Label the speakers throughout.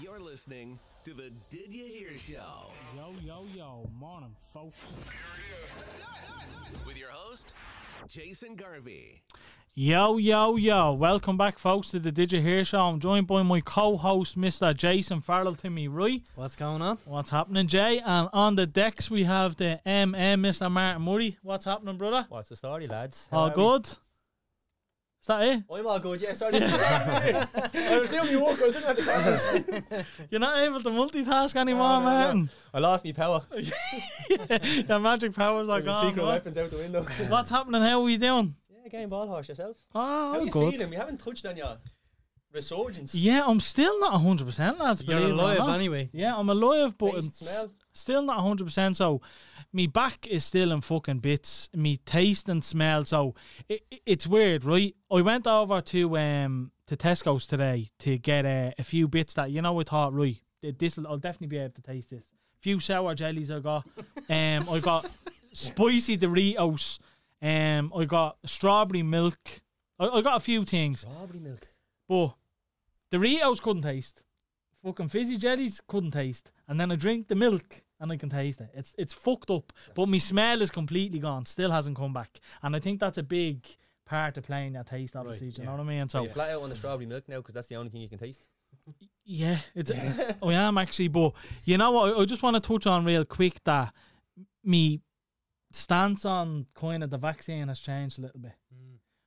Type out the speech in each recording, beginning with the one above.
Speaker 1: You're listening to the Did You Hear Show
Speaker 2: Yo, yo, yo. Morning, folks.
Speaker 1: with your host, Jason Garvey.
Speaker 2: Yo, yo, yo. Welcome back, folks, to the Did You Hear Show. I'm joined by my co host, Mr. Jason Farrell to me, right?
Speaker 3: What's going on?
Speaker 2: What's happening, Jay? And on the decks, we have the MM, Mr. Martin Murray. What's happening, brother?
Speaker 3: What's the story, lads? How
Speaker 2: All
Speaker 3: are we? Oh,
Speaker 2: good? Is that
Speaker 3: I'm all good, yeah, sorry. I was doing my work, I was looking at the cameras.
Speaker 2: it? You're not able to multitask anymore,
Speaker 3: No, no,
Speaker 2: man.
Speaker 3: I lost my power.
Speaker 2: Your magic powers are
Speaker 3: There's
Speaker 2: gone.
Speaker 3: secret
Speaker 2: man.
Speaker 3: weapons out the window.
Speaker 2: What's happening? How are we doing?
Speaker 3: yeah, game ball horse yourself.
Speaker 2: Oh,
Speaker 3: How are
Speaker 2: I'm
Speaker 3: you
Speaker 2: good.
Speaker 3: feeling? We haven't touched on your resurgence.
Speaker 2: Yeah, I'm still not 100%, lads.
Speaker 4: You're
Speaker 2: believe it or
Speaker 4: alive
Speaker 2: not.
Speaker 4: anyway.
Speaker 2: Yeah, I'm alive, but
Speaker 3: Face
Speaker 2: I'm
Speaker 3: smell.
Speaker 2: s- still not 100%. So, me back is still in fucking bits. Me taste and smell. So, it, it- it's weird, right? I went over to um to Tesco's today to get uh, a few bits that, you know, I thought, right, this I'll definitely be able to taste this. few sour jellies I got. um, I got spicy Doritos. Um, I got strawberry milk. I, I got a few things.
Speaker 3: Strawberry milk.
Speaker 2: But Doritos couldn't taste. Fucking fizzy jellies couldn't taste. And then I drink the milk and I can taste it. It's it's fucked up. But my smell is completely gone. Still hasn't come back. And I think that's a big part of playing that taste, obviously. do you know what I mean? So
Speaker 3: You're flat out on the strawberry milk now because that's the only thing you can taste.
Speaker 2: Oh, yeah, it's I am actually, but you know what? I, I just want to touch on real quick that me stance on kind of the vaccine has changed a little bit.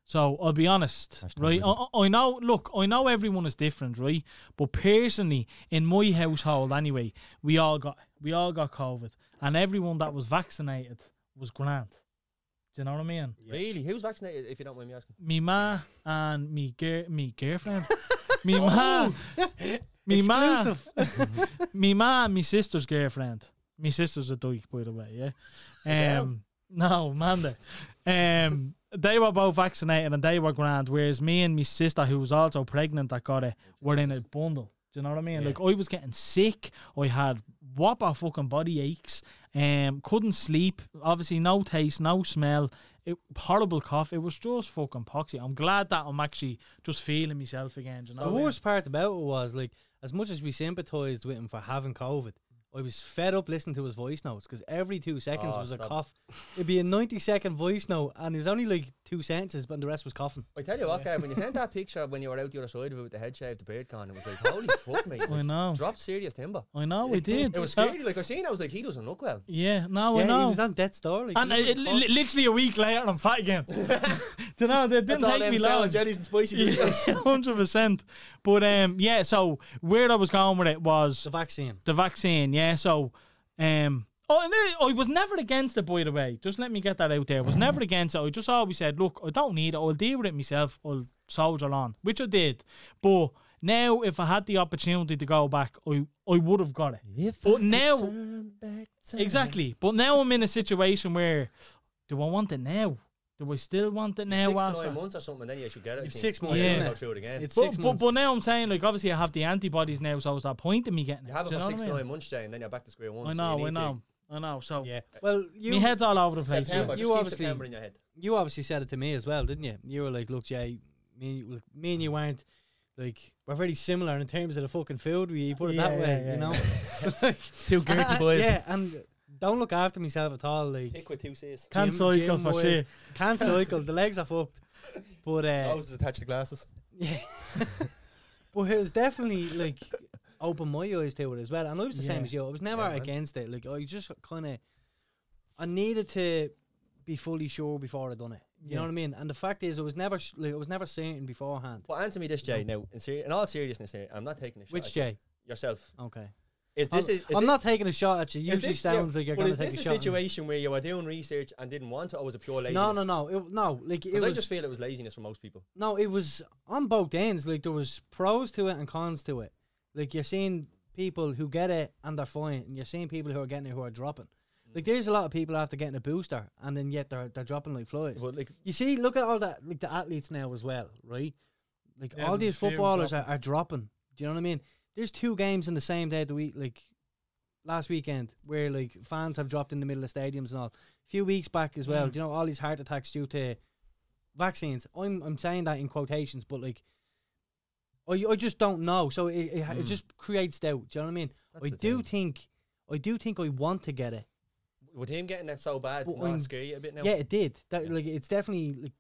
Speaker 2: So I'll be honest, right? I, I I know, look, I know everyone is different, right? But personally, in my household, anyway, we all got we all got COVID, and everyone that was vaccinated was grand. Do you know what I mean?
Speaker 3: Really? Who's vaccinated, if you don't mind me asking?
Speaker 2: me ma and me gir- me girlfriend, me ma, me ma, me ma, and me sister's girlfriend. Me sister's a dyke, by the way. Yeah. Um, no, Manda. Um, they were both vaccinated and they were grand. Whereas me and me sister, who was also pregnant, that got it, were in a bundle. Do you know what I mean? Like I was getting sick. I had whopper fucking body aches. Um, couldn't sleep. Obviously, no taste, no smell. It, horrible cough. It was just fucking poxy. I'm glad that I'm actually just feeling myself again. Do you know?
Speaker 4: The
Speaker 3: Oh,
Speaker 2: what I mean?
Speaker 4: worst part about it was like, as much as we sympathised with him for having COVID, I was fed up listening to his voice notes because every two seconds
Speaker 3: Oh,
Speaker 4: was
Speaker 3: stop.
Speaker 4: a cough. It'd be a ninety-second voice note, and it was only like two sentences, but the rest was coughing.
Speaker 3: I tell you what, Gary, when you sent that picture when you were out the other side of it with the head shaved, the beard gone, it was like, holy fuck, mate.
Speaker 2: I
Speaker 3: like,
Speaker 2: know.
Speaker 3: Dropped serious timber.
Speaker 2: I know we did.
Speaker 3: It was
Speaker 2: Uh,
Speaker 3: scary. Like, I seen it, I was like, he doesn't look well.
Speaker 2: yeah,
Speaker 3: Oh,
Speaker 2: no, I
Speaker 4: yeah,
Speaker 2: know.
Speaker 4: he was on death star. Like,
Speaker 2: And
Speaker 4: he
Speaker 2: it, it,
Speaker 4: was
Speaker 2: eh, li- literally a week later, I'm fat again. Do you know, it didn't
Speaker 3: That's all
Speaker 2: take
Speaker 3: them
Speaker 2: me
Speaker 3: sour
Speaker 2: long.
Speaker 3: jellies and spicy Doritos.
Speaker 2: Hundred percent. But um, yeah. So where I was going with it was
Speaker 4: the vaccine.
Speaker 2: the vaccine. Yeah. So um. Oh, and then- I was never against it, by the way. Just let me get that out there. I was never against it. I just always said, look, I don't need it. I'll deal with it myself. I'll soldier on, which I did. But now, if I had the opportunity to go back, I, I would have got it.
Speaker 3: If
Speaker 2: But now-
Speaker 3: turn back time.
Speaker 2: Exactly. But now I'm in a situation where do I want it now? Do I still want it now?
Speaker 3: six to
Speaker 2: after?
Speaker 3: nine months or something, then you should get it. I
Speaker 4: You've
Speaker 3: think.
Speaker 4: six
Speaker 3: Or
Speaker 4: months,
Speaker 3: you
Speaker 2: yeah.
Speaker 3: should go through it again.
Speaker 4: It's
Speaker 2: But,
Speaker 4: six
Speaker 2: but,
Speaker 4: months.
Speaker 2: but now I'm saying, like, obviously I have the antibodies now, so it's that point in me getting it.
Speaker 3: you have it
Speaker 2: Do
Speaker 3: for
Speaker 2: know what
Speaker 3: six
Speaker 2: I
Speaker 3: to
Speaker 2: mean?
Speaker 3: nine months, Jay, and then you're back to square one.
Speaker 2: I
Speaker 3: so you
Speaker 2: know, I
Speaker 3: need to-
Speaker 2: know, I know. So
Speaker 4: Yeah.
Speaker 3: Uh,
Speaker 4: Well, you
Speaker 2: my head's all over the place.
Speaker 3: September,
Speaker 2: yeah.
Speaker 3: just
Speaker 4: You
Speaker 3: keep
Speaker 4: obviously-
Speaker 3: September in your head.
Speaker 4: you obviously said it to me as well, didn't you? You were like, "Look, Jay, me and you, look, me and you aren't like we're very similar in terms of the fucking food we eat. Put it
Speaker 2: Yeah,
Speaker 4: that
Speaker 2: yeah,
Speaker 4: way,
Speaker 2: yeah,
Speaker 4: you know."
Speaker 2: Two
Speaker 4: Uh, Yeah, and don't look after myself at all. Like
Speaker 3: Pick with two C's.
Speaker 2: Can't
Speaker 4: gym-
Speaker 2: cycle
Speaker 4: gym
Speaker 2: for
Speaker 4: wise-
Speaker 2: shit.
Speaker 4: Can't cycle. the legs are fucked. But uh,
Speaker 3: Nose is attached to glasses.
Speaker 4: yeah. but it was definitely like opened my eyes to it as well. And I was the
Speaker 2: Yeah.
Speaker 4: same as you. I was never
Speaker 3: Yeah, man.
Speaker 4: against it. Like I just kind of, I needed to be fully sure before I done it. You
Speaker 2: Yeah.
Speaker 4: know what I mean? And the fact is, I was never, sh- like, I was never certain beforehand.
Speaker 3: But answer me this, Jay. Now, in, ser- in all seriousness, here, I'm not taking a shot.
Speaker 4: Which
Speaker 3: at you.
Speaker 4: Jay?
Speaker 3: Yourself.
Speaker 4: Okay.
Speaker 3: Is this?
Speaker 4: I'm,
Speaker 3: Is, is
Speaker 4: I'm
Speaker 3: thi-
Speaker 4: not taking a shot at you.
Speaker 3: is
Speaker 4: Usually
Speaker 3: this- yeah,
Speaker 4: sounds like you're
Speaker 3: but
Speaker 4: going
Speaker 3: is
Speaker 4: to take
Speaker 3: this
Speaker 4: a shot. at me.
Speaker 3: situation where you were doing research and didn't want it, or was it pure laziness?
Speaker 4: No, no, no, it, no. Like it
Speaker 3: Because
Speaker 4: was.
Speaker 3: I just feel it was laziness for most people.
Speaker 4: No, it was on both ends. Like there was pros to it and cons to it. Like you're seeing people who get it and they're fine, and you're seeing people who are getting it who are dropping. Like there's a lot of people after getting a booster and then yet they're they're dropping like flies.
Speaker 3: But like,
Speaker 4: You see, look at all that like the athletes now as well, right? Like
Speaker 2: Yeah,
Speaker 4: all
Speaker 2: there's
Speaker 4: these
Speaker 2: a few
Speaker 4: footballers are, are dropping. Do you know what I mean? There's two games in the same day of the week, like last weekend, where like fans have dropped in the middle of stadiums and all. A few weeks back as
Speaker 2: Mm.
Speaker 4: well, do you know, all these heart attacks due to vaccines. I'm I'm saying that in quotations, but like I, I just don't know. So it, it,
Speaker 2: Mm.
Speaker 4: ha- it just creates doubt. Do you know what I mean?
Speaker 3: That's
Speaker 4: I
Speaker 3: the
Speaker 4: do
Speaker 3: thing.
Speaker 4: think I do think I want to get it.
Speaker 3: With him getting that so bad,
Speaker 4: But
Speaker 3: did not
Speaker 4: I'm-
Speaker 3: that scare you a bit now?
Speaker 4: Yeah, it did. That like it's definitely like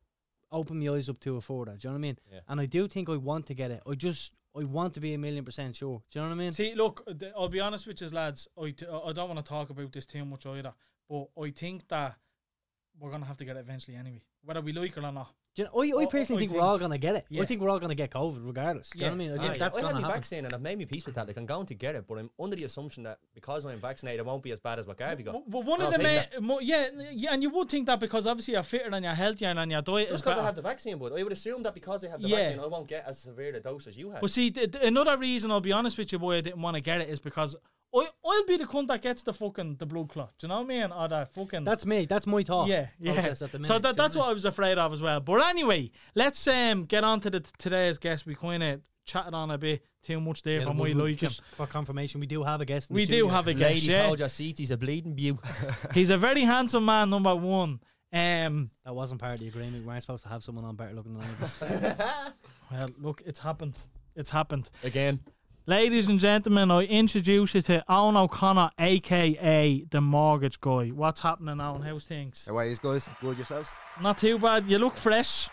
Speaker 4: opened my eyes up to it further. Do you know what I mean?
Speaker 3: Yeah.
Speaker 4: And I do think I want to get it. I just I want to be a million percent sure. Do you know what I mean?
Speaker 2: See, look, th- I'll be honest with you, lads. I, t- I don't want to talk about this too much either, but I think that we're going to have to get it eventually anyway, whether we like it or not.
Speaker 4: Do you know,
Speaker 2: I-
Speaker 4: I, I
Speaker 2: I
Speaker 4: personally think,
Speaker 2: think-
Speaker 4: we're all gonna get it.
Speaker 2: Yeah.
Speaker 4: I think we're all gonna get COVID regardless. Do you know what I mean? I
Speaker 3: Ah,
Speaker 4: think
Speaker 3: yeah.
Speaker 4: that's
Speaker 3: I
Speaker 4: gonna
Speaker 3: had my
Speaker 4: happen.
Speaker 3: vaccine and I've made me peace with that. Like I'm going to get it, but I'm under the assumption that because I'm vaccinated, it won't be as bad as what Garvey got.
Speaker 2: Well, one of
Speaker 3: I'll
Speaker 2: the
Speaker 3: take
Speaker 2: main,
Speaker 3: that.
Speaker 2: mo- yeah, n- yeah, and you would think that because obviously you're fitter and you're healthier and your diet is
Speaker 3: Just because
Speaker 2: better.
Speaker 3: I have the vaccine, but I would assume that because I have the
Speaker 2: Yeah.
Speaker 3: vaccine, I won't get as severe a dose as you had.
Speaker 2: But see, th- th- another reason I'll be honest with you, boy, I didn't want to get it is because I I'll be the cunt that gets the fucking the blood clot. Do you know what I mean? Or that fucking
Speaker 4: That's me. That's my thought.
Speaker 2: yeah, yeah.
Speaker 4: process at
Speaker 2: so
Speaker 4: the minute, do you
Speaker 2: that,
Speaker 4: know
Speaker 2: that's what I was afraid of as well. But anyway, let's um get on to the today's guest. We kind of chatted on a bit too much there
Speaker 4: Yeah,
Speaker 2: from
Speaker 4: we-
Speaker 2: what you
Speaker 4: we-
Speaker 2: like.
Speaker 4: just
Speaker 2: him.
Speaker 4: for confirmation, we do have a guest. in the
Speaker 2: We do
Speaker 4: studio.
Speaker 2: have a guest.
Speaker 3: Ladies,
Speaker 2: Yeah.
Speaker 3: hold your seats. He's a bleeding beau.
Speaker 2: He's a very handsome man, number one. Um,
Speaker 4: That wasn't part of the agreement. We weren't supposed to have someone on better looking than I was.
Speaker 2: well, look, it's happened. It's happened.
Speaker 3: Again,
Speaker 2: Ladies and gentlemen, I introduce you to Owen O'Connor, aka the Mortgage Guy. What's happening, Owen? How's things?
Speaker 5: How are you guys? Good yourselves?
Speaker 2: Not too bad. You look fresh.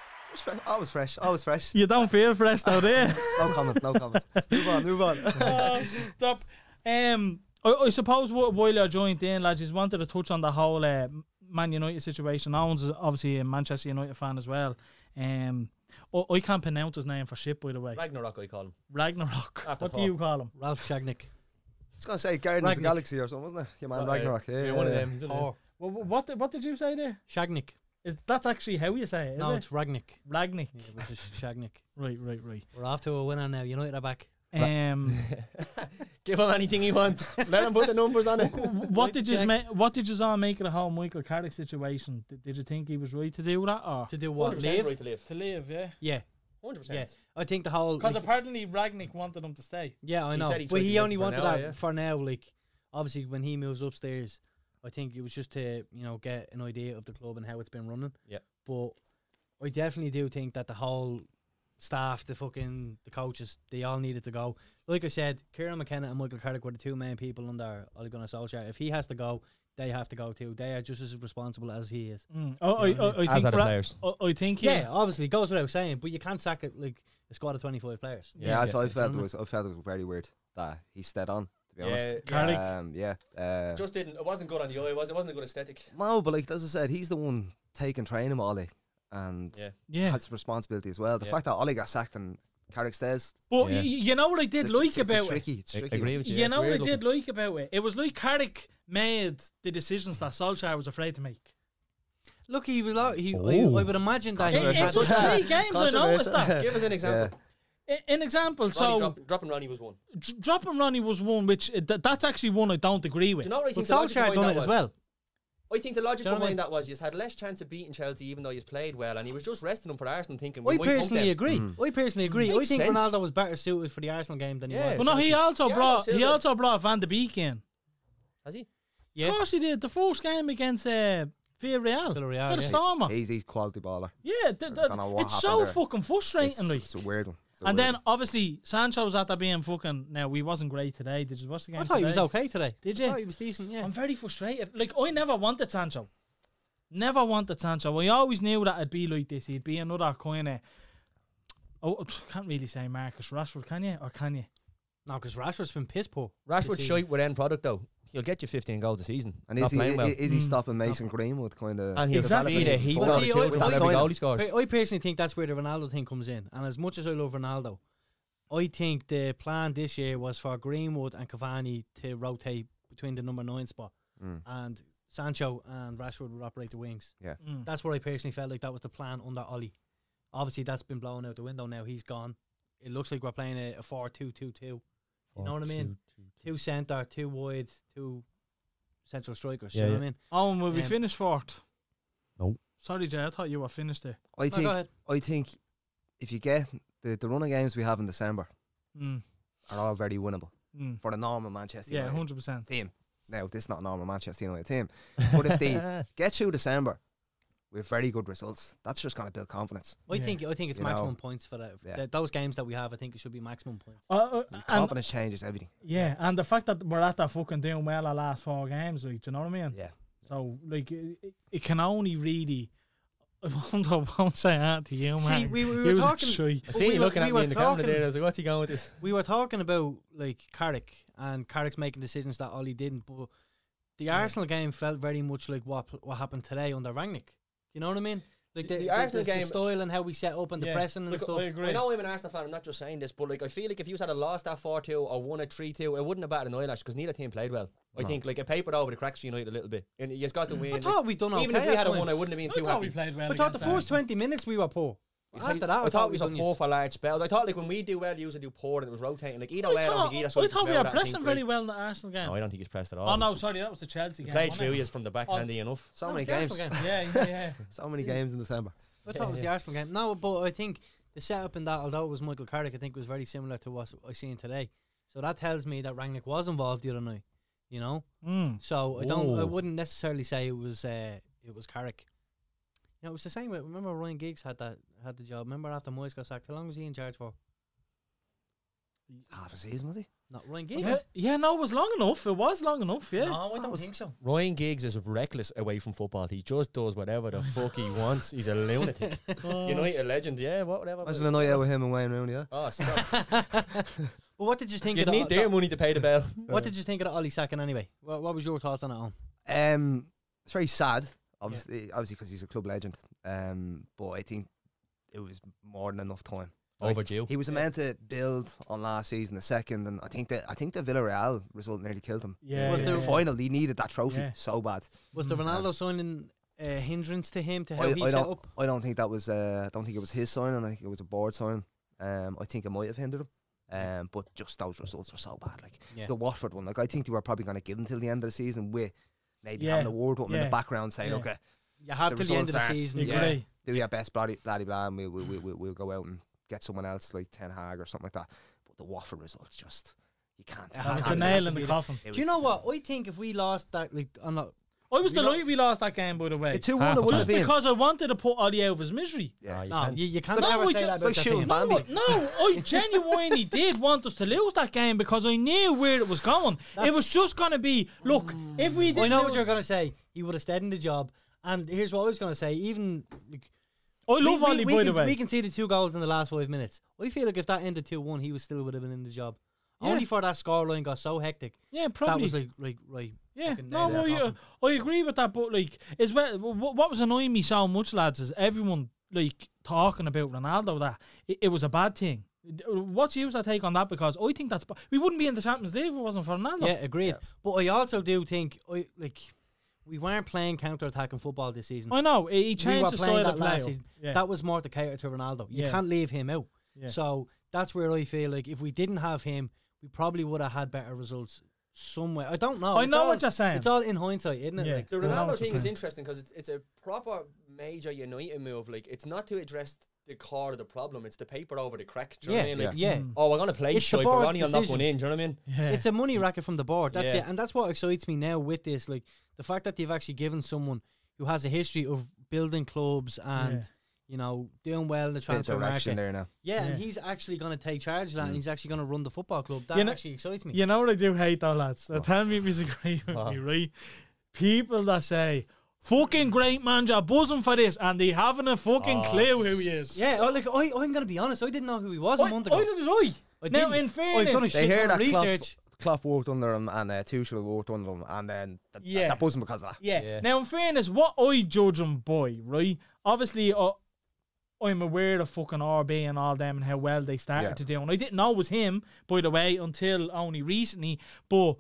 Speaker 5: I was fresh. I was fresh. I was fresh.
Speaker 2: You don't feel fresh though, do you?
Speaker 5: No comment. No comment. move on. Move on.
Speaker 2: Oh, stop. Um, I, I suppose wh- while you're joined in, lads, just wanted to touch on the whole uh, Man United situation. Owen's is obviously a Manchester United fan as well. Um, I, I can't pronounce his name for shit, by the way.
Speaker 3: Ragnarok, I call him.
Speaker 2: Ragnarok.
Speaker 3: After
Speaker 2: what do
Speaker 3: Thor.
Speaker 2: you call him?
Speaker 4: Ralph Shagnick.
Speaker 5: It's gonna say Guardians of the
Speaker 2: Ragnarok.
Speaker 5: Galaxy or something, wasn't it? Your man Ragnarok. Yeah,
Speaker 3: one of
Speaker 5: yeah.
Speaker 3: them. He's
Speaker 4: Oh.
Speaker 3: one of them.
Speaker 2: Wh- wh- What, did- what did you say there?
Speaker 4: Shagnick.
Speaker 2: Is that's actually how you say it? Is
Speaker 4: No,
Speaker 2: it?
Speaker 4: it's Ragnick.
Speaker 2: Ragnick.
Speaker 4: Yeah, it was just Shagnick.
Speaker 2: Right, right, right.
Speaker 4: We're off to a winner now. United are back.
Speaker 2: Um,
Speaker 3: Give him anything he wants. Let him put the numbers on it.
Speaker 2: what did you
Speaker 4: check.
Speaker 2: ma- what did you all make of the whole Michael Carrick situation? Did, did you think he was right to do that or
Speaker 4: To do what?
Speaker 3: 100%
Speaker 4: Leave?
Speaker 3: right to live.
Speaker 2: to leave? Yeah,
Speaker 4: Yeah,
Speaker 3: 100%.
Speaker 4: yeah. I think the whole.
Speaker 2: because
Speaker 4: like-
Speaker 2: apparently Ragnick wanted him to stay.
Speaker 4: yeah, I
Speaker 3: He
Speaker 4: know.
Speaker 3: said he
Speaker 4: but
Speaker 3: tried to
Speaker 4: he
Speaker 3: get
Speaker 4: only
Speaker 3: it for
Speaker 4: wanted
Speaker 3: now,
Speaker 4: that
Speaker 3: yeah.
Speaker 4: for now. Like, obviously, when he moves upstairs, I think it was just to, you know, get an idea of the club and how it's been running.
Speaker 3: Yep.
Speaker 4: But I definitely do think that the whole staff, the fucking the coaches, they all needed to go. Like I said, Kieran McKenna and Michael Carrick were the two main people under Ole Gunnar Solskjaer. If he has to go, they have to go too. They are just as responsible as he is.
Speaker 2: Mm. Oh,
Speaker 4: You know what I
Speaker 2: I, I, I
Speaker 3: As are
Speaker 2: think
Speaker 3: the
Speaker 2: Ra-
Speaker 3: players.
Speaker 2: I, I think
Speaker 4: Yeah,
Speaker 2: yeah.
Speaker 4: obviously goes without saying, but you can't sack it like a squad of twenty five players.
Speaker 5: Yeah, I,
Speaker 3: Yeah.
Speaker 5: felt, I felt
Speaker 4: Yeah.
Speaker 5: it was. I felt it was very weird that he stayed on. To be honest.
Speaker 2: Carrick.
Speaker 5: Um, yeah. Uh,
Speaker 3: Just didn't. It wasn't good on the eye. Was it? Wasn't a good aesthetic.
Speaker 5: no, but like as I said, he's the one taking training with Ollie, and
Speaker 3: Yeah.
Speaker 2: Yeah,
Speaker 5: has responsibility as well. The
Speaker 3: Yeah.
Speaker 5: fact that Ollie got sacked and Carrick stays.
Speaker 2: but
Speaker 3: Yeah.
Speaker 2: y- you know what I did
Speaker 5: it's,
Speaker 2: like
Speaker 5: it's, it's
Speaker 2: about it.
Speaker 5: tricky. It's tricky.
Speaker 2: You know what I did like about it. It was like Carrick made the decisions that Solskjaer was afraid to make.
Speaker 4: Look, he was. Like, he, I,
Speaker 3: Oh.
Speaker 4: I would imagine that.
Speaker 2: In, in
Speaker 4: He,
Speaker 2: the three games, I noticed
Speaker 5: Controversial.
Speaker 2: that.
Speaker 3: Give us an
Speaker 5: Yeah.
Speaker 3: example.
Speaker 2: I- An example,
Speaker 3: Ronnie,
Speaker 2: so
Speaker 3: drop, dropping Ronnie was one.
Speaker 2: dr- dropping Ronnie was one, which uh, th- that's actually one I don't agree
Speaker 3: Do
Speaker 2: with.
Speaker 3: you know what I
Speaker 4: but
Speaker 3: think? the logic
Speaker 4: Solskjaer
Speaker 3: behind
Speaker 4: done
Speaker 3: that
Speaker 4: it as
Speaker 3: was?
Speaker 4: well.
Speaker 3: I think the logic
Speaker 4: Do you know what I
Speaker 3: behind that was you had less chance of beating Chelsea, even though you played well, and he was just resting them for Arsenal, thinking we
Speaker 4: I
Speaker 3: might dunk
Speaker 4: personally
Speaker 3: them.
Speaker 4: agree. I personally agree. I
Speaker 3: Makes
Speaker 4: think
Speaker 3: sense.
Speaker 4: Ronaldo was better suited for the Arsenal game than he
Speaker 3: Yeah.
Speaker 4: was.
Speaker 2: But no, he also
Speaker 3: Yeah,
Speaker 2: brought
Speaker 3: that's it,
Speaker 2: he
Speaker 3: like-
Speaker 2: also brought Van de Beek in.
Speaker 3: Has he?
Speaker 4: Yeah.
Speaker 2: Of course he did. The first game against uh, Villarreal,
Speaker 4: Villarreal,
Speaker 2: got a
Speaker 4: yeah.
Speaker 2: stormer.
Speaker 5: He's he's quality baller.
Speaker 2: yeah, th- th-
Speaker 5: know what
Speaker 2: it's
Speaker 5: happened
Speaker 2: so
Speaker 5: there.
Speaker 2: fucking
Speaker 5: It's,
Speaker 2: frustrating. like.
Speaker 5: it's a weird one. It's a
Speaker 2: And
Speaker 5: weird
Speaker 2: then obviously Sancho was out there being fucking. Now we wasn't great today. Did you watch the game?
Speaker 4: I thought he was
Speaker 2: today?
Speaker 4: okay today.
Speaker 2: Did
Speaker 4: I
Speaker 2: you?
Speaker 4: thought he was decent. Yeah.
Speaker 2: I'm very frustrated. Like I never wanted Sancho. Never wanted Sancho. I always knew that it'd be like this. He'd be another kind of. Oh, can't really say Marcus Rashford, can you? Or can you?
Speaker 4: No, because Rashford's been piss poor.
Speaker 3: Rashford
Speaker 4: This
Speaker 3: shite with end product though. He'll get you 15 goals a season.
Speaker 5: And
Speaker 3: not
Speaker 5: is he,
Speaker 3: playing well. Uh,
Speaker 5: i-
Speaker 4: Hmm.
Speaker 5: is he stopping Mason Greenwood kind of?
Speaker 3: and he'll
Speaker 2: Exactly.
Speaker 3: feed a heap
Speaker 5: Well,
Speaker 3: out of
Speaker 4: see, I-
Speaker 3: children
Speaker 5: I-
Speaker 3: with every
Speaker 5: I-
Speaker 3: goal he scores.
Speaker 4: I, I personally think that's where the Ronaldo thing comes in. And as much as I love Ronaldo, I think the plan this year was for Greenwood and Cavani to rotate between the number nine spot, and Sancho and Rashford would operate the wings.
Speaker 5: Yeah.
Speaker 2: Mm.
Speaker 4: that's where I personally felt like that was the plan under Ollie. Obviously, that's been blown out the window now. He's gone. It looks like we're playing a, a four-two-two-two. You know what I mean? Two centre, two wide, two central strikers.
Speaker 3: Yeah,
Speaker 4: you know
Speaker 3: yeah.
Speaker 4: what I mean?
Speaker 2: Oh, and will we
Speaker 4: Um,
Speaker 2: finish fourth?
Speaker 3: No.
Speaker 2: Sorry, Jay. I thought you were finished there.
Speaker 5: I
Speaker 4: No, go
Speaker 5: think
Speaker 4: ahead.
Speaker 5: I think if you get the, the running games we have in December
Speaker 2: Mm.
Speaker 5: are all very winnable
Speaker 2: Mm.
Speaker 5: for the normal Manchester
Speaker 2: Yeah,
Speaker 5: United
Speaker 2: hundred percent.
Speaker 4: uh,
Speaker 5: team. Now this is not a normal Manchester United team, but if they get through December with very good results. That's just going to build confidence.
Speaker 4: I
Speaker 2: Yeah.
Speaker 4: think I think it's
Speaker 5: You
Speaker 4: maximum
Speaker 5: know,
Speaker 4: points for that.
Speaker 5: yeah.
Speaker 4: Th- those games that we have, I think it should be maximum points.
Speaker 2: Uh, uh,
Speaker 5: And
Speaker 2: and,
Speaker 5: confidence changes everything.
Speaker 2: yeah, and the fact that we're at that fucking doing well our last four games, like, do you know what I mean?
Speaker 5: Yeah.
Speaker 2: So, like, it, it- it can only really. I won't, I won't say that to you, man.
Speaker 4: See, we, we
Speaker 2: It
Speaker 4: were
Speaker 2: was a
Speaker 4: talking.
Speaker 2: shy.
Speaker 3: I see
Speaker 4: we
Speaker 3: you
Speaker 4: were-
Speaker 3: looking
Speaker 4: we
Speaker 3: at
Speaker 4: were
Speaker 3: me in the camera
Speaker 4: talking-
Speaker 3: there. I was like, what's he going with this?
Speaker 4: We were talking about like Carrick and Carrick's making decisions that Ollie didn't, but the Arsenal game felt very much like what what happened today under Rangnick. You know what I mean? Like
Speaker 3: The-
Speaker 4: the,
Speaker 3: the
Speaker 4: the-
Speaker 3: Arsenal
Speaker 4: the
Speaker 3: game-
Speaker 4: style and how we set up and
Speaker 2: Yeah.
Speaker 4: the pressing and
Speaker 3: Look,
Speaker 4: stuff.
Speaker 2: I agree.
Speaker 3: I know I'm an Arsenal fan. I'm not just saying this, but like I feel like if you had a lost that four two or won at three two, it wouldn't have batted an eyelash because neither team played well. I think like it papered over the cracks for United a little bit, and you just got the win.
Speaker 4: I thought we done okay.
Speaker 3: even if we
Speaker 4: at
Speaker 3: had a
Speaker 4: times.
Speaker 3: one, I wouldn't have been too happy.
Speaker 2: played well.
Speaker 4: I thought the first twenty minutes we were poor.
Speaker 3: I
Speaker 4: After
Speaker 3: thought,
Speaker 4: that, I,
Speaker 3: I thought we were
Speaker 4: done
Speaker 3: poor
Speaker 4: yes.
Speaker 3: for large spells. I thought like when we do well, usually do poor, and it was rotating. Like either
Speaker 2: I
Speaker 3: way, I don't
Speaker 2: thought,
Speaker 3: think either
Speaker 2: I
Speaker 3: side
Speaker 2: thought we
Speaker 3: played
Speaker 2: were
Speaker 3: that, I
Speaker 2: pressing
Speaker 3: think,
Speaker 2: very
Speaker 3: like-
Speaker 2: well in the Arsenal game.
Speaker 3: No, I don't think he's pressed at all.
Speaker 2: oh, no, sorry, that was the Chelsea
Speaker 3: He
Speaker 2: game.
Speaker 3: played
Speaker 2: wasn't
Speaker 3: through
Speaker 2: it?
Speaker 3: years from the back,
Speaker 2: Oh.
Speaker 3: handy enough.
Speaker 5: So
Speaker 4: No,
Speaker 5: many
Speaker 4: the
Speaker 5: games.
Speaker 4: Arsenal game.
Speaker 2: Yeah, yeah, yeah.
Speaker 5: So many games in December.
Speaker 4: I thought it was the Arsenal game. No, but I think the setup in that, although it was Michael Carrick, I think was very similar to what I seen today. So that tells me that Rangnick was involved the other night. You know,
Speaker 2: Mm.
Speaker 4: so I don't. I
Speaker 2: Ooh.
Speaker 4: wouldn't necessarily say it was uh, it was Carrick. You know, it was the same. way- Remember Ryan Giggs had that had the job. Remember after Moyes got sacked, how long was he in charge for?
Speaker 5: Half a season, was he?
Speaker 4: Not Ryan
Speaker 2: Was
Speaker 4: Giggs.
Speaker 2: it? Yeah, no, it was long enough. It was long enough, yeah.
Speaker 4: No, I
Speaker 5: That
Speaker 4: don't
Speaker 5: was-
Speaker 4: think so.
Speaker 3: Ryan Giggs is reckless away from football. He just does whatever the fuck he wants. He's a lunatic. United legend, yeah, what- whatever.
Speaker 5: Imagine a night out with him and Wayne Rooney. Yeah.
Speaker 3: Oh, stop.
Speaker 4: But what did you think?
Speaker 3: you
Speaker 4: of the-
Speaker 3: need their money to pay the bill.
Speaker 4: What did you think of the Ollie sacking anyway? What, what was your thoughts on it? All?
Speaker 5: Um, it's very sad, obviously, obviously because he's a club legend. Um, but I think it was more than enough time. Like,
Speaker 3: Overdue.
Speaker 5: He was meant to build on last season, the second, and I think that I think the Villarreal result nearly killed him.
Speaker 2: Yeah,
Speaker 4: Was
Speaker 5: In
Speaker 4: there-
Speaker 5: the final? He needed that trophy
Speaker 2: Yeah.
Speaker 5: so bad.
Speaker 4: Was the
Speaker 2: Mm.
Speaker 4: Ronaldo signing a hindrance to him to how
Speaker 5: I,
Speaker 4: he
Speaker 5: I
Speaker 4: set
Speaker 5: don't.
Speaker 4: up?
Speaker 5: I don't think that was. Uh, I don't think it was his signing. I think it was a board signing. Um, I think it might have hindered him. Um, but just those results were so bad. Like
Speaker 4: Yeah.
Speaker 5: the Watford one. Like I think they were probably going to give him till the end of the season with maybe
Speaker 2: Yeah.
Speaker 5: having a word with him in
Speaker 2: Yeah.
Speaker 5: the background saying,
Speaker 2: Yeah.
Speaker 5: "Okay,
Speaker 4: You have
Speaker 5: the
Speaker 4: till the end of the
Speaker 5: results aren't-
Speaker 4: season.
Speaker 2: You
Speaker 5: Yeah.
Speaker 2: agree?
Speaker 5: do your best, bloody bloody blah, and we'll, we'll, we'll, we'll go out and get someone else like Ten Hag or something like that. But the Watford results just you can't.
Speaker 4: It
Speaker 5: you
Speaker 4: has
Speaker 5: can't
Speaker 2: The
Speaker 5: do
Speaker 2: nail
Speaker 5: that.
Speaker 2: in the
Speaker 5: It
Speaker 2: coffin.
Speaker 5: was-
Speaker 4: Do you know what? I think if we lost that, like, I'm not.
Speaker 2: I was
Speaker 4: We lo-
Speaker 2: delighted we lost that game, by the way.
Speaker 5: The two one
Speaker 3: Half
Speaker 5: it
Speaker 3: a
Speaker 5: would
Speaker 2: Just
Speaker 5: have been.
Speaker 2: because I wanted to put Ollie out of his misery.
Speaker 5: Yeah.
Speaker 3: you
Speaker 4: No,
Speaker 3: can't.
Speaker 4: you, you can't
Speaker 2: No,
Speaker 4: ever
Speaker 2: we
Speaker 4: say
Speaker 2: did-
Speaker 4: that
Speaker 2: it's
Speaker 4: about
Speaker 5: like
Speaker 4: the
Speaker 5: shooting
Speaker 4: team.
Speaker 5: back. Bambi.
Speaker 2: No, I genuinely did want us to lose that game because I knew where it was going. it
Speaker 4: That's- Mm.
Speaker 2: was just going to be, look, if we didn't.
Speaker 4: I know what
Speaker 2: lose-
Speaker 4: you're going to say. He would have stayed in the job. And here's what I was going to say. Even like,
Speaker 2: I love
Speaker 4: we,
Speaker 2: Ollie,
Speaker 4: we,
Speaker 2: by
Speaker 4: we
Speaker 2: the
Speaker 4: can,
Speaker 2: way.
Speaker 4: we can see the two goals in the last five minutes. I feel like if that ended two one, he was still would have been in the job.
Speaker 2: Yeah.
Speaker 4: Only for that scoreline got so hectic.
Speaker 2: yeah, probably.
Speaker 4: That was like, like, right.
Speaker 2: Yeah,
Speaker 4: fucking
Speaker 2: no,
Speaker 4: nail in
Speaker 2: well,
Speaker 4: the
Speaker 2: yeah,
Speaker 4: coffin.
Speaker 2: I agree with that. But like, is what what was annoying me so much, lads, is everyone like talking about Ronaldo that it, it was a bad thing. D- What's your take on that? Because I think that's b- we wouldn't be in the Champions League if it wasn't for Ronaldo.
Speaker 4: Yeah, agreed. But I also do think, I like, we weren't playing counter attacking football this season.
Speaker 2: I know he he
Speaker 4: we
Speaker 2: changed
Speaker 4: were
Speaker 2: the
Speaker 4: playing
Speaker 2: style
Speaker 4: that
Speaker 2: of play.
Speaker 4: last season.
Speaker 2: Yeah.
Speaker 4: That was more to cater to Ronaldo. You
Speaker 2: Yeah.
Speaker 4: can't leave him out.
Speaker 2: Yeah.
Speaker 4: So that's where I feel like if we didn't have him, we probably would have had better results somewhere. I don't know.
Speaker 2: I
Speaker 4: It's
Speaker 2: know
Speaker 4: all-
Speaker 2: what you're saying.
Speaker 4: It's all in hindsight, isn't it?
Speaker 2: Yeah.
Speaker 4: Like,
Speaker 3: The
Speaker 2: Yeah.
Speaker 3: Ronaldo
Speaker 2: Yeah.
Speaker 3: thing is interesting because it's, it's a proper major United move. Like it's not to address the core of the problem; it's the paper over the crack. Do you
Speaker 4: yeah,
Speaker 3: know what I mean?
Speaker 4: yeah.
Speaker 3: Like, oh, we're gonna play
Speaker 4: It's the
Speaker 3: shy, but
Speaker 4: board's
Speaker 3: Ronnie will knock one
Speaker 4: decision.
Speaker 3: in. Do you know what I mean?
Speaker 2: Mm. yeah.
Speaker 4: It's a money racket from the board. That's
Speaker 3: Yeah.
Speaker 4: it. And that's what excites me now with this. Like the fact that they've actually given someone who has a history of building clubs and
Speaker 2: Yeah.
Speaker 4: you know doing well in the
Speaker 5: Bit of
Speaker 4: transfer
Speaker 5: direction
Speaker 4: market.
Speaker 5: there now.
Speaker 4: Yeah, and
Speaker 2: Yeah. Mm.
Speaker 4: he's actually going to take charge of that, and he's actually going to run the football club. That
Speaker 2: You know-
Speaker 4: actually excites me.
Speaker 2: You know what I do hate though, lads? Now tell me if you disagree with
Speaker 3: Wow.
Speaker 2: me, right? People that say, fucking great man, you're buzzing for this, and they haven't a fucking
Speaker 3: Oh,
Speaker 2: clue who he is.
Speaker 4: Yeah, oh, like I, I'm going to be honest. I didn't know who he was
Speaker 2: I,
Speaker 4: a month ago.
Speaker 2: I did I.
Speaker 4: I
Speaker 2: now,
Speaker 4: didn't.
Speaker 2: in fairness,
Speaker 4: I've done a
Speaker 5: They
Speaker 4: shit
Speaker 5: hear
Speaker 4: ton of
Speaker 5: that
Speaker 4: research.
Speaker 5: Klopp, Klopp walked under him and uh, Tuchel walked under him, and then th- th-
Speaker 2: Yeah.
Speaker 5: that wasn't because of that.
Speaker 2: Yeah.
Speaker 3: Yeah.
Speaker 2: Now, in fairness, what I judge him by, right? Obviously, uh, I'm aware of fucking RB and all them and how well they started
Speaker 5: Yeah.
Speaker 2: to do. And I didn't know it was him, by the way, until only recently. But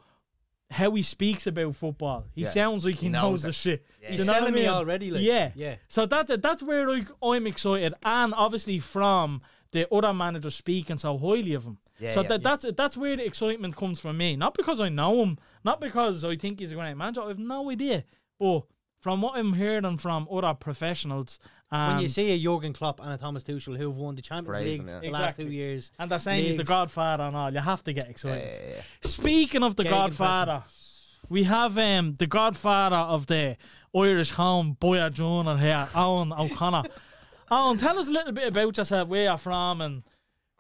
Speaker 2: how he speaks about football, he
Speaker 5: Yeah.
Speaker 2: sounds like he,
Speaker 5: He
Speaker 2: knows
Speaker 5: knows
Speaker 2: the
Speaker 5: it.
Speaker 2: shit.
Speaker 5: Yeah.
Speaker 2: Do
Speaker 4: He's
Speaker 2: you know what
Speaker 4: selling
Speaker 2: I
Speaker 4: me
Speaker 2: mean?
Speaker 4: already, like,
Speaker 2: yeah,
Speaker 4: yeah.
Speaker 2: So that that's where like I'm excited, and obviously from the other manager speaking so highly of him.
Speaker 5: Yeah,
Speaker 2: so
Speaker 5: yeah.
Speaker 2: that that's that's where the excitement comes from me. Not because I know him, not because I think he's a great manager. I have no idea, but from what I'm hearing from other professionals, um, and
Speaker 4: When you see a Jurgen Klopp and a Thomas Tuchel who have won the Champions
Speaker 5: Praise
Speaker 4: League
Speaker 5: him, yeah.
Speaker 4: the last two
Speaker 2: Exactly.
Speaker 4: years,
Speaker 2: and they're saying he's the
Speaker 4: leagues. Eh,
Speaker 2: Godfather and all, you have to get excited.
Speaker 5: Yeah, yeah, yeah.
Speaker 2: Speaking of the
Speaker 4: Gagan
Speaker 2: Godfather, We have um, the godfather of the Irish home, Boya Junior here, Owen O'Connor. Owen, tell us a little bit about yourself, where you're from, and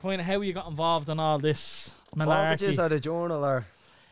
Speaker 2: kind of how you got involved in all this malarkey.
Speaker 5: Mortgages or the journal or.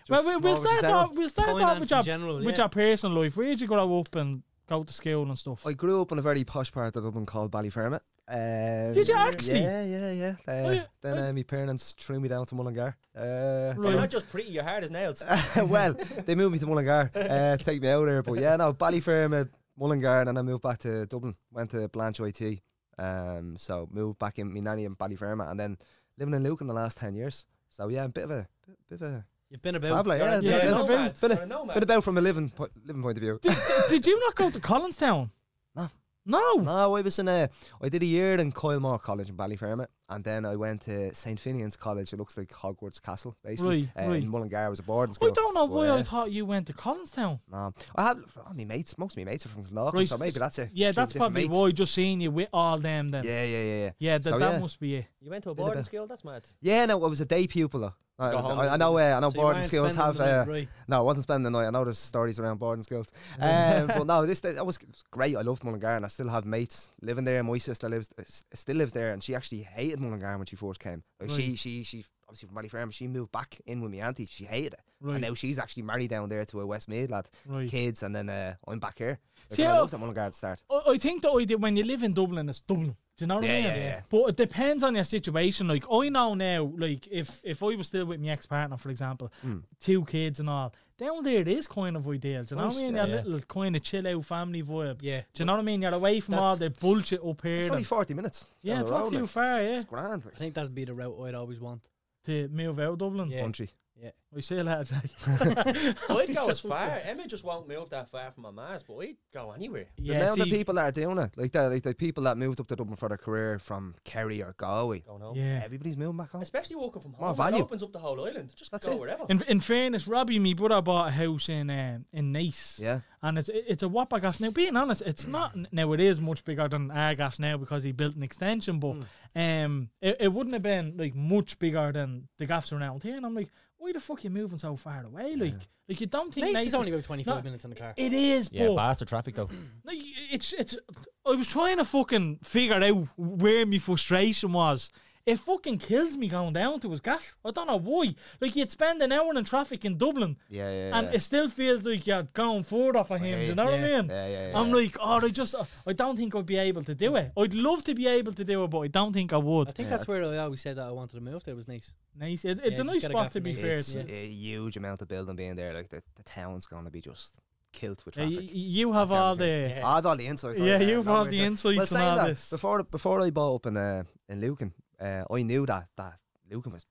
Speaker 2: well,
Speaker 5: just
Speaker 2: we, we'll
Speaker 5: mortgages
Speaker 2: start
Speaker 5: out.
Speaker 2: off, we'll start off
Speaker 4: Finance
Speaker 2: with
Speaker 4: in
Speaker 2: your,
Speaker 4: general,
Speaker 2: with
Speaker 4: yeah.
Speaker 2: your personal life. Where did you grow up and go to school and stuff?
Speaker 5: I grew up in a very posh part of Dublin called Ballyfermot. Um,
Speaker 2: Did you actually? Oh,
Speaker 5: Yeah, yeah, yeah. Uh,
Speaker 2: yeah.
Speaker 5: Then uh, my parents threw me down to Mullingar. Uh,
Speaker 3: You're
Speaker 2: Right.
Speaker 3: not just pretty, you're hard as nails.
Speaker 5: well, they moved me to Mullingar uh, to take me out there. But yeah, no, Ballyfermot, Mullingar, and then I moved back to Dublin. Went to Blanche IT. Um, so moved back in, my nanny in Ballyfermot, and then living in Luke in the last 10 years. So yeah, a bit of a. Bit of a
Speaker 4: You've been about.
Speaker 5: traveller, yeah,
Speaker 2: you're
Speaker 5: bit
Speaker 2: a
Speaker 5: of a-
Speaker 3: nomad,
Speaker 5: bit of-
Speaker 3: you're a nomad.
Speaker 5: bit about from a living po- living point of view.
Speaker 2: did, did you not go to Collinstown?
Speaker 5: No.
Speaker 2: No?
Speaker 5: No, I was in a. I did a year in Coilmore College in Ballyfermot, and then I went to St Finian's College. It looks like Hogwarts Castle, basically.
Speaker 2: Right,
Speaker 5: uh,
Speaker 2: right.
Speaker 5: In Mullingar, I was a boarding school.
Speaker 2: I don't know
Speaker 5: but,
Speaker 2: why I
Speaker 5: uh,
Speaker 2: thought you went to Collinstown.
Speaker 5: no, I had oh, my mates. Most of my mates are from Loughlin,
Speaker 2: Right,
Speaker 5: so maybe that's it.
Speaker 2: Yeah, that's
Speaker 5: Different
Speaker 2: probably
Speaker 5: mates.
Speaker 2: why just seeing you with all them then. Yeah,
Speaker 5: Yeah, yeah, yeah, yeah.
Speaker 2: that,
Speaker 5: So,
Speaker 2: that
Speaker 5: yeah.
Speaker 2: must be it.
Speaker 3: You went to a
Speaker 5: Been a
Speaker 3: boarding
Speaker 5: bit.
Speaker 3: school? That's mad.
Speaker 5: Yeah, no, I was a day pupil though. I,
Speaker 3: Go home
Speaker 5: I, I
Speaker 3: and-
Speaker 5: know. Uh, I know
Speaker 4: So you
Speaker 5: boarding
Speaker 4: weren't
Speaker 5: schools
Speaker 4: spending
Speaker 5: have.
Speaker 4: the night,
Speaker 5: Uh,
Speaker 4: right.
Speaker 5: No, I wasn't spending the night. I know there's stories around boarding schools. Um, but no, this I was great. I loved Mullingar and I still have mates living there. My sister lives s- still lives there and she actually hated Mullingar when she first came. Like She
Speaker 2: Right.
Speaker 5: she she obviously from Ballyfermot. She moved back in with my auntie. She hated it.
Speaker 2: Right.
Speaker 5: And now she's actually married down there to a Westmead lad,
Speaker 2: Right.
Speaker 5: kids, and then uh, I'm back here. Like,
Speaker 2: See,
Speaker 5: and I
Speaker 2: I-
Speaker 5: loved that Mullingar at the start.
Speaker 2: I, I think the idea when you live in Dublin, it's Dublin. Do you know what I
Speaker 5: Yeah,
Speaker 2: mean?
Speaker 5: yeah, yeah.
Speaker 2: But it depends on your situation. Like I know now, like if if I was still with my ex partner, for example,
Speaker 5: Hmm.
Speaker 2: two kids and all, down there it is kind of ideal. Do you know what I mean? Your little kind of chill out family vibe.
Speaker 4: Yeah.
Speaker 2: Do you know what I mean? You're away from all the
Speaker 5: That's-
Speaker 2: bullshit up
Speaker 5: It's
Speaker 2: here
Speaker 5: only
Speaker 2: and
Speaker 5: forty minutes.
Speaker 2: Yeah,
Speaker 5: down
Speaker 2: it's
Speaker 5: the
Speaker 2: not
Speaker 5: road,
Speaker 2: too
Speaker 5: like,
Speaker 2: far,
Speaker 5: It's,
Speaker 2: yeah.
Speaker 5: it's grand.
Speaker 4: I
Speaker 5: Like,
Speaker 4: think that'd be the route I'd always want.
Speaker 2: to move out of Dublin.
Speaker 4: Yeah.
Speaker 5: country.
Speaker 2: I say that. like-
Speaker 3: I'd go as far. Emma just won't move that far from my ma's, but I'd go anywhere.
Speaker 5: The
Speaker 2: yeah,
Speaker 5: amount of
Speaker 2: see-
Speaker 5: people that are doing it, like the, like the people that moved up to Dublin for their career from Kerry or Galway,
Speaker 3: Don't know.
Speaker 2: Yeah.
Speaker 5: everybody's moving back home.
Speaker 3: Especially walking from
Speaker 5: More
Speaker 3: home. It
Speaker 5: value.
Speaker 3: opens up the whole island. Just
Speaker 5: That's
Speaker 3: go
Speaker 5: it.
Speaker 3: wherever.
Speaker 2: In, in fairness, Robbie, me brother bought a house in um, in Nice.
Speaker 5: Yeah.
Speaker 2: and it's it's a Wapagas. Now, being honest,
Speaker 4: Mm.
Speaker 2: it's not now. It is much bigger than Argas now because he built an extension, but
Speaker 4: Mm.
Speaker 2: um, it, it wouldn't have been like much bigger than the gaffs around here. And I'm like, why the fuck you moving so far away? Like, like you don't think
Speaker 4: Nice
Speaker 2: Nice
Speaker 4: is only about 25
Speaker 2: No.
Speaker 4: minutes in the car.
Speaker 2: It is, but
Speaker 3: bastard traffic though.
Speaker 2: no, y- it's it's. I was trying to fucking figure out where my frustration was. It fucking kills me going down to his gaff. I don't know why. Like you'd spend an hour in traffic in Dublin,
Speaker 5: Yeah, yeah,
Speaker 2: and
Speaker 5: yeah.
Speaker 2: it still feels like you're going further for him. do you know what I
Speaker 4: yeah,
Speaker 2: mean?
Speaker 5: yeah, yeah, yeah.
Speaker 2: I'm like, oh, I just, I don't think I'd be able to do it. I'd love to be able to do it, but I don't think I would.
Speaker 4: I think that's where I always said that I wanted to move. That was nice.
Speaker 2: nice. It, it's a
Speaker 4: Yeah, just
Speaker 2: nice
Speaker 4: gotta
Speaker 2: spot
Speaker 4: go
Speaker 2: to
Speaker 4: for
Speaker 2: be
Speaker 4: me.
Speaker 2: fair.
Speaker 5: it's
Speaker 2: It's,
Speaker 4: yeah.
Speaker 5: a huge amount of building being there. Like the, the town's going to be just killed with
Speaker 2: uh, y-
Speaker 5: traffic.
Speaker 2: y- you have
Speaker 5: That's
Speaker 2: all
Speaker 5: everything.
Speaker 2: the.
Speaker 5: I had all the insights.
Speaker 2: Yeah,
Speaker 5: on it,
Speaker 2: you've
Speaker 5: long
Speaker 2: all
Speaker 5: way
Speaker 2: the
Speaker 5: to-
Speaker 2: insights
Speaker 5: Well,
Speaker 2: and
Speaker 5: saying
Speaker 2: all
Speaker 5: that,
Speaker 2: this.
Speaker 5: before before I bought up in uh, in Lucan, uh, I knew that that Lucan was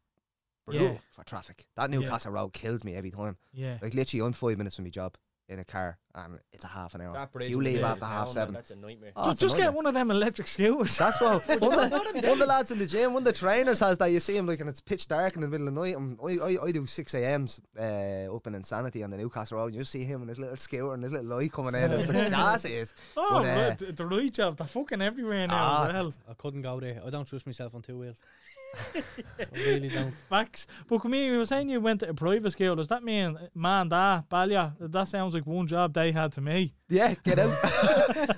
Speaker 5: brutal
Speaker 2: Yeah.
Speaker 5: for traffic. That
Speaker 2: Yeah.
Speaker 5: Newcastle road kills me every time.
Speaker 2: Yeah.
Speaker 5: Like literally, I'm five minutes from my job in a car, and it's a half an hour.
Speaker 3: That bridge
Speaker 5: You
Speaker 3: over
Speaker 5: leave
Speaker 3: the
Speaker 5: after half
Speaker 3: town,
Speaker 5: seven.
Speaker 3: That's a nightmare.
Speaker 5: Oh,
Speaker 2: Ju-
Speaker 5: it's
Speaker 2: just
Speaker 5: annoying.
Speaker 2: get one of them electric scooters.
Speaker 5: That's what one, of the, one of the lads in the gym, one of the trainers has that. You see him like, and it's pitch dark in the middle of the night. And I, I, I do six a.m.s uh, up in Insanity on the Newcastle Road. And you see him and his little scooter and his little light coming in. It's like class it is.
Speaker 2: Oh,
Speaker 5: But, uh,
Speaker 2: right, the, the right job. They're fucking everywhere now
Speaker 5: Ah,
Speaker 2: as well.
Speaker 4: I couldn't go there. I don't trust myself on two wheels. I really don't.
Speaker 2: Facts. But come here, you were saying you went to a private school. Does that mean, man, that, Balia, that sounds like one job they had to me.
Speaker 5: Yeah, get out.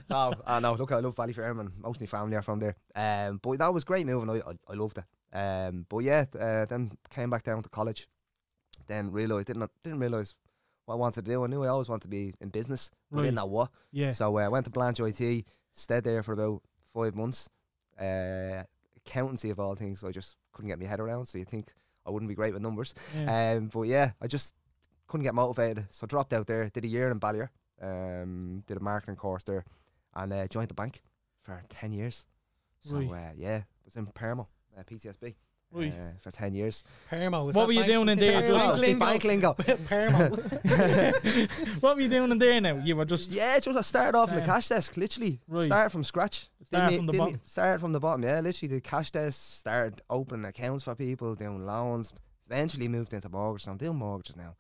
Speaker 5: Ah, no, I know. Look, I love Ballyferm and most of my family are from there. Um, but that was great moving. I, I, I loved it. Um, but yeah, th- uh, then came back down to college. Then realized didn't didn't realize what I wanted to do. I knew I always wanted to be in business, but
Speaker 2: Right.
Speaker 5: didn't know what.
Speaker 2: Yeah.
Speaker 5: So uh, I went to Blanche IT, stayed there for about five months. Uh, accountancy of all things, I just couldn't get my head around. So you think I wouldn't be great with numbers.
Speaker 2: yeah.
Speaker 5: Um, but yeah, I just couldn't get motivated. So dropped out there, did a year in Ballier, um, did a marketing course there, and uh, joined the bank for 10 years. So
Speaker 2: Right.
Speaker 5: uh, yeah, was in Permo, uh, PTSB.
Speaker 2: Right.
Speaker 5: Uh, for 10 years.
Speaker 4: Permo. was
Speaker 2: What
Speaker 4: that
Speaker 2: were you
Speaker 4: bank-
Speaker 2: doing in there?
Speaker 4: Permo.
Speaker 2: Just-
Speaker 5: Bank lingo. Bank lingo.
Speaker 4: Permo.
Speaker 2: what were you doing in there now? You were just.
Speaker 5: Yeah, just I started off in the
Speaker 2: Same.
Speaker 5: cash desk, literally.
Speaker 2: Right.
Speaker 5: Started from scratch. Didn't
Speaker 2: Started
Speaker 5: me-
Speaker 2: from the
Speaker 5: didn't me-
Speaker 2: bottom.
Speaker 5: started from the bottom, yeah. Literally the cash desk, started opening accounts for people, doing loans. Eventually moved into mortgages. I'm doing mortgages now.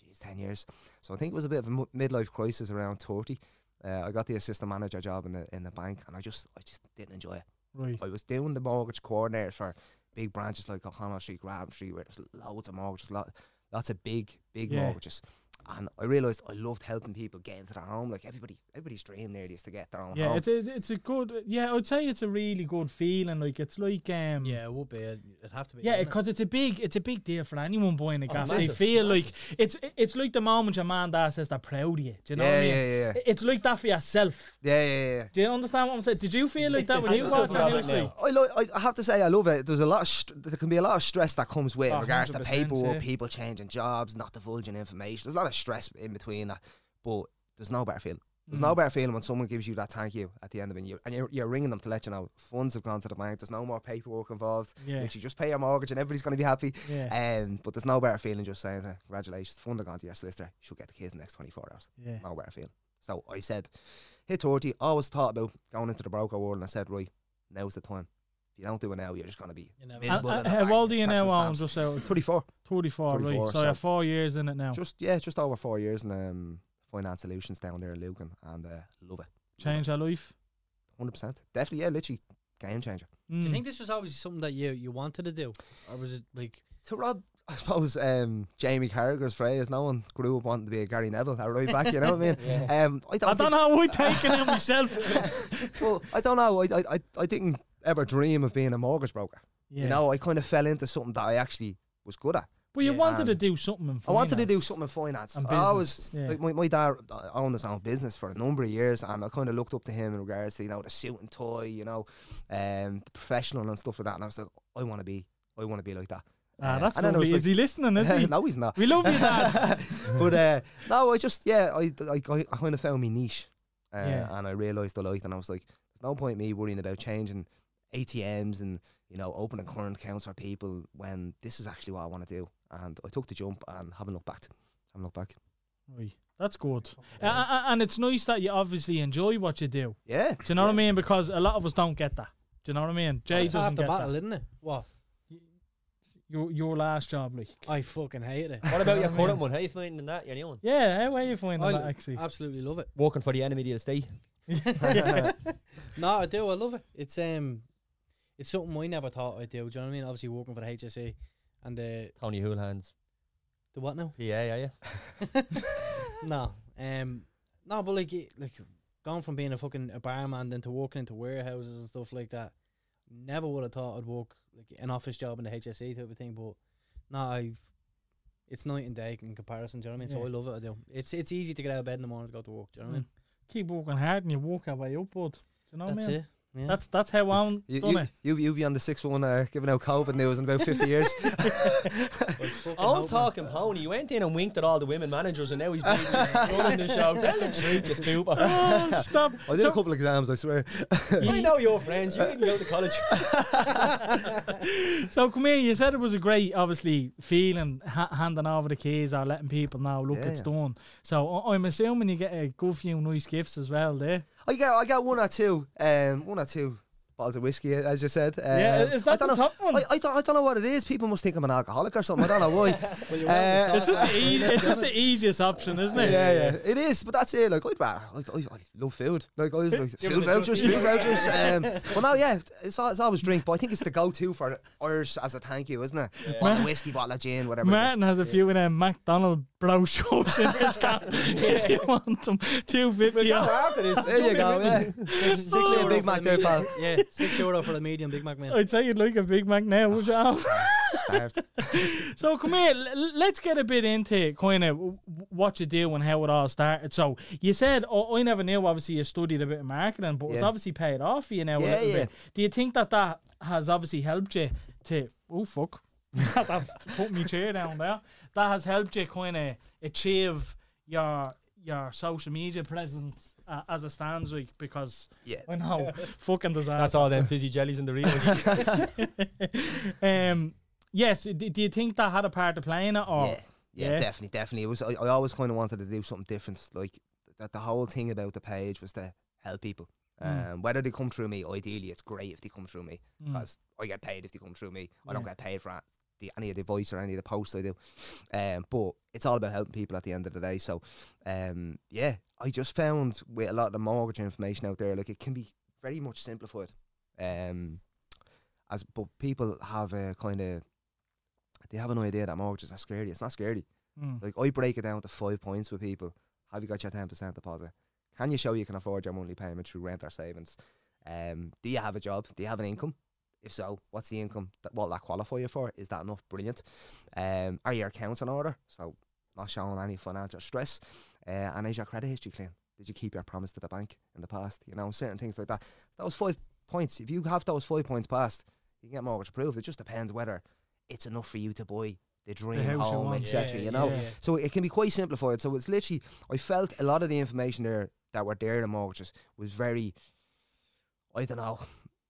Speaker 5: Jeez, 10 years. So I think it was a bit of a mu- midlife crisis around 30. Uh, I got the assistant manager job in the in the bank, and I just I just didn't enjoy it.
Speaker 2: Right.
Speaker 5: I was doing the mortgage coordinators for big branches like O'Connell Street, Graham Street, where there's loads of mortgages, lot, lots of big, big
Speaker 2: Yeah.
Speaker 5: mortgages. And I realized I loved helping people get into their home. Like everybody, everybody's dream nearly is to get their own
Speaker 2: Yeah,
Speaker 5: home.
Speaker 2: it's, it's it's a good. Yeah, I'd say it's a really good feeling. Like it's like um.
Speaker 4: Yeah, it would be. It'd it'd have to be.
Speaker 2: Yeah,
Speaker 4: wouldn't
Speaker 2: because it's a big it's a big deal for anyone buying a
Speaker 5: Oh,
Speaker 2: gas. they
Speaker 3: massive,
Speaker 2: feel like it's it's like the moment your man dad says they're proud of you. Do you know what I mean?
Speaker 5: Yeah, yeah, yeah.
Speaker 2: I- It's like that for yourself.
Speaker 5: yeah, yeah, yeah.
Speaker 2: Do you understand what I'm saying? Did you feel like that when
Speaker 3: I
Speaker 2: you
Speaker 3: just
Speaker 2: watched
Speaker 3: love
Speaker 2: it?
Speaker 3: that now.
Speaker 2: Like,
Speaker 5: I, lo- I I have to say I love it. There's a lot. Of str there can be a lot of stress that comes with it in
Speaker 2: Oh,
Speaker 5: regards to
Speaker 2: 100%,
Speaker 5: paperwork,
Speaker 2: yeah.
Speaker 5: people changing jobs, not divulging information. There's a lot of stress in between that, but there's no better feeling. There's
Speaker 2: Mm.
Speaker 5: no better feeling when someone gives you that thank you at the end of it, and you're, and you're, you're ringing them to let you know funds have gone to the bank. There's no more paperwork involved.
Speaker 2: Yeah.
Speaker 5: Which you just pay your mortgage and everybody's going to be happy.
Speaker 2: Yeah.
Speaker 5: Um, but there's no better feeling just saying, uh, "Congratulations, funds have gone to your solicitor. You should get the kids in the next 24 hours."
Speaker 2: yeah.
Speaker 5: know where I feel. So I said, hit 30, always thought about going into the broker world, and I said, right, now's the time. If you don't do it now, you're just going to be
Speaker 4: You know,
Speaker 2: And,
Speaker 5: miserable in
Speaker 2: uh, and
Speaker 5: the
Speaker 2: how
Speaker 5: bank,
Speaker 2: old are you
Speaker 5: pressing
Speaker 2: now? I'm
Speaker 5: stamps.
Speaker 2: just out
Speaker 5: 24.
Speaker 2: 24, right?
Speaker 5: 24,
Speaker 2: So, you're
Speaker 5: so-
Speaker 2: four years in it now.
Speaker 5: Just, yeah, just over four years in um, Finance Solutions down there in Lucan, and uh, love it.
Speaker 2: Change your life.
Speaker 5: 100%. Definitely, yeah, literally, game changer.
Speaker 4: Do
Speaker 2: Mm.
Speaker 4: you think this was always something that you you wanted to do, or was it like?
Speaker 5: To Rob, I suppose, um, Jamie Carragher's phrase, no one grew up wanting to be a Gary Neville, a right back, you know what I mean? um, I don't,
Speaker 2: I don't
Speaker 5: think-
Speaker 2: know how we're taking it myself.
Speaker 5: Well, I don't know. I, I, I, I didn't ever dream of being a mortgage broker.
Speaker 2: Yeah.
Speaker 5: You know, I kind of fell into something that I actually was good at.
Speaker 2: But you
Speaker 4: Yeah.
Speaker 2: wanted to
Speaker 5: Um,
Speaker 2: do something. In finance.
Speaker 5: I wanted to do something in finance.
Speaker 2: And
Speaker 5: I always
Speaker 2: business, yeah.
Speaker 5: like my, my dad owned his own business for a number of years, and I kind of looked up to him in regards to you know the suit and tie, you know, um, the professional and stuff like that. And I was like, I want to be, I want to be like that.
Speaker 2: Ah,
Speaker 5: Uh,
Speaker 2: that's
Speaker 5: and then I
Speaker 2: lovely.
Speaker 5: was
Speaker 2: Is he listening? Is
Speaker 5: like,
Speaker 2: he?
Speaker 5: no, he's not.
Speaker 2: We love you, Dad.
Speaker 5: but uh, no, I just yeah, I I, I kind of found my niche, uh,
Speaker 2: Yeah.
Speaker 5: and I realised the light, and I was like, there's no point me worrying about changing ATMs and you know opening current accounts for people when this is actually what I want to do. And I took the jump and haven't looked back. Haven't looked back.
Speaker 2: Right. That's good. A- a- and it's nice that you obviously enjoy what you do.
Speaker 5: Yeah,
Speaker 2: Do you know what I mean? Because a lot of us don't get that. Do you know what I mean? Jay
Speaker 4: It's half
Speaker 2: doesn't
Speaker 4: the
Speaker 2: get
Speaker 4: battle,
Speaker 2: that.
Speaker 4: isn't it? What?
Speaker 2: Your, your last job, like.
Speaker 4: I fucking hate it.
Speaker 3: What about your current one? How you finding that? Your new one?
Speaker 2: Yeah, how are you finding
Speaker 4: I
Speaker 2: that, actually?
Speaker 4: absolutely love it.
Speaker 3: Working for the enemy of the state.
Speaker 4: No, I do. I love it. It's um, it's something I never thought I'd do. Do you know what I mean? Obviously, working for the HSE and uh, the
Speaker 3: Tony Houlihan's
Speaker 4: what now?
Speaker 3: PA, are you?
Speaker 4: no, um, no, but like, it- like going from being a fucking a barman then to working into warehouses and stuff like that, never would have thought I'd work like an office job in the HSE type of thing. But no, I've it's night and day in comparison. Do you know what I mean?
Speaker 2: Yeah. Mm.
Speaker 4: So I love it. I do. It's it's easy to get out of bed in the morning to go to work. Do you know what I mean?
Speaker 2: Keep working hard and you walk our way upward. Do you know what I
Speaker 4: That's
Speaker 2: mean?
Speaker 4: it. Yeah.
Speaker 2: Oh, That's, that's how I'm
Speaker 5: you
Speaker 2: done
Speaker 5: you,
Speaker 2: it.
Speaker 5: you you be on the sixth one uh, giving out COVID news in about fifty years.
Speaker 3: Old talking pony. You went in and winked at all the women managers, and now he's beating- running the show. Tell the truth, you scooper.
Speaker 2: Oh, stop.
Speaker 5: I did
Speaker 2: So-
Speaker 5: a couple of exams, I swear.
Speaker 3: I know your friends. You didn't go to college.
Speaker 2: So come here. You said it was a great, obviously, feeling ha- handing over the keys or letting people know, look,
Speaker 5: Yeah,
Speaker 2: it's
Speaker 5: yeah.
Speaker 2: done. So I- I'm assuming you get a good few nice gifts as well there.
Speaker 5: I got I got one or two, um, one or two bottles of whiskey, as you said. Um,
Speaker 2: Yeah, is that
Speaker 5: I don't
Speaker 2: the
Speaker 5: know,
Speaker 2: top one?
Speaker 5: I, I, don't, I don't know what it is. People must think I'm an alcoholic or something. I don't know why. Uh,
Speaker 2: It's just the ea- it's just the easiest option, isn't
Speaker 5: yeah,
Speaker 2: it?
Speaker 5: yeah, it is, but that's it. Like I'd rather, I, I, I love food. Like I was like food vouchers, food vouchers. Um, well, now yeah, it's, al- it's always drink, but I think it's the go-to for Irish as a thank you, isn't it? Bottle of whiskey, bottle of gin, whatever. it is.
Speaker 2: Martin has a few in a McDonald bro shows in his cap if you want them. Two fifty. off.
Speaker 3: after this.
Speaker 5: There you go. Yeah,
Speaker 4: six, six
Speaker 5: Give me a
Speaker 4: euro
Speaker 5: Big
Speaker 4: for
Speaker 5: Mac
Speaker 4: the
Speaker 5: there,
Speaker 4: medium-
Speaker 5: pal.
Speaker 4: Yeah, six euro for the medium Big Mac man.
Speaker 2: I'd say you'd like a Big Mac now, would you? Al?
Speaker 5: Starved.
Speaker 2: so come here, l- l- let's get a bit into kind of w- what you do and how it all started. So you said oh, I never knew. Obviously, you studied a bit of marketing, but it's
Speaker 5: Yeah.
Speaker 2: obviously paid off for you now a
Speaker 5: Yeah,
Speaker 2: little
Speaker 5: yeah.
Speaker 2: bit. Do you think that that has obviously helped you to? Oh fuck! I've put my chair down there. That has helped you kind of achieve your your social media presence uh, as it stands, like because
Speaker 5: Yeah.
Speaker 2: I know fucking disaster.
Speaker 3: That's all them fizzy jellies and Doritos.
Speaker 2: Um, yes. Do, do you think that had a part to play in it? Or
Speaker 5: yeah, yeah,
Speaker 2: Oh, yeah.
Speaker 5: definitely, definitely. It was. I, I always kind of wanted to do something different. Like that, the whole thing about the page was to help people. Um, whether they come through me, ideally, it's great if they come through me because I get paid if they come through me. I don't
Speaker 2: Yeah.
Speaker 5: get paid for a- the, any of the voice or any of the posts I do. Um, but it's all about helping people at the end of the day. So, um, yeah, I just found with a lot of the mortgage information out there, like it can be very much simplified. Um, as but people have a kind of they have an idea that mortgages are scary. It's not scary.
Speaker 2: Mm.
Speaker 5: Like I break it down to five points with people. Have you got your ten percent deposit? Can you show you can afford your monthly payment through rent or savings? Um, do you have a job? Do you have an income? If so, what's the income? That, what will that qualify you for? Is that enough? Brilliant. Um, are your accounts in order? So not showing any financial stress. Uh, and is your credit history clean? Did you keep your promise to the bank in the past? You know, certain things like that. Those five points. If you have those five points passed, you can get mortgage approved. It just depends whether it's enough for you to buy the dream
Speaker 2: house you
Speaker 5: home,
Speaker 2: want.
Speaker 5: etc.
Speaker 2: Yeah,
Speaker 5: you know,
Speaker 2: yeah.
Speaker 5: so it can be quite simplified. So it's literally, I felt a lot of the information there that were there in mortgages was very, I don't know,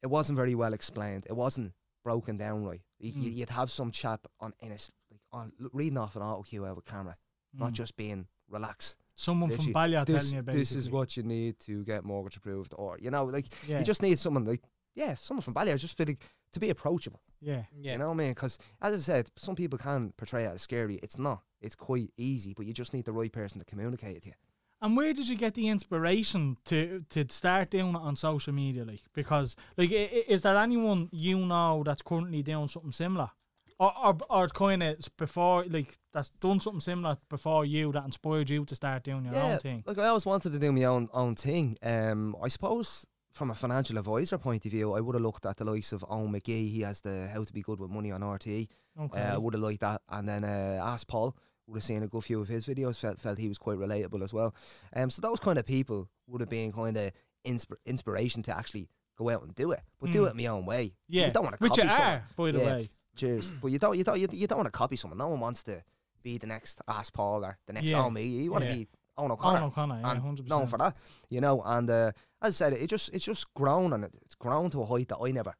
Speaker 5: it wasn't very well explained. It wasn't broken down right. You,
Speaker 2: Mm.
Speaker 5: You'd have some chap on in a, s- like on l- reading off an auto cue over camera, not
Speaker 2: Mm.
Speaker 5: just being relaxed.
Speaker 2: someone from
Speaker 5: literally,
Speaker 2: Balliol
Speaker 5: This,
Speaker 2: telling you basically.
Speaker 5: this is what you need to get mortgage approved, or you know, like
Speaker 2: Yeah.
Speaker 5: you just need someone like yeah, someone from Balliol just be like, to be approachable.
Speaker 2: yeah.
Speaker 4: Yeah.
Speaker 5: You know what I mean? Because as I said, some people can portray it as scary. It's not. It's quite easy, but you just need the right person to communicate it to you.
Speaker 2: And where did you get the inspiration to to start doing it on social media? Like, because like, i- i- is there anyone you know that's currently doing something similar, or or, or kind of before like that's done something similar before you that inspired you to start doing your own thing?
Speaker 5: Look, I always wanted to do my own own thing. Um, I suppose from a financial advisor point of view, I would have looked at the likes of Owen McGee. He has the How to Be Good with Money on RTE.
Speaker 2: Okay.
Speaker 5: Uh, I would have liked that. And then uh, Ask Paul would have seen a good few of his videos. Felt felt he was quite relatable as well. Um, so those kind of people would have been kind of inspir- inspiration to actually go out and do it, but do
Speaker 2: Mm.
Speaker 5: it my own way.
Speaker 2: yeah.
Speaker 5: you don't want to
Speaker 2: Which
Speaker 5: copy
Speaker 2: you
Speaker 5: someone.
Speaker 2: are, by the
Speaker 5: Yeah.
Speaker 2: way.
Speaker 5: Cheers. but you don't you don't you, you don't want to copy someone. No one wants to be the next Ask Paul or the next
Speaker 2: Yeah.
Speaker 5: yeah. Me. You want to
Speaker 2: Yeah.
Speaker 5: be Owen O'Connor.
Speaker 2: Conor O'Connor, yeah,
Speaker 5: and
Speaker 2: hundred
Speaker 5: known
Speaker 2: percent.
Speaker 5: for that, you know. And uh, as I said, it just it's just grown and it, it's grown to a height that I never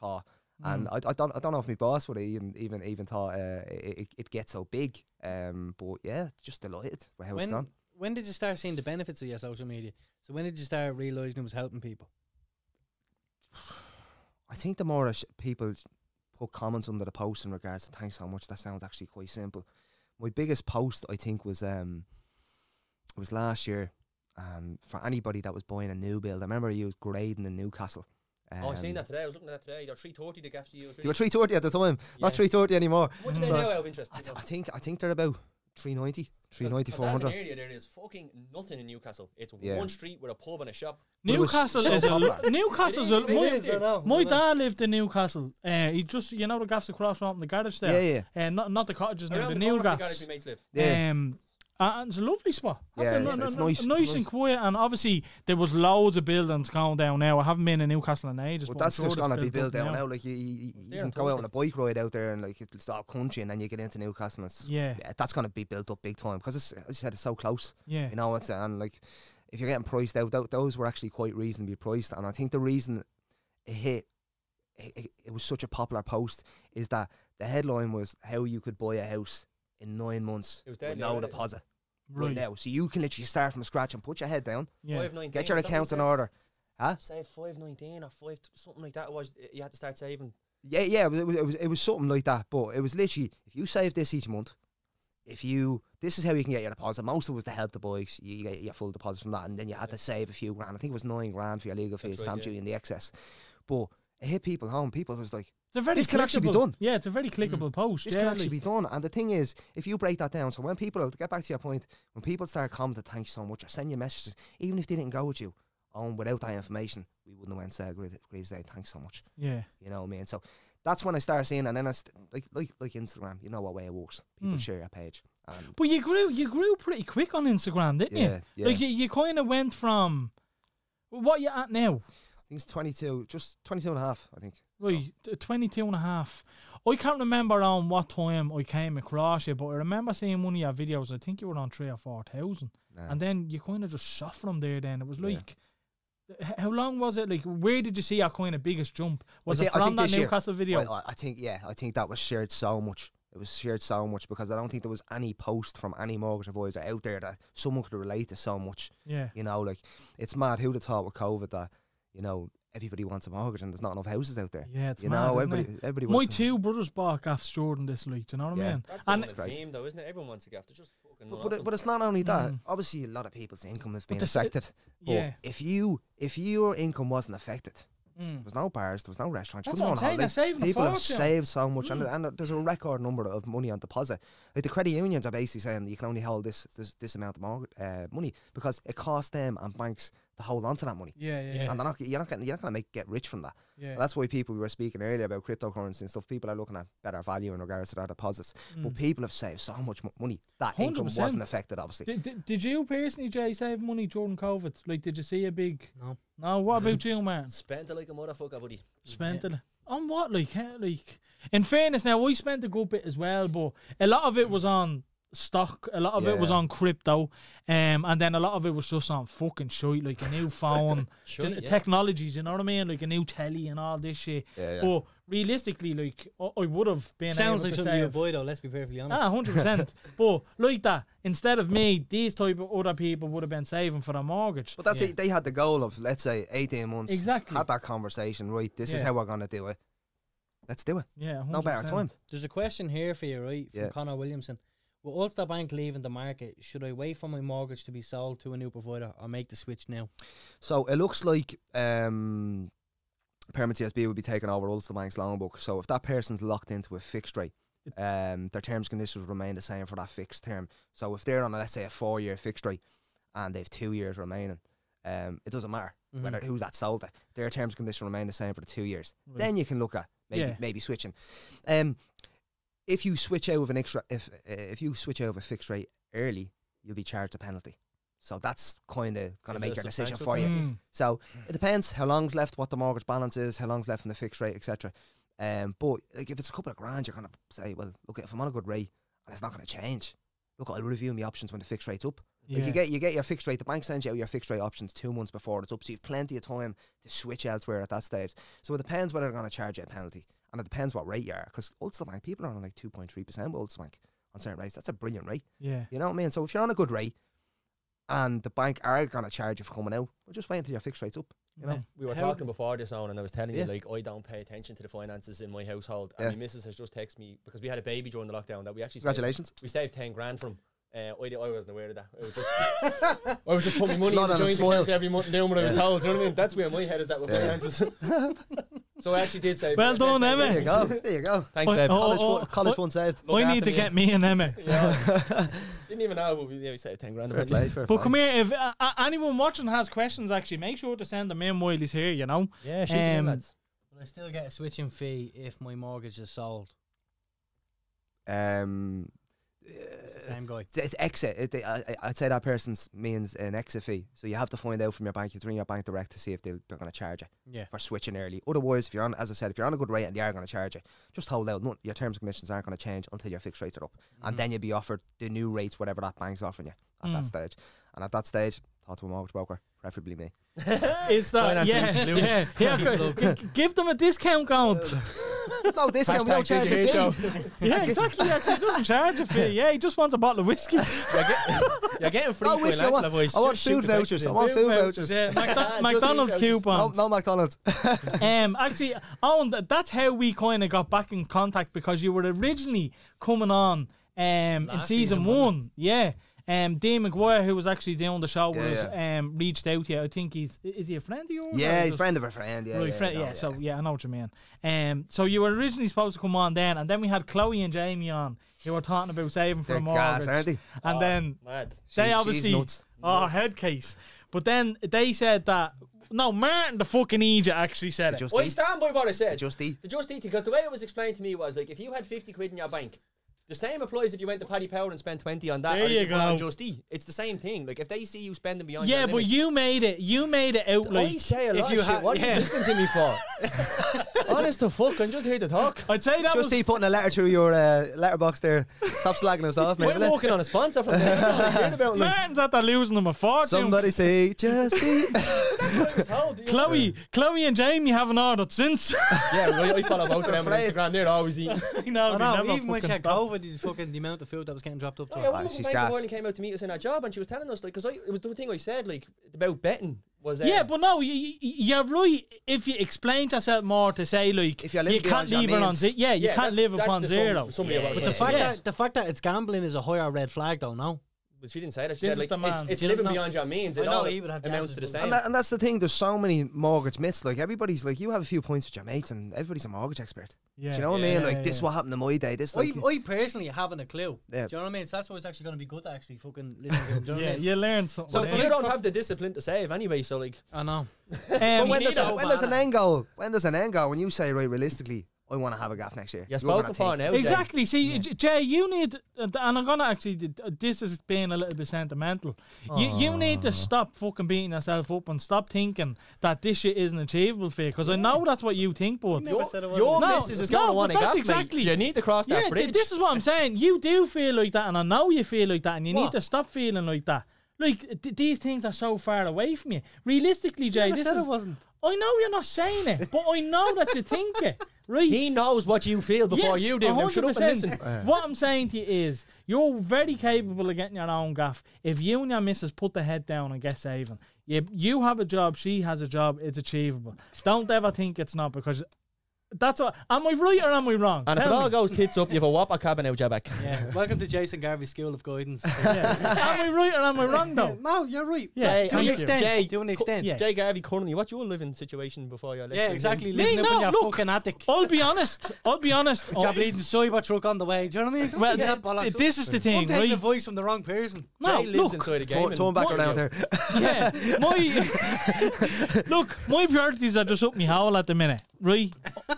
Speaker 5: thought.
Speaker 2: Mm.
Speaker 5: And I, I don't I don't know if my boss would even even even thought uh, it, it it gets so big. Um, but yeah, just delighted with how it's
Speaker 4: When
Speaker 5: gone.
Speaker 4: when did you start seeing the benefits of your social media? So when did you start realizing it was helping people?
Speaker 5: I think the more I sh- people put comments under the post in regards to thanks so much, that sounds actually quite simple. My biggest post I think was um it was last year, and for anybody that was buying a new build, I remember you was grading in Newcastle.
Speaker 3: oh, I seen
Speaker 5: um,
Speaker 3: that today. I was looking at that today. They're 330 they gave to you. It was
Speaker 5: They
Speaker 3: really
Speaker 5: were three thirty at the time, not
Speaker 3: Yeah.
Speaker 5: three thirty anymore.
Speaker 3: What do they
Speaker 5: But-
Speaker 3: know out of interest?
Speaker 5: I, th- I think I think they're about 390, 390, 400.
Speaker 3: Area, there is fucking nothing in Newcastle. It's
Speaker 5: Yeah.
Speaker 3: one street with a pub and a shop.
Speaker 5: But it was
Speaker 2: Newcastle
Speaker 5: so
Speaker 2: is
Speaker 5: popular.
Speaker 2: a Newcastle's a
Speaker 3: It is,
Speaker 2: my,
Speaker 3: it is, I
Speaker 4: know, I
Speaker 2: my
Speaker 4: know.
Speaker 2: dad lived in Newcastle. Uh, he just you know the gaffs across from the garage there.
Speaker 5: Yeah,
Speaker 2: Uh, not not the cottages now,
Speaker 3: Around
Speaker 2: the,
Speaker 3: the
Speaker 2: new
Speaker 3: corner from the
Speaker 2: gaffs.
Speaker 3: garage we mates live.
Speaker 5: Yeah.
Speaker 2: Um, a- and it's a lovely spot.
Speaker 5: Yeah,
Speaker 2: After-
Speaker 5: it's-
Speaker 2: no-
Speaker 5: it's
Speaker 2: no-
Speaker 5: nice,
Speaker 2: nice,
Speaker 5: it's
Speaker 2: and
Speaker 5: nice.
Speaker 2: quiet. And obviously there was loads of buildings going down now. I haven't been in Newcastle in ages.
Speaker 5: But
Speaker 2: but I'm
Speaker 5: that's
Speaker 2: sure
Speaker 5: just
Speaker 2: there's
Speaker 5: gonna be
Speaker 2: built up
Speaker 5: built down now. Like you, you, you
Speaker 3: there
Speaker 5: can
Speaker 3: on
Speaker 5: go out on
Speaker 3: Thursday.
Speaker 5: a bike ride out there, and like it's all country, and then you get into Newcastle. And it's,
Speaker 2: Yeah,
Speaker 5: yeah, that's gonna be built up big time because it's as you said, it's so close.
Speaker 2: yeah,
Speaker 5: You know, it's and like if you're getting priced out, tho- those were actually quite reasonably priced. And I think the reason it hit, it, it, it was such a popular post, is that the headline was how you could buy a house in nine months
Speaker 3: It was
Speaker 5: with
Speaker 3: deadly,
Speaker 5: no
Speaker 3: wasn't it?
Speaker 5: deposit right.
Speaker 2: right.
Speaker 5: now. So you can literally start from scratch and put your head down,
Speaker 2: Yeah,
Speaker 3: 519,
Speaker 5: get your
Speaker 3: was that what
Speaker 5: accounts
Speaker 3: you
Speaker 5: in
Speaker 3: said?
Speaker 5: order. Huh?
Speaker 3: Say 519 or 5 something like that was you had to start saving.
Speaker 5: Yeah, yeah, it was, it was- it was it was something like that. But it was literally if you save this each month, if you this is how you can get your deposit. Most of it was to help the boys. You, you get your full deposit from that, and then you had to save a few grand. I think it was nine grand for your legal fees,
Speaker 3: That's right,
Speaker 5: stamp
Speaker 3: yeah.
Speaker 5: duty, and the excess. But it hit people home. People was like,
Speaker 2: It's a very
Speaker 5: This can actually be
Speaker 2: clickable-
Speaker 5: done.
Speaker 2: Yeah, it's a very clickable
Speaker 3: Mm.
Speaker 2: post.
Speaker 5: this
Speaker 2: yeah,
Speaker 5: can actually
Speaker 2: like-
Speaker 5: be done. And the thing is, if you break that down, so when people to get back to your point, when people start commenting, thank you so much, or send you messages, even if they didn't go with you, on without that information, we wouldn't have went to Gre- Greaves Day. Thanks so much.
Speaker 2: yeah.
Speaker 5: You know what I mean? So that's when I start seeing, and then I st- like like like Instagram. You know what way it works. People
Speaker 2: Mm.
Speaker 5: share your page. And
Speaker 2: But you grew you grew pretty quick on Instagram, didn't
Speaker 5: yeah,
Speaker 2: you?
Speaker 5: yeah.
Speaker 2: Like you, you kind of went from what you at now,
Speaker 5: I think it's 22, just 22 and a half, I think.
Speaker 2: like t- 22 and a half. I can't remember on what time I came across you, but I remember seeing one of your videos. I think you were on three or four thousand,
Speaker 5: Nah.
Speaker 2: and then you kind of just shot from there. Then it was
Speaker 5: Yeah.
Speaker 2: like, h- how long was it? Like, where did you see your kind of biggest jump? Was
Speaker 5: thi-
Speaker 2: it
Speaker 5: I
Speaker 2: from
Speaker 5: think
Speaker 2: that
Speaker 5: this year.
Speaker 2: Newcastle video?
Speaker 5: Well, I, I think yeah, I think that was shared so much. It was shared so much because I don't think there was any post from any mortgage advisor out there that someone could relate to so much.
Speaker 2: yeah,
Speaker 5: You know, like it's mad. Who'd have thought with COVID that you know everybody wants a mortgage and there's not enough houses out there.
Speaker 2: yeah, it's
Speaker 5: you
Speaker 2: mad,
Speaker 5: know,
Speaker 2: isn't it?
Speaker 5: everybody, everybody.
Speaker 2: My
Speaker 5: wants a-
Speaker 2: two brothers bought gaffs Jordan this week. Do you know what I
Speaker 5: Yeah.
Speaker 2: mean?
Speaker 3: That's
Speaker 2: And-
Speaker 3: the
Speaker 5: That's crazy.
Speaker 3: team though, isn't it? Everyone wants to get after just fucking run
Speaker 5: But, but,
Speaker 3: off
Speaker 5: it-
Speaker 3: them.
Speaker 5: but it's not only that.
Speaker 2: Mm.
Speaker 5: Obviously, a lot of people's income has
Speaker 2: But
Speaker 5: been
Speaker 2: the s-
Speaker 5: affected. But
Speaker 2: Yeah, Mm.
Speaker 5: if you if your income wasn't affected, There was no bars. There was no restaurants. You
Speaker 2: That's
Speaker 5: couldn't
Speaker 2: what
Speaker 5: go on
Speaker 2: I'm saying, they're
Speaker 5: holiday.
Speaker 2: saving a
Speaker 5: People have
Speaker 2: fortune. Mm.
Speaker 5: saved so much, and, and there's a record number of money on deposit. Like the credit unions are basically saying you can only hold this this, this amount of mor- uh, money because it costs them and banks to hold on to that money.
Speaker 2: Yeah, yeah, yeah.
Speaker 3: Yeah.
Speaker 5: And they're not, you're not getting, you're not going to make get rich from that.
Speaker 2: Yeah.
Speaker 5: That's why people we were speaking earlier about cryptocurrency and stuff. People are looking at better value in regards to their deposits,
Speaker 2: Mm.
Speaker 5: but people have saved so much mo- money that income
Speaker 2: 100%.
Speaker 5: wasn't affected. Obviously,
Speaker 2: Did, did, did you personally, Jay, save money during COVID? Like, did you see a big?
Speaker 4: No.
Speaker 2: No. What about you, man?
Speaker 3: Spent it like a motherfucker, buddy.
Speaker 2: Spent it on what? Like, how- like. In fairness, now we spent a good bit as well, but a lot of it was on stock. A lot of it was
Speaker 5: Yeah.
Speaker 2: on crypto, um, and then a lot of it was just on fucking shit, like a new phone,
Speaker 3: Shite,
Speaker 2: gen-
Speaker 3: yeah.
Speaker 2: technologies. You know what I mean? Like a new telly and all this shit.
Speaker 5: Yeah, yeah.
Speaker 2: But realistically, like, I, I would have been.
Speaker 4: Sounds
Speaker 2: able
Speaker 4: like
Speaker 2: to
Speaker 4: something you
Speaker 2: save-
Speaker 4: avoid, though. Let's be perfectly honest.
Speaker 2: Ah, hundred percent. But like that, instead of me, these type of other people would have been saving for a mortgage.
Speaker 5: But that's it. They had the goal of let's say eighteen months.
Speaker 2: Exactly.
Speaker 5: Had that conversation. Right. This is
Speaker 2: Yeah.
Speaker 5: how we're gonna do it. Let's do it.
Speaker 2: yeah, 100%.
Speaker 5: No better time.
Speaker 4: There's a question here for you, right, from
Speaker 5: Yeah.
Speaker 4: Connor Williamson. Will Ulster Bank leaving the market? Should I wait for my mortgage to be sold to a new provider or make the switch now?
Speaker 5: So it looks like um, Permanent TSB will be taking over Ulster Bank's loan book. So if that person's locked into a fixed rate, um, their terms and conditions remain the same for that fixed term. So if they're on, a, let's say, a four-year fixed rate, and they've two years remaining, um, it doesn't matter
Speaker 3: Mm-hmm.
Speaker 5: whether who's that sold to. Their terms and conditions remain the same for the two years. Then you can look at maybe
Speaker 2: Yeah.
Speaker 5: maybe switching. Um, if you switch out of an extra, if uh, if you switch out of a fixed rate early, you'll be charged a penalty. So that's kind of going
Speaker 3: Is
Speaker 5: to
Speaker 3: it
Speaker 5: make
Speaker 3: a
Speaker 5: your decision
Speaker 3: substantial
Speaker 5: for you.
Speaker 2: Mm.
Speaker 5: So it depends how long's left, what the mortgage balance is, how long's left in the fixed rate, etc. Um, but like if it's a couple of grand, you're gonna say, well, look, if I'm on a good rate and it's not gonna change, look, I'll review my options when the fixed rate's up. Like
Speaker 2: Yeah.
Speaker 5: you get you get your fixed rate, the bank sends you out your fixed rate options two months before it's up, so you've plenty of time to switch elsewhere at that stage. So it depends whether they're gonna charge you a penalty, and it depends what rate you are, because Ulster Bank people are on like two point three percent with Ulster Bank on certain rates. That's a brilliant rate.
Speaker 2: Yeah.
Speaker 5: You know what I mean? So if you're on a good rate and the bank are going to charge you for coming out, well, just wait until your fixed rate's up. You know?
Speaker 3: We were
Speaker 4: How-
Speaker 3: talking before this on, and I was telling
Speaker 5: Yeah.
Speaker 3: you like I don't pay attention to the finances in my household.
Speaker 5: Yeah.
Speaker 3: And my missus has just texted me because we had a baby during the lockdown that we actually saved-
Speaker 5: Congratulations.
Speaker 3: we saved ten grand from. Uh, I, di- I wasn't aware of that. I was just, I was just putting my money
Speaker 5: Not
Speaker 3: in the
Speaker 5: on a
Speaker 3: joint
Speaker 5: spoil.
Speaker 3: account every month and doing what I was told. Do you know what I mean? That's where my head is at with finances. so I actually did save.
Speaker 2: Well
Speaker 3: I saved
Speaker 2: done,
Speaker 3: 10
Speaker 2: Emma.
Speaker 5: There you
Speaker 3: grand.
Speaker 5: go. There you go.
Speaker 3: Thanks,
Speaker 2: Oh,
Speaker 3: babe.
Speaker 2: oh.
Speaker 5: College, fun, college fund saved.
Speaker 3: Look
Speaker 2: I need to
Speaker 3: after me.
Speaker 2: get me and Emma.
Speaker 3: Didn't even know. But we, yeah, we saved ten grand.
Speaker 5: Fair play, fair
Speaker 2: But
Speaker 5: play.
Speaker 2: come here, if uh, uh, anyone watching has questions, actually, make sure to send them in while he's here. You know.
Speaker 3: Yeah,
Speaker 2: shoot them, Um, lads.
Speaker 4: Will I still get a switching fee if my mortgage is sold?
Speaker 5: Um, Uh,
Speaker 4: Same guy.
Speaker 5: it's- it's exit. It, they, I, I- I'd say that person's means an exit fee. So you have to find out from your bank. You ring your bank direct to see if they, they're going to charge you
Speaker 4: Yeah.
Speaker 5: for switching early. Otherwise, if you're on, as I said, if you're on a good rate and they are going to charge you, just hold out. None- Your terms and conditions aren't going to change until your fixed rates are up, and then you'll be offered the new rates, whatever that bank's offering you at that stage. And at that stage, talk to a mortgage broker, preferably me.
Speaker 2: Is that
Speaker 3: Finance
Speaker 2: yeah,
Speaker 3: agent Lou.
Speaker 2: yeah, yeah, g- g- Give them a discount count.
Speaker 5: no discount. We don't
Speaker 3: Hashtag did
Speaker 5: charge
Speaker 3: you
Speaker 5: a
Speaker 3: hear show?
Speaker 5: fee.
Speaker 2: yeah, exactly. Actually, he doesn't charge a fee. Yeah, he just wants a bottle of whiskey.
Speaker 3: You're getting free
Speaker 5: No whiskey. I
Speaker 3: financial
Speaker 5: want,
Speaker 3: advice.
Speaker 5: I want
Speaker 3: Just shoot
Speaker 5: food
Speaker 3: the questions
Speaker 5: vouchers. I
Speaker 3: in.
Speaker 5: want food vouchers.
Speaker 2: Yeah, McDo-
Speaker 3: Just
Speaker 2: McDonald's
Speaker 3: email, just-
Speaker 5: No,
Speaker 2: coupons.
Speaker 5: no McDonald's.
Speaker 2: Um, actually, Owen, th- that's how we kind of got back in contact because you were originally coming on um, in season,
Speaker 4: Last season, wasn't it?
Speaker 2: one. Yeah. Um, Dave McGuire, who was actually doing the show,
Speaker 5: Yeah,
Speaker 2: was um reached out here. I think he's i- is he a friend of yours?
Speaker 5: yeah,
Speaker 2: Or
Speaker 5: he's
Speaker 2: just-
Speaker 5: friend of a friend. Yeah,
Speaker 2: Right,
Speaker 5: yeah,
Speaker 2: friend-
Speaker 5: no,
Speaker 2: yeah, So yeah, I know what you mean. Um, so you were originally supposed to come on then, and then we had Chloe and Jamie on. They were talking about saving for
Speaker 5: They're
Speaker 2: a
Speaker 5: gas,
Speaker 2: mortgage,
Speaker 5: aren't they? Oh,
Speaker 2: and then
Speaker 3: Mad.
Speaker 2: they
Speaker 5: She- she's
Speaker 2: obviously
Speaker 5: nuts.
Speaker 2: oh head case. But then they said that no, Martin the fucking idiot actually said it.
Speaker 5: Just
Speaker 3: I
Speaker 5: eat.
Speaker 3: stand by what I said.
Speaker 5: Just eat.
Speaker 3: The Just Eat because the way it was explained to me was like if you had 50 quid in your bank, the same applies if you went to Paddy Power and spent 20 on that.
Speaker 2: There
Speaker 3: or if
Speaker 2: you
Speaker 3: went on
Speaker 2: go.
Speaker 3: Just Eat. It's the same thing. Like if they see you spending beyond
Speaker 2: Yeah,
Speaker 3: your
Speaker 2: but
Speaker 3: limits,
Speaker 2: you made it. You made it out like
Speaker 3: I say a lot
Speaker 2: if you
Speaker 3: of shit.
Speaker 2: had-
Speaker 3: What are
Speaker 2: yeah.
Speaker 3: you listening to me for? Honest to fuck, I'm just here to talk.
Speaker 2: I'd say that
Speaker 5: Just
Speaker 2: was.
Speaker 5: eat putting a letter through your uh, letterbox there. Stop slagging us off,
Speaker 3: We're
Speaker 5: mate.
Speaker 3: walking on a sponsor from there. That's all I heard about. Like,
Speaker 2: Martin's at that losing them a fortune.
Speaker 5: Somebody say just eat.
Speaker 3: I was told, you know.
Speaker 2: Chloe, Chloe and Jamie haven't ordered since.
Speaker 3: Yeah, right, I follow both of them on
Speaker 5: Afraid.
Speaker 3: Instagram. They're always eating. Oh,
Speaker 2: you know,
Speaker 4: I
Speaker 2: they
Speaker 4: know,
Speaker 2: never
Speaker 4: even when she
Speaker 2: fucking
Speaker 4: had
Speaker 2: stop.
Speaker 4: COVID, the fucking the amount of food that was getting dropped up to
Speaker 3: Oh,
Speaker 4: her.
Speaker 3: yeah,
Speaker 5: Ah,
Speaker 3: one
Speaker 5: she's
Speaker 3: of my
Speaker 5: gas.
Speaker 3: morning came out to meet us in our job, and she was telling us like, because it was the thing I said like about betting was uh,
Speaker 2: Yeah, but no, you, you- you're right. If you explain yourself more to say like
Speaker 5: If you're
Speaker 2: you
Speaker 5: living
Speaker 2: can't
Speaker 5: beyond your
Speaker 2: leave it on
Speaker 5: means.
Speaker 2: zero. Yeah, you
Speaker 3: yeah,
Speaker 2: can't
Speaker 3: that's-
Speaker 2: live
Speaker 3: that's
Speaker 2: upon
Speaker 3: the sum-
Speaker 2: zero.
Speaker 3: summary of what I was
Speaker 4: But the fact
Speaker 3: trying to say.
Speaker 2: Yes.
Speaker 4: that the fact that it's gambling is a higher red flag, though. No,
Speaker 3: Well, she didn't say that. She
Speaker 2: This
Speaker 3: said
Speaker 2: is
Speaker 3: like
Speaker 2: the
Speaker 3: it's,
Speaker 2: man.
Speaker 3: it's
Speaker 2: You
Speaker 3: living
Speaker 2: know-
Speaker 3: beyond your means. It
Speaker 2: I know
Speaker 3: all
Speaker 2: he would have guesses,
Speaker 3: amounts to the
Speaker 2: but-
Speaker 3: same.
Speaker 5: And, that, and that's the thing. There's so many mortgage myths. Like everybody's like, you have a few points with your mates, and everybody's a mortgage expert.
Speaker 2: Yeah.
Speaker 5: Do you know what I
Speaker 2: Yeah,
Speaker 5: mean? Like this,
Speaker 2: yeah.
Speaker 5: what happened in my day. This, like,
Speaker 4: I, I personally haven't a clue.
Speaker 5: Yeah.
Speaker 4: Do you know what I mean? So that's why it's actually going to be good to actually fucking listen to it. Do you know
Speaker 2: Yeah,
Speaker 4: what I mean?
Speaker 2: you learn something.
Speaker 4: So
Speaker 2: there.
Speaker 4: for
Speaker 3: you don't have the discipline to save anyway. So like,
Speaker 4: I know.
Speaker 2: Um,
Speaker 5: But when
Speaker 3: need
Speaker 5: there's,
Speaker 3: a
Speaker 5: a,
Speaker 3: whole
Speaker 5: when there's an
Speaker 4: banner.
Speaker 5: end goal, when there's an end goal, when you say, right, realistically, I want to have a gaff next year.
Speaker 3: you're
Speaker 5: you're gonna
Speaker 3: spoken for
Speaker 5: take
Speaker 3: now.
Speaker 5: it.
Speaker 3: Oh, Jay.
Speaker 2: Exactly. See, J- Jay, you need, and I'm gonna actually. d- d- This is being a little bit sentimental. You you need to stop fucking beating yourself up and stop thinking that this shit isn't achievable for you. Because I know that's what you think, but
Speaker 3: Your,
Speaker 4: said it wasn't.
Speaker 3: your
Speaker 2: No,
Speaker 3: missus is
Speaker 2: no,
Speaker 3: going to
Speaker 2: but
Speaker 3: want to
Speaker 2: that's
Speaker 3: gaff,
Speaker 2: exactly-
Speaker 3: mate. You need to cross that
Speaker 2: yeah, th-
Speaker 3: bridge.
Speaker 2: this is what I'm saying. You do feel like that, and I know you feel like that, and you
Speaker 4: What?
Speaker 2: need to stop feeling like that. Like th- these things are so far away from you. Realistically, Jay,
Speaker 4: I
Speaker 2: this
Speaker 4: said
Speaker 2: is.
Speaker 4: it wasn't.
Speaker 2: I know you're not saying it, but I know that you think it, right?
Speaker 3: he knows what you feel before you do. Now shut up and
Speaker 2: 100%.
Speaker 3: listen.
Speaker 2: What I'm saying to you is, you're very capable of getting your own gaff. If you and your missus put the head down and get saving, you, you have a job, she has a job, it's achievable. Don't ever think it's not because that's what. Am I right or am I wrong?
Speaker 3: And if it
Speaker 2: Tell
Speaker 3: all
Speaker 2: me.
Speaker 3: goes tits up, you have a whopper cabin out your back.
Speaker 2: Yeah.
Speaker 4: Welcome to Jason Garvey's School of Guidance.
Speaker 2: am I right or am I wrong though?
Speaker 4: no, you're right.
Speaker 2: Yeah,
Speaker 3: Hey,
Speaker 2: thank
Speaker 3: are
Speaker 4: To an
Speaker 3: you-
Speaker 4: extent.
Speaker 3: Jay,
Speaker 4: to an
Speaker 3: co-
Speaker 4: extent.
Speaker 2: yeah.
Speaker 3: Jay Garvey, currently, what's your living situation before you're
Speaker 4: Yeah,
Speaker 3: lecturing
Speaker 4: exactly.
Speaker 3: him?
Speaker 4: Living
Speaker 2: Me?
Speaker 4: up in
Speaker 2: No,
Speaker 4: your
Speaker 2: look.
Speaker 4: fucking attic.
Speaker 2: I'll be honest. I'll be honest.
Speaker 4: Which I believe the Cybertruck on the way. Do you know what I mean?
Speaker 2: well,
Speaker 4: Yeah,
Speaker 2: th-
Speaker 4: bollocks.
Speaker 2: th- this is the
Speaker 4: I'm
Speaker 2: thing,
Speaker 4: taking the
Speaker 2: right?
Speaker 4: voice from the wrong person.
Speaker 2: No,
Speaker 3: Jay lives
Speaker 2: look,
Speaker 3: inside a game.
Speaker 5: Torn,
Speaker 3: and-
Speaker 5: torn back
Speaker 3: What-
Speaker 5: around there.
Speaker 2: yeah, my look, my priorities are just up my hole at the minute, right?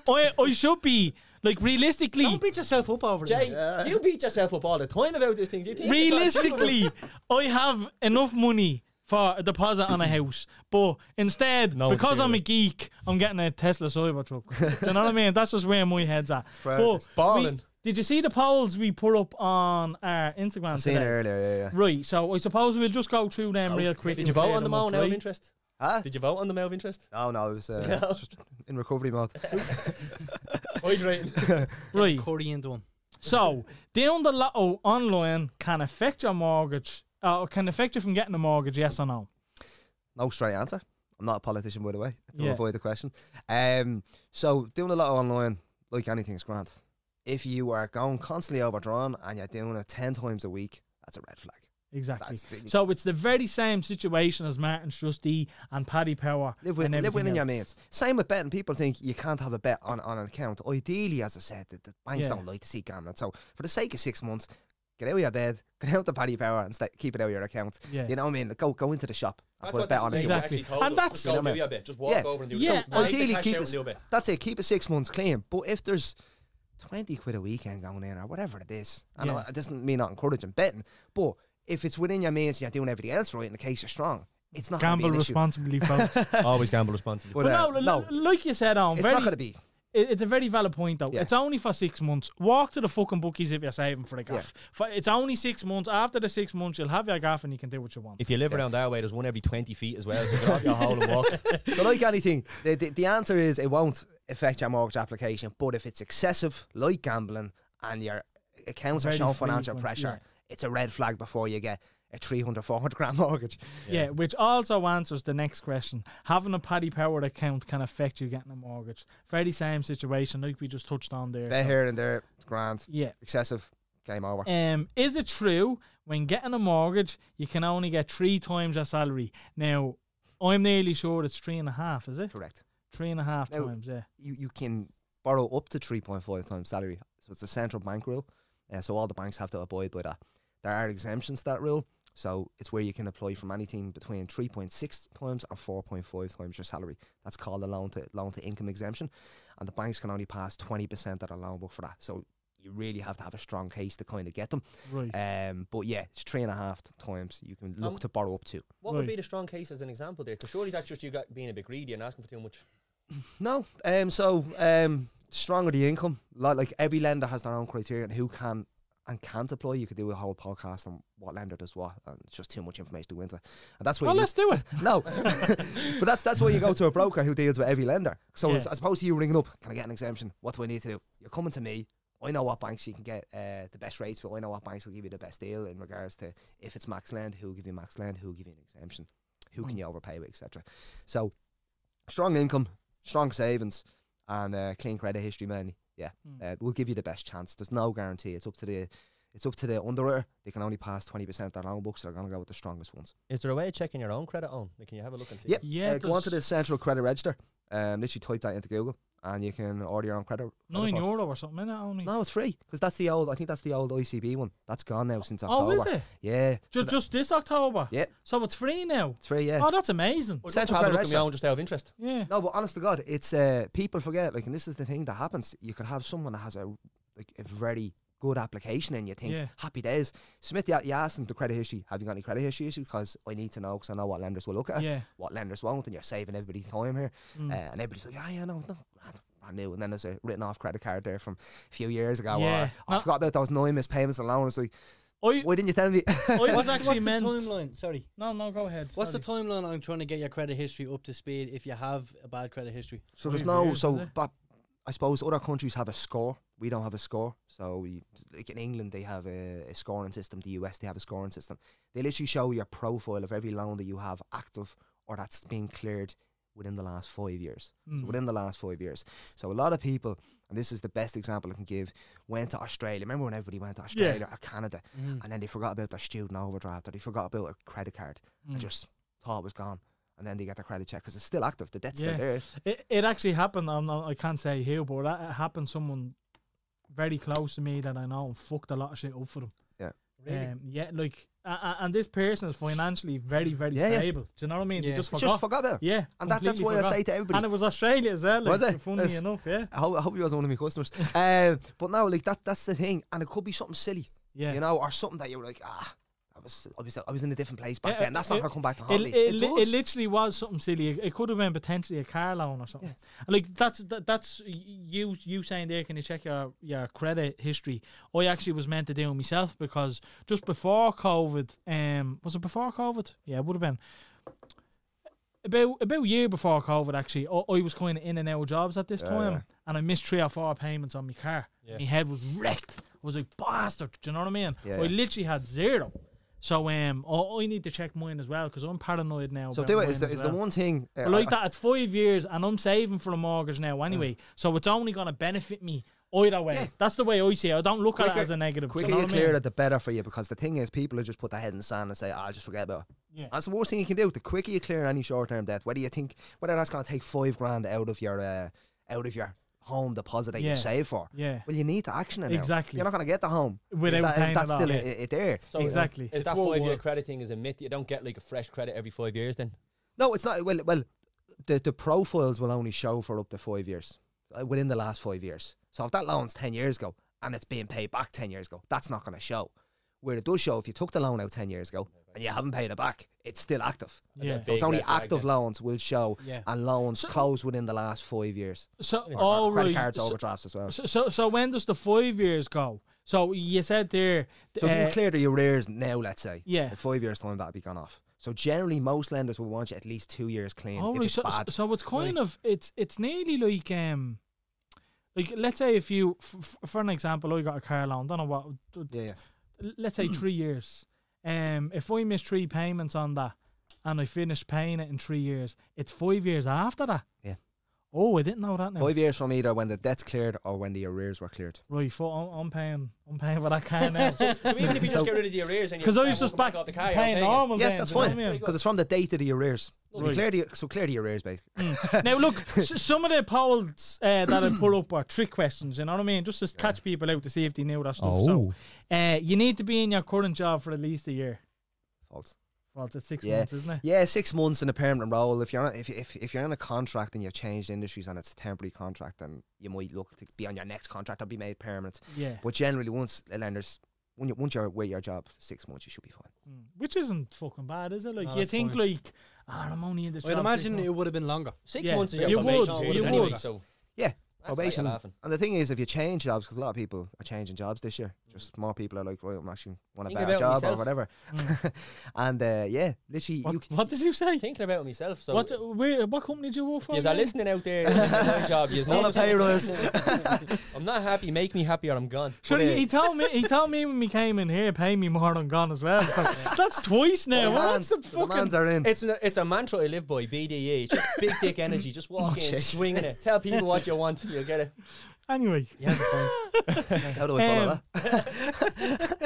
Speaker 2: I, I should be like realistically,
Speaker 4: Don't beat yourself up over
Speaker 3: Jay,
Speaker 4: it.
Speaker 3: you beat yourself up all the time about these things. You think it's not achievable.
Speaker 2: realistically, I have enough money for a deposit on a house, but instead,
Speaker 3: No,
Speaker 2: because I'm a
Speaker 3: clearly.
Speaker 2: geek, I'm getting a Tesla Cybertruck. Do you know what I mean? That's just where my head's at. But
Speaker 5: priorities.
Speaker 3: Ballin'.
Speaker 2: we- did you see the polls we put up on our Instagram
Speaker 5: I've seen it
Speaker 2: today?
Speaker 5: earlier. Yeah, yeah.
Speaker 2: Right, so I suppose we'll just go through them real quick.
Speaker 3: Did
Speaker 2: and
Speaker 3: you vote
Speaker 2: clear
Speaker 3: on the
Speaker 2: them
Speaker 3: mail
Speaker 2: up,
Speaker 3: now of
Speaker 2: right?
Speaker 3: interest?
Speaker 5: Huh?
Speaker 3: Did you vote on the mail of interest?
Speaker 5: No, no, it was uh, just in recovery mode.
Speaker 3: Hydrating.
Speaker 2: Right,
Speaker 4: Cordy into him.
Speaker 2: So, down the lotto online can affect your mortgage, uh, can affect you from getting a mortgage, yes or no?
Speaker 5: No straight answer. I'm not a politician, by the way. To
Speaker 2: Yeah.
Speaker 5: avoid the question. Um, so doing a lot online, like anything's grand. If you are going constantly overdrawn and you're doing it ten times a week, that's a red flag.
Speaker 2: Exactly.
Speaker 5: That's the-
Speaker 2: So, it's the very same situation as Martin's Trustee and Paddy Power.
Speaker 5: Live, with,
Speaker 2: and
Speaker 5: live
Speaker 2: everything
Speaker 5: within your
Speaker 2: else.
Speaker 5: means. Same with betting. People think you can't have a bet on, on an account. Ideally, as I said, the, the banks
Speaker 2: Yeah.
Speaker 5: don't like to see gambling. So, for the sake of six months, get out of your bed, get out the paddy power, and sta keep it out of your account.
Speaker 2: Yeah.
Speaker 5: You know what I mean? Go go into the shop and put a bet on it. if you want.
Speaker 2: Exactly. And that's-
Speaker 3: Just go
Speaker 5: Yeah,
Speaker 3: do
Speaker 5: man.
Speaker 3: your bit. Just walk
Speaker 5: Yeah.
Speaker 3: over and do
Speaker 2: Yeah,
Speaker 3: it.
Speaker 2: and-
Speaker 3: Take the
Speaker 5: Ideally,
Speaker 3: cash
Speaker 5: keep
Speaker 3: out
Speaker 5: it
Speaker 3: and
Speaker 5: s-
Speaker 3: do a bit.
Speaker 5: That's it. Keep it six months clean. But if there's twenty quid a weekend going in or whatever it is, and
Speaker 2: Yeah.
Speaker 5: I- it doesn't mean not encouraging betting, but if it's within your means and you're doing everything else right, in the case you're strong, it's not gonna
Speaker 2: Gamble
Speaker 5: be an issue.
Speaker 2: responsibly, folks. but
Speaker 3: Always gamble responsibly.
Speaker 5: But, uh,
Speaker 2: no, li-
Speaker 5: no,
Speaker 2: like you said, on
Speaker 5: it's
Speaker 2: very,
Speaker 5: not going to be.
Speaker 2: it- it's a very valid point, though.
Speaker 5: Yeah.
Speaker 2: It's only for six months. Walk to the fucking bookies if you're saving for the gaff. For, it's only six months. After the six months, you'll have your gaff and you can do what you want.
Speaker 3: If you live around our way, there's one every 20 feet as well. So get out your hole and walk.
Speaker 5: So, like anything, the, the, the answer is it won't affect your mortgage application. But if it's excessive, like gambling, and your accounts are
Speaker 2: Very
Speaker 5: showing financial
Speaker 2: frequent,
Speaker 5: pressure, it's a red flag before you get a 300, 400 grand mortgage.
Speaker 2: Yeah. which also answers the next question. Having a Paddy Power account can affect you getting a mortgage. Very same situation, like we just touched on there.
Speaker 5: They're
Speaker 2: so-
Speaker 5: here and there, grand,
Speaker 2: yeah.
Speaker 5: excessive, game over.
Speaker 2: Um, is it true when getting a mortgage you can only get three times your salary? Now, I'm nearly sure it's three and a half. Is it
Speaker 5: Correct.
Speaker 2: three and a half
Speaker 5: No.
Speaker 2: times? Yeah.
Speaker 5: You you can borrow up to 3.5 times salary. So it's a central bank rule. Uh, so all the banks have to abide by that. There are exemptions to that rule. So it's where you can apply from anything between 3.6 times and 4.5 times your salary. That's called a loan to loan to income exemption, and the banks can only pass 20% of the loan book for that. So you really have to have a strong case to kind of get them.
Speaker 2: Right.
Speaker 4: uh,
Speaker 5: Um, but yeah, it's three and a half times you can look
Speaker 3: Um,
Speaker 5: to borrow up to.
Speaker 3: What would
Speaker 2: Right.
Speaker 3: be the strong case as an example there? Because surely that's just you got being a bit greedy and asking for too much.
Speaker 5: No. Um. So um. Stronger the income. Like like every lender has their own criteria and who can and can't apply. You could do a whole podcast on what lender does what, and it's just too much information to go into. it. And that's why
Speaker 2: Well,
Speaker 5: you-
Speaker 2: let's do it.
Speaker 5: no, but that's that's why you go to a broker who deals with every lender. So
Speaker 2: Yeah.
Speaker 5: as as opposed to you ringing up, can I get an exemption? What do I need to do? You're coming to me. I know what banks you can get uh, the best rates, but I know what banks will give you the best deal in regards to if it's max lend, who'll give you max lend, who'll give you an exemption, who can you overpay with, etc. So strong income, strong savings, and uh, clean credit history mainly. Yeah, uh, will give you the best chance. There's no guarantee. It's up to the It's up to the underwriter. They can only pass 20% of their loan books. So they're going to go with the strongest ones.
Speaker 3: Is there a way of checking your own credit on? Like, can you have a look and see?
Speaker 5: Yep.
Speaker 2: Yeah,
Speaker 5: uh, go onto the
Speaker 2: there's-
Speaker 5: central credit register. Um, literally type that into Google, and you can order your own credit. credit
Speaker 2: Nine
Speaker 5: report.
Speaker 2: euro or something, innit? Only.
Speaker 5: No, it's free because that's the old. I think that's the old ICB one. That's gone now since October.
Speaker 2: oh, is it?
Speaker 5: Yeah,
Speaker 2: Ju- Just, this October?
Speaker 5: Yeah.
Speaker 2: So it's free now?
Speaker 5: it's free. Yeah.
Speaker 2: Oh, that's amazing.
Speaker 3: I'd love to
Speaker 5: Central
Speaker 3: have a look at
Speaker 5: Credit
Speaker 3: my
Speaker 5: Register.
Speaker 3: own just out of interest.
Speaker 2: Yeah.
Speaker 5: No, but honest to God, it's uh, people forget. Like, and this is the thing that happens. You could have someone that has a like a very good application, and you think
Speaker 2: Yeah.
Speaker 5: happy days. Submit the you ask them the credit history. Have you got any credit history issues? Because I need to know, because I know what lenders will look at,
Speaker 2: Yeah.
Speaker 5: what lenders won't, and you're saving everybody's time here.
Speaker 2: Mm.
Speaker 5: Uh, and everybody's like, yeah, yeah, no, no, grand, brand new. And then there's a written off credit card there from a few years ago.
Speaker 2: Yeah.
Speaker 5: Or, I
Speaker 2: No.
Speaker 5: forgot about those nine missed payments alone. It's like,
Speaker 2: I,
Speaker 5: why didn't you tell me?
Speaker 2: I was
Speaker 4: What's,
Speaker 2: actually
Speaker 4: what's the
Speaker 2: meant.
Speaker 4: timeline? Sorry.
Speaker 2: No, no, go ahead.
Speaker 4: What's
Speaker 2: sorry.
Speaker 4: the timeline on trying to get your credit history up to speed if you have a bad credit history?
Speaker 5: So there's
Speaker 2: Three
Speaker 5: no
Speaker 2: years, is
Speaker 5: so
Speaker 2: it?
Speaker 5: but I suppose other countries have a score. We don't have a score. So we, like in England they have a, a scoring system, the US they have a scoring system. They literally show your profile of every loan that you have active or that's been cleared within the last five years. So
Speaker 2: Mm.
Speaker 5: within the last five years. So a lot of people and this is the best example I can give, went to Australia. Remember when everybody went to Australia or Canada and then they forgot about their student overdraft or they forgot about a credit card
Speaker 2: Mm.
Speaker 5: and just thought it was gone. And then they get their credit check because it's still active. The debt's
Speaker 2: Yeah.
Speaker 5: still there.
Speaker 2: It, it actually happened. I'm not, I can't say who, but that, it happened. Someone very close to me that I know and fucked a lot of shit up for them.
Speaker 5: Yeah.
Speaker 2: Really? Um, yeah, like, uh, uh, and this person is financially very, very
Speaker 5: Yeah, yeah.
Speaker 2: stable. Do you know what I mean? They
Speaker 4: Yeah.
Speaker 2: just forgot.
Speaker 5: Just forgot about it.
Speaker 2: yeah,
Speaker 5: And that, that's
Speaker 2: completely
Speaker 5: why
Speaker 2: forgot.
Speaker 5: I say to everybody.
Speaker 2: And it was Australia as well. Like,
Speaker 5: Was it?
Speaker 2: Funny
Speaker 5: Yes.
Speaker 2: enough, yeah,
Speaker 5: I hope, I hope he was one of my customers. um, but no, like that, that's the thing, and it could be something silly,
Speaker 2: yeah.
Speaker 5: you know, or something that you were like, ah, I was, I was, I was in a different place back
Speaker 2: Yeah,
Speaker 5: then. That's not gonna come back to haunt
Speaker 2: It,
Speaker 5: me.
Speaker 2: it, it, li- it
Speaker 5: does.
Speaker 2: literally was something silly. It, it could have been potentially a car loan or something. And Like that's that, that's y- you you saying there. Can you check your your credit history? I actually was meant to do it myself because just before COVID, um, was it before COVID? Yeah, it would have been. About about a year before COVID, actually, I, I was kind of in and out of jobs at this time, and I missed three or four payments on my car.
Speaker 3: Yeah.
Speaker 2: My head was wrecked. I was like, bastard. Do you know what I mean?
Speaker 5: Yeah,
Speaker 2: I
Speaker 5: yeah.
Speaker 2: literally had zero. So um, I, I need to check mine as well because I'm paranoid now.
Speaker 5: So
Speaker 2: about
Speaker 5: do it.
Speaker 2: mine
Speaker 5: Is the,
Speaker 2: as
Speaker 5: is
Speaker 2: well.
Speaker 5: the one thing uh,
Speaker 2: But like
Speaker 5: I-
Speaker 2: that, it's five years, and I'm saving for a mortgage now anyway. So it's only gonna benefit me either way.
Speaker 5: Yeah.
Speaker 2: That's the way I see it. I don't look at it
Speaker 5: Quicker-
Speaker 2: as a negative. do
Speaker 5: quicker
Speaker 2: you know
Speaker 5: you
Speaker 2: what
Speaker 5: clear
Speaker 2: I mean?
Speaker 5: it, the better for you. Because the thing is, people who just put their head in the sand and say, "Ah, just forget about it."
Speaker 2: Yeah.
Speaker 5: That's the worst thing you can do. The quicker you clear any short-term debt, whether you think whether that's going to take five grand out of your uh, out of your home deposit that
Speaker 2: Yeah.
Speaker 5: you save for.
Speaker 2: Yeah,
Speaker 5: Well, you need to action it now.
Speaker 2: Exactly.
Speaker 5: You're not going to get the home if
Speaker 2: Without
Speaker 5: that- if
Speaker 2: paying it
Speaker 5: that's
Speaker 2: off.
Speaker 5: still
Speaker 2: Yeah.
Speaker 5: i- i- there.
Speaker 3: So uh,
Speaker 2: exactly.
Speaker 3: Is
Speaker 2: It's
Speaker 3: that
Speaker 2: what
Speaker 3: five year
Speaker 2: works.
Speaker 3: credit thing is a myth? You don't get like a fresh credit every five years then?
Speaker 5: No, it's not. Well, well, the the profiles will only show for up to five years uh, within the last five years. So if that loan's ten years ago and it's being paid back ten years ago, that's not going to show. Where it does show, if you took the loan out ten years ago and you haven't paid it back, it's still active.
Speaker 2: Yeah.
Speaker 5: So
Speaker 3: Big
Speaker 5: it's only
Speaker 3: red flag
Speaker 5: active
Speaker 3: then.
Speaker 5: loans will show,
Speaker 4: Yeah.
Speaker 5: and loans
Speaker 2: So-
Speaker 5: closed within the last five years.
Speaker 2: So
Speaker 5: Or- or
Speaker 2: all
Speaker 5: credit
Speaker 2: right.
Speaker 5: cards,
Speaker 2: so,
Speaker 5: overdrafts as well. So,
Speaker 2: so so so when does the five years go? So you said there.
Speaker 5: if
Speaker 2: uh,
Speaker 5: you clear your arrears now, let's say,
Speaker 2: Yeah.
Speaker 5: in five years time that'll be gone off. So generally, most lenders will want you at least two years clean
Speaker 2: Oh,
Speaker 5: if
Speaker 2: right,
Speaker 5: it's
Speaker 2: so, so-
Speaker 5: bad.
Speaker 2: so it's kind of it's it's nearly like um like let's say if you f- f- for an example I got a car loan don't know what d-
Speaker 5: yeah, yeah.
Speaker 2: l- let's say three years um if I miss three payments on that and I finish paying it in three years it's five years after that
Speaker 5: Yeah.
Speaker 2: oh I didn't know that now
Speaker 5: Five years from either when the debt's cleared or when the arrears were cleared.
Speaker 2: right for I'm, I'm paying I'm paying what I can now
Speaker 3: So even if you just get rid of the arrears and you
Speaker 2: because I
Speaker 3: decide,
Speaker 2: was
Speaker 3: "Well,
Speaker 2: just
Speaker 3: come
Speaker 2: back
Speaker 3: off the car, you're
Speaker 2: paying
Speaker 3: paying it."
Speaker 2: normal
Speaker 5: yeah,
Speaker 2: then,
Speaker 5: that's
Speaker 2: do you know
Speaker 5: fine
Speaker 2: what I mean?
Speaker 5: because it's from the date of the arrears. So
Speaker 2: Right.
Speaker 5: clear the so clear the arrears basically.
Speaker 2: now look, s- some of the polls uh, that I pull up are trick questions. You know what I mean? Just to catch people out to see if they knew that stuff. So, uh, you need to be in your current job for at least a year.
Speaker 5: False.
Speaker 2: Well, it's six
Speaker 5: Yeah.
Speaker 2: months, isn't it?
Speaker 5: Yeah, six months in a permanent role. If you're not, if, if if you're in a contract and you've changed industries and it's a temporary contract, then you might look to be on your next contract or be made permanent.
Speaker 2: Yeah,
Speaker 5: But generally, once the lenders, when you, once you're with your job six months, you should be fine.
Speaker 2: Mm. which isn't fucking bad, is it? Like
Speaker 4: No,
Speaker 2: you
Speaker 4: that's
Speaker 2: think,
Speaker 4: fine.
Speaker 2: like, ah, I'm only in this.
Speaker 4: I'd
Speaker 2: job six
Speaker 4: imagine
Speaker 2: months."
Speaker 4: it would have been longer.
Speaker 3: Six
Speaker 2: Yeah.
Speaker 3: months is your
Speaker 2: You
Speaker 3: probation
Speaker 2: would,
Speaker 3: period
Speaker 2: you
Speaker 3: anyway,
Speaker 2: would.
Speaker 3: So
Speaker 5: Yeah,
Speaker 3: that's what you'll
Speaker 5: probation.
Speaker 3: have in.
Speaker 5: And the thing is, if you change jobs, because a lot of people are changing jobs this year, just more people are like, right, I'm actually want a
Speaker 3: Thinking
Speaker 5: better job
Speaker 3: about
Speaker 5: or
Speaker 3: myself.
Speaker 5: whatever. and uh, yeah, literally,
Speaker 2: What,
Speaker 5: you,
Speaker 2: what did you say?
Speaker 3: Thinking about it myself. So
Speaker 2: What? uh, Where, what company do you work for?
Speaker 3: Yes, I'm
Speaker 2: again?
Speaker 3: listening out there. my job. Yes,
Speaker 5: All
Speaker 3: no,
Speaker 5: the payrollers.
Speaker 3: I'm not happy. Make me happy or I'm gone.
Speaker 2: Sure,
Speaker 5: But,
Speaker 2: he,
Speaker 5: uh,
Speaker 2: he told me. He told me when we came in here, pay me more than gone as well. It's like, that's twice now. What's
Speaker 5: demands,
Speaker 2: the
Speaker 5: the
Speaker 2: fucking
Speaker 5: demands are in.
Speaker 3: It's a, it's a mantra I live by. BDE, Just big dick energy. Just walk in,
Speaker 5: jeez.
Speaker 3: swinging it. Tell people what you want. You'll get it.
Speaker 2: Anyway,
Speaker 4: You have a
Speaker 5: How do I follow
Speaker 2: Um,
Speaker 5: that?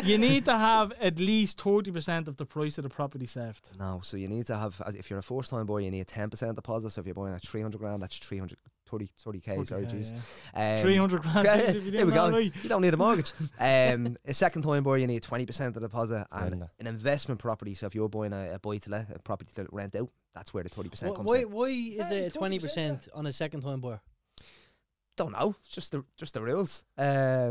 Speaker 2: you need to have at least 30% of the price of the property saved.
Speaker 5: No, so you need to have, as- if you're a first time buyer, you need a 10% deposit. So if you're buying at 300 grand, that's 300, 30, 30k, sorry,
Speaker 2: Okay,
Speaker 5: jeez.
Speaker 2: yeah.
Speaker 5: Um,
Speaker 2: 300 grand.
Speaker 5: yeah,
Speaker 2: if you
Speaker 5: there
Speaker 2: didn't
Speaker 5: we go.
Speaker 2: know, right?
Speaker 5: You don't need a mortgage. um, a second time buyer, you need 20% of the deposit
Speaker 3: Right in
Speaker 5: and
Speaker 3: there.
Speaker 5: an investment property. So if you're buying a, a buy to let, a property to rent out, that's where the 30%
Speaker 4: phone.
Speaker 5: comes
Speaker 4: why,
Speaker 5: in.
Speaker 4: why is
Speaker 3: Hey,
Speaker 4: it
Speaker 3: 20%,
Speaker 4: 20% on a second time buyer?
Speaker 5: Don't know. It's just the, just the rules. Um,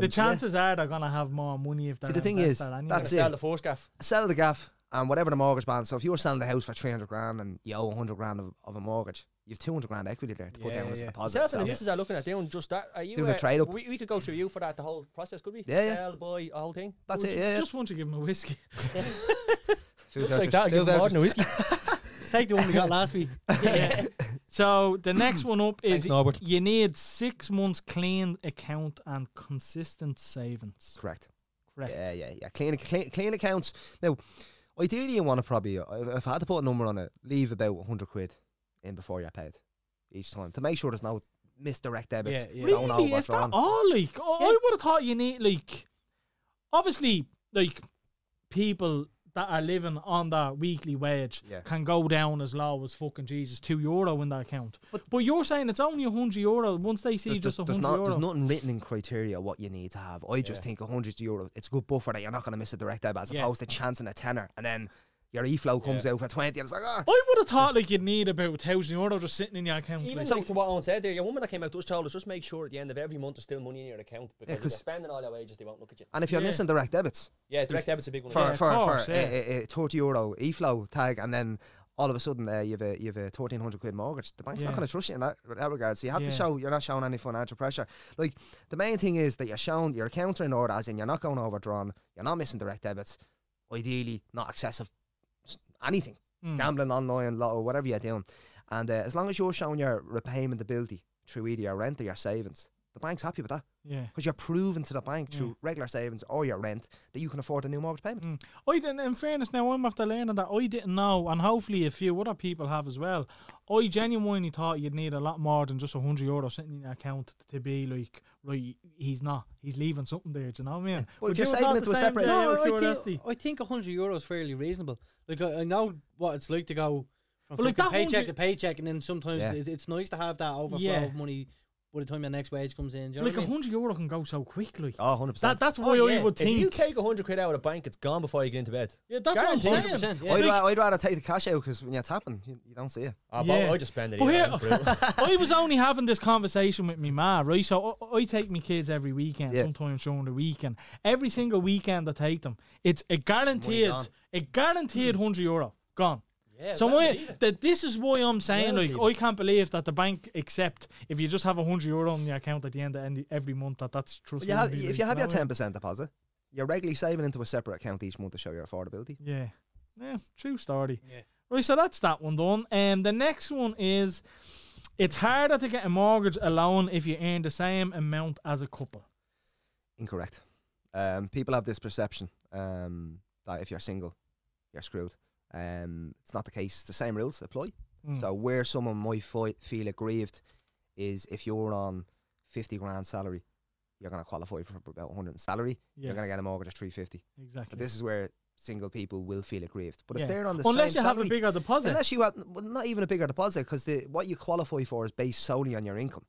Speaker 2: The
Speaker 5: yeah.
Speaker 2: chances are they're going to have more money if they're
Speaker 5: the thing is,
Speaker 2: invested anyway.
Speaker 5: that's
Speaker 3: sell
Speaker 5: it.
Speaker 3: the force gaff.
Speaker 5: sell the gaff and whatever the mortgage balance. So if you were selling the house for 300 grand and you owe 100 grand of, of a mortgage, you have 200 grand equity there to put
Speaker 4: Yeah,
Speaker 5: down as a
Speaker 4: yeah.
Speaker 5: deposit.
Speaker 3: Self
Speaker 5: So
Speaker 3: and the missus are looking at doing just that. Are you
Speaker 5: Doing a
Speaker 3: uh,
Speaker 5: trade-up.
Speaker 3: We, we could go through you for that the whole process, could we?
Speaker 5: Yeah, yeah.
Speaker 3: Sell, buy, a whole thing.
Speaker 5: that's
Speaker 2: Well,
Speaker 5: it, yeah.
Speaker 2: Just once you give them a whiskey.
Speaker 5: Food
Speaker 3: Looks like
Speaker 5: vouchers,
Speaker 3: that.
Speaker 5: food
Speaker 3: Give them more
Speaker 5: vouchers.
Speaker 3: than a whiskey.
Speaker 4: Let's take the one we got last week.
Speaker 2: Yeah. so the next one up is
Speaker 3: Thanks, Norbert.
Speaker 2: you need six months clean account and consistent savings.
Speaker 5: Correct.
Speaker 2: Correct.
Speaker 5: Yeah, yeah, yeah. Clean, clean, clean accounts. Now, ideally, you want to probably, if if I had to put a number on it, leave about 100 quid in before you're paid each time to make sure there's no misdirect debits.
Speaker 4: Yeah, yeah.
Speaker 5: Don't know
Speaker 2: Really? Is
Speaker 5: what's
Speaker 2: that
Speaker 5: wrong.
Speaker 2: all? Like, I- I would have thought you need like, obviously, like people that are living on that weekly wage
Speaker 5: Yeah.
Speaker 2: can go down as low as fucking Jesus two euro in their account. But, you're saying it's only a hundred euro once they see
Speaker 5: There's,
Speaker 2: just a
Speaker 5: there's- there's
Speaker 2: hundred
Speaker 5: not,
Speaker 2: euro.
Speaker 5: there's nothing written in criteria what you need to have. I just think 100 euro, it's a good buffer that you're not going to miss a direct debit as
Speaker 2: Yeah.
Speaker 5: opposed to chancing a tenner and then your e-flow comes out for 20 and it's like, ah.
Speaker 2: I would have thought like you'd need about a thousand euro just sitting in your account.
Speaker 3: Even
Speaker 2: like.
Speaker 3: so, to what Owen said there, your woman that came out to us told us just make sure at the end of every month there's still money in your account because if
Speaker 5: 'cause-
Speaker 3: you're spending all your wages, they won't look at you.
Speaker 5: And if you're
Speaker 2: Yeah.
Speaker 5: missing direct debits
Speaker 3: Yeah, direct debit's a big one.
Speaker 5: for,
Speaker 2: Yeah, of
Speaker 5: for,
Speaker 2: course,
Speaker 5: for
Speaker 2: yeah.
Speaker 5: a, a, a 30 euro e-flow tag and then all of a sudden uh, you've a you've a 1300 quid mortgage the bank's
Speaker 2: Yeah.
Speaker 5: not going to trust you in that, that regard so you have
Speaker 2: Yeah.
Speaker 5: to show you're not showing any financial pressure like the main thing is that you're showing your accounts are in order as in you're not going overdrawn you're not missing direct debits ideally not excessive s- anything
Speaker 2: Mm.
Speaker 5: gambling online, lotto, whatever you're doing. And uh, as long as you're showing your repayment ability through either your rent or your savings, the bank's happy with that
Speaker 2: Yeah.
Speaker 5: because you're proving to the bank
Speaker 2: Yeah.
Speaker 5: through regular savings or your rent that you can afford a new mortgage payment.
Speaker 2: Mm. I didn't, in fairness, now I'm after learning that I didn't know, and hopefully a few other people have as well. I genuinely thought you'd need a lot more than just a 100 euro sitting in your account to be like, right, he's not, he's leaving something there, do you know what I mean?
Speaker 5: Well,
Speaker 2: Would
Speaker 5: if you're
Speaker 2: you have
Speaker 5: saving
Speaker 2: thought
Speaker 5: it
Speaker 2: the
Speaker 5: to a
Speaker 2: same,
Speaker 5: separate-
Speaker 2: Jay, out of
Speaker 4: No, I,
Speaker 2: curiosity?
Speaker 4: think, I think 100 euro is fairly reasonable. Like, I, I know what it's like to go from
Speaker 2: Well, like that
Speaker 4: fucking
Speaker 2: 100
Speaker 4: paycheck to paycheck, and then sometimes
Speaker 5: Yeah.
Speaker 4: it, it's nice to have that overflow
Speaker 2: Yeah.
Speaker 4: of money by the time your next wage comes in. Do you know
Speaker 2: Like
Speaker 4: what
Speaker 2: a
Speaker 4: I
Speaker 2: 100
Speaker 4: mean?
Speaker 2: euro can go so quickly.
Speaker 5: Oh, 100%.
Speaker 2: That, that's
Speaker 4: Oh,
Speaker 2: why I
Speaker 4: yeah.
Speaker 2: would
Speaker 3: If you
Speaker 2: think.
Speaker 3: take 100 quid out of the bank, it's gone before you get into bed.
Speaker 2: Yeah, that's what I'm
Speaker 3: Guaranteed.
Speaker 2: saying.
Speaker 4: 100%, yeah.
Speaker 5: I'd,
Speaker 2: Like-
Speaker 5: ra- I'd rather take the cash out because when you're tapping, you, you don't see it.
Speaker 3: I,
Speaker 2: Yeah.
Speaker 3: Ah, I just spend it.
Speaker 2: But
Speaker 3: here,
Speaker 2: here-
Speaker 3: I'm brutal.
Speaker 2: I was only having this conversation with me ma, right? So I, I take my kids every weekend,
Speaker 5: Yeah.
Speaker 2: sometimes during the weekend. Every single weekend I take them, it's a guaranteed,
Speaker 5: gone.
Speaker 2: a guaranteed hundred euro gone.
Speaker 3: Yeah,
Speaker 2: so
Speaker 3: well,
Speaker 2: I,
Speaker 3: believe it.
Speaker 2: that this is why I'm saying,
Speaker 3: Well,
Speaker 2: like,
Speaker 3: believe
Speaker 2: I can't believe that the bank accept if you just have a hundred euro on your account at the end of any, every month that that's true.
Speaker 5: But you have, if you have your 10% deposit, you're regularly saving into a separate account each month to show your affordability.
Speaker 2: yeah, yeah, true story.
Speaker 4: Yeah.
Speaker 2: Right, so that's that one done. And the next one is, it's harder to get a mortgage alone if you earn the same amount as a couple.
Speaker 5: Incorrect. Um, people have this perception um, that if you're single, you're screwed. Um, it's not the case. The same rules apply.
Speaker 2: Mm.
Speaker 5: So where someone might fi- feel aggrieved is if you're on fifty grand salary, you're gonna qualify for about hundred in salary.
Speaker 2: Yeah.
Speaker 5: You're gonna get a mortgage of three fifty. So
Speaker 2: Exactly.
Speaker 5: this is where single people will feel aggrieved. But
Speaker 2: Yeah.
Speaker 5: if they're on the
Speaker 2: unless
Speaker 5: same
Speaker 2: you have
Speaker 5: salary,
Speaker 2: a bigger deposit.
Speaker 5: unless you have well, not even a bigger deposit, because what you qualify for is based solely on your income.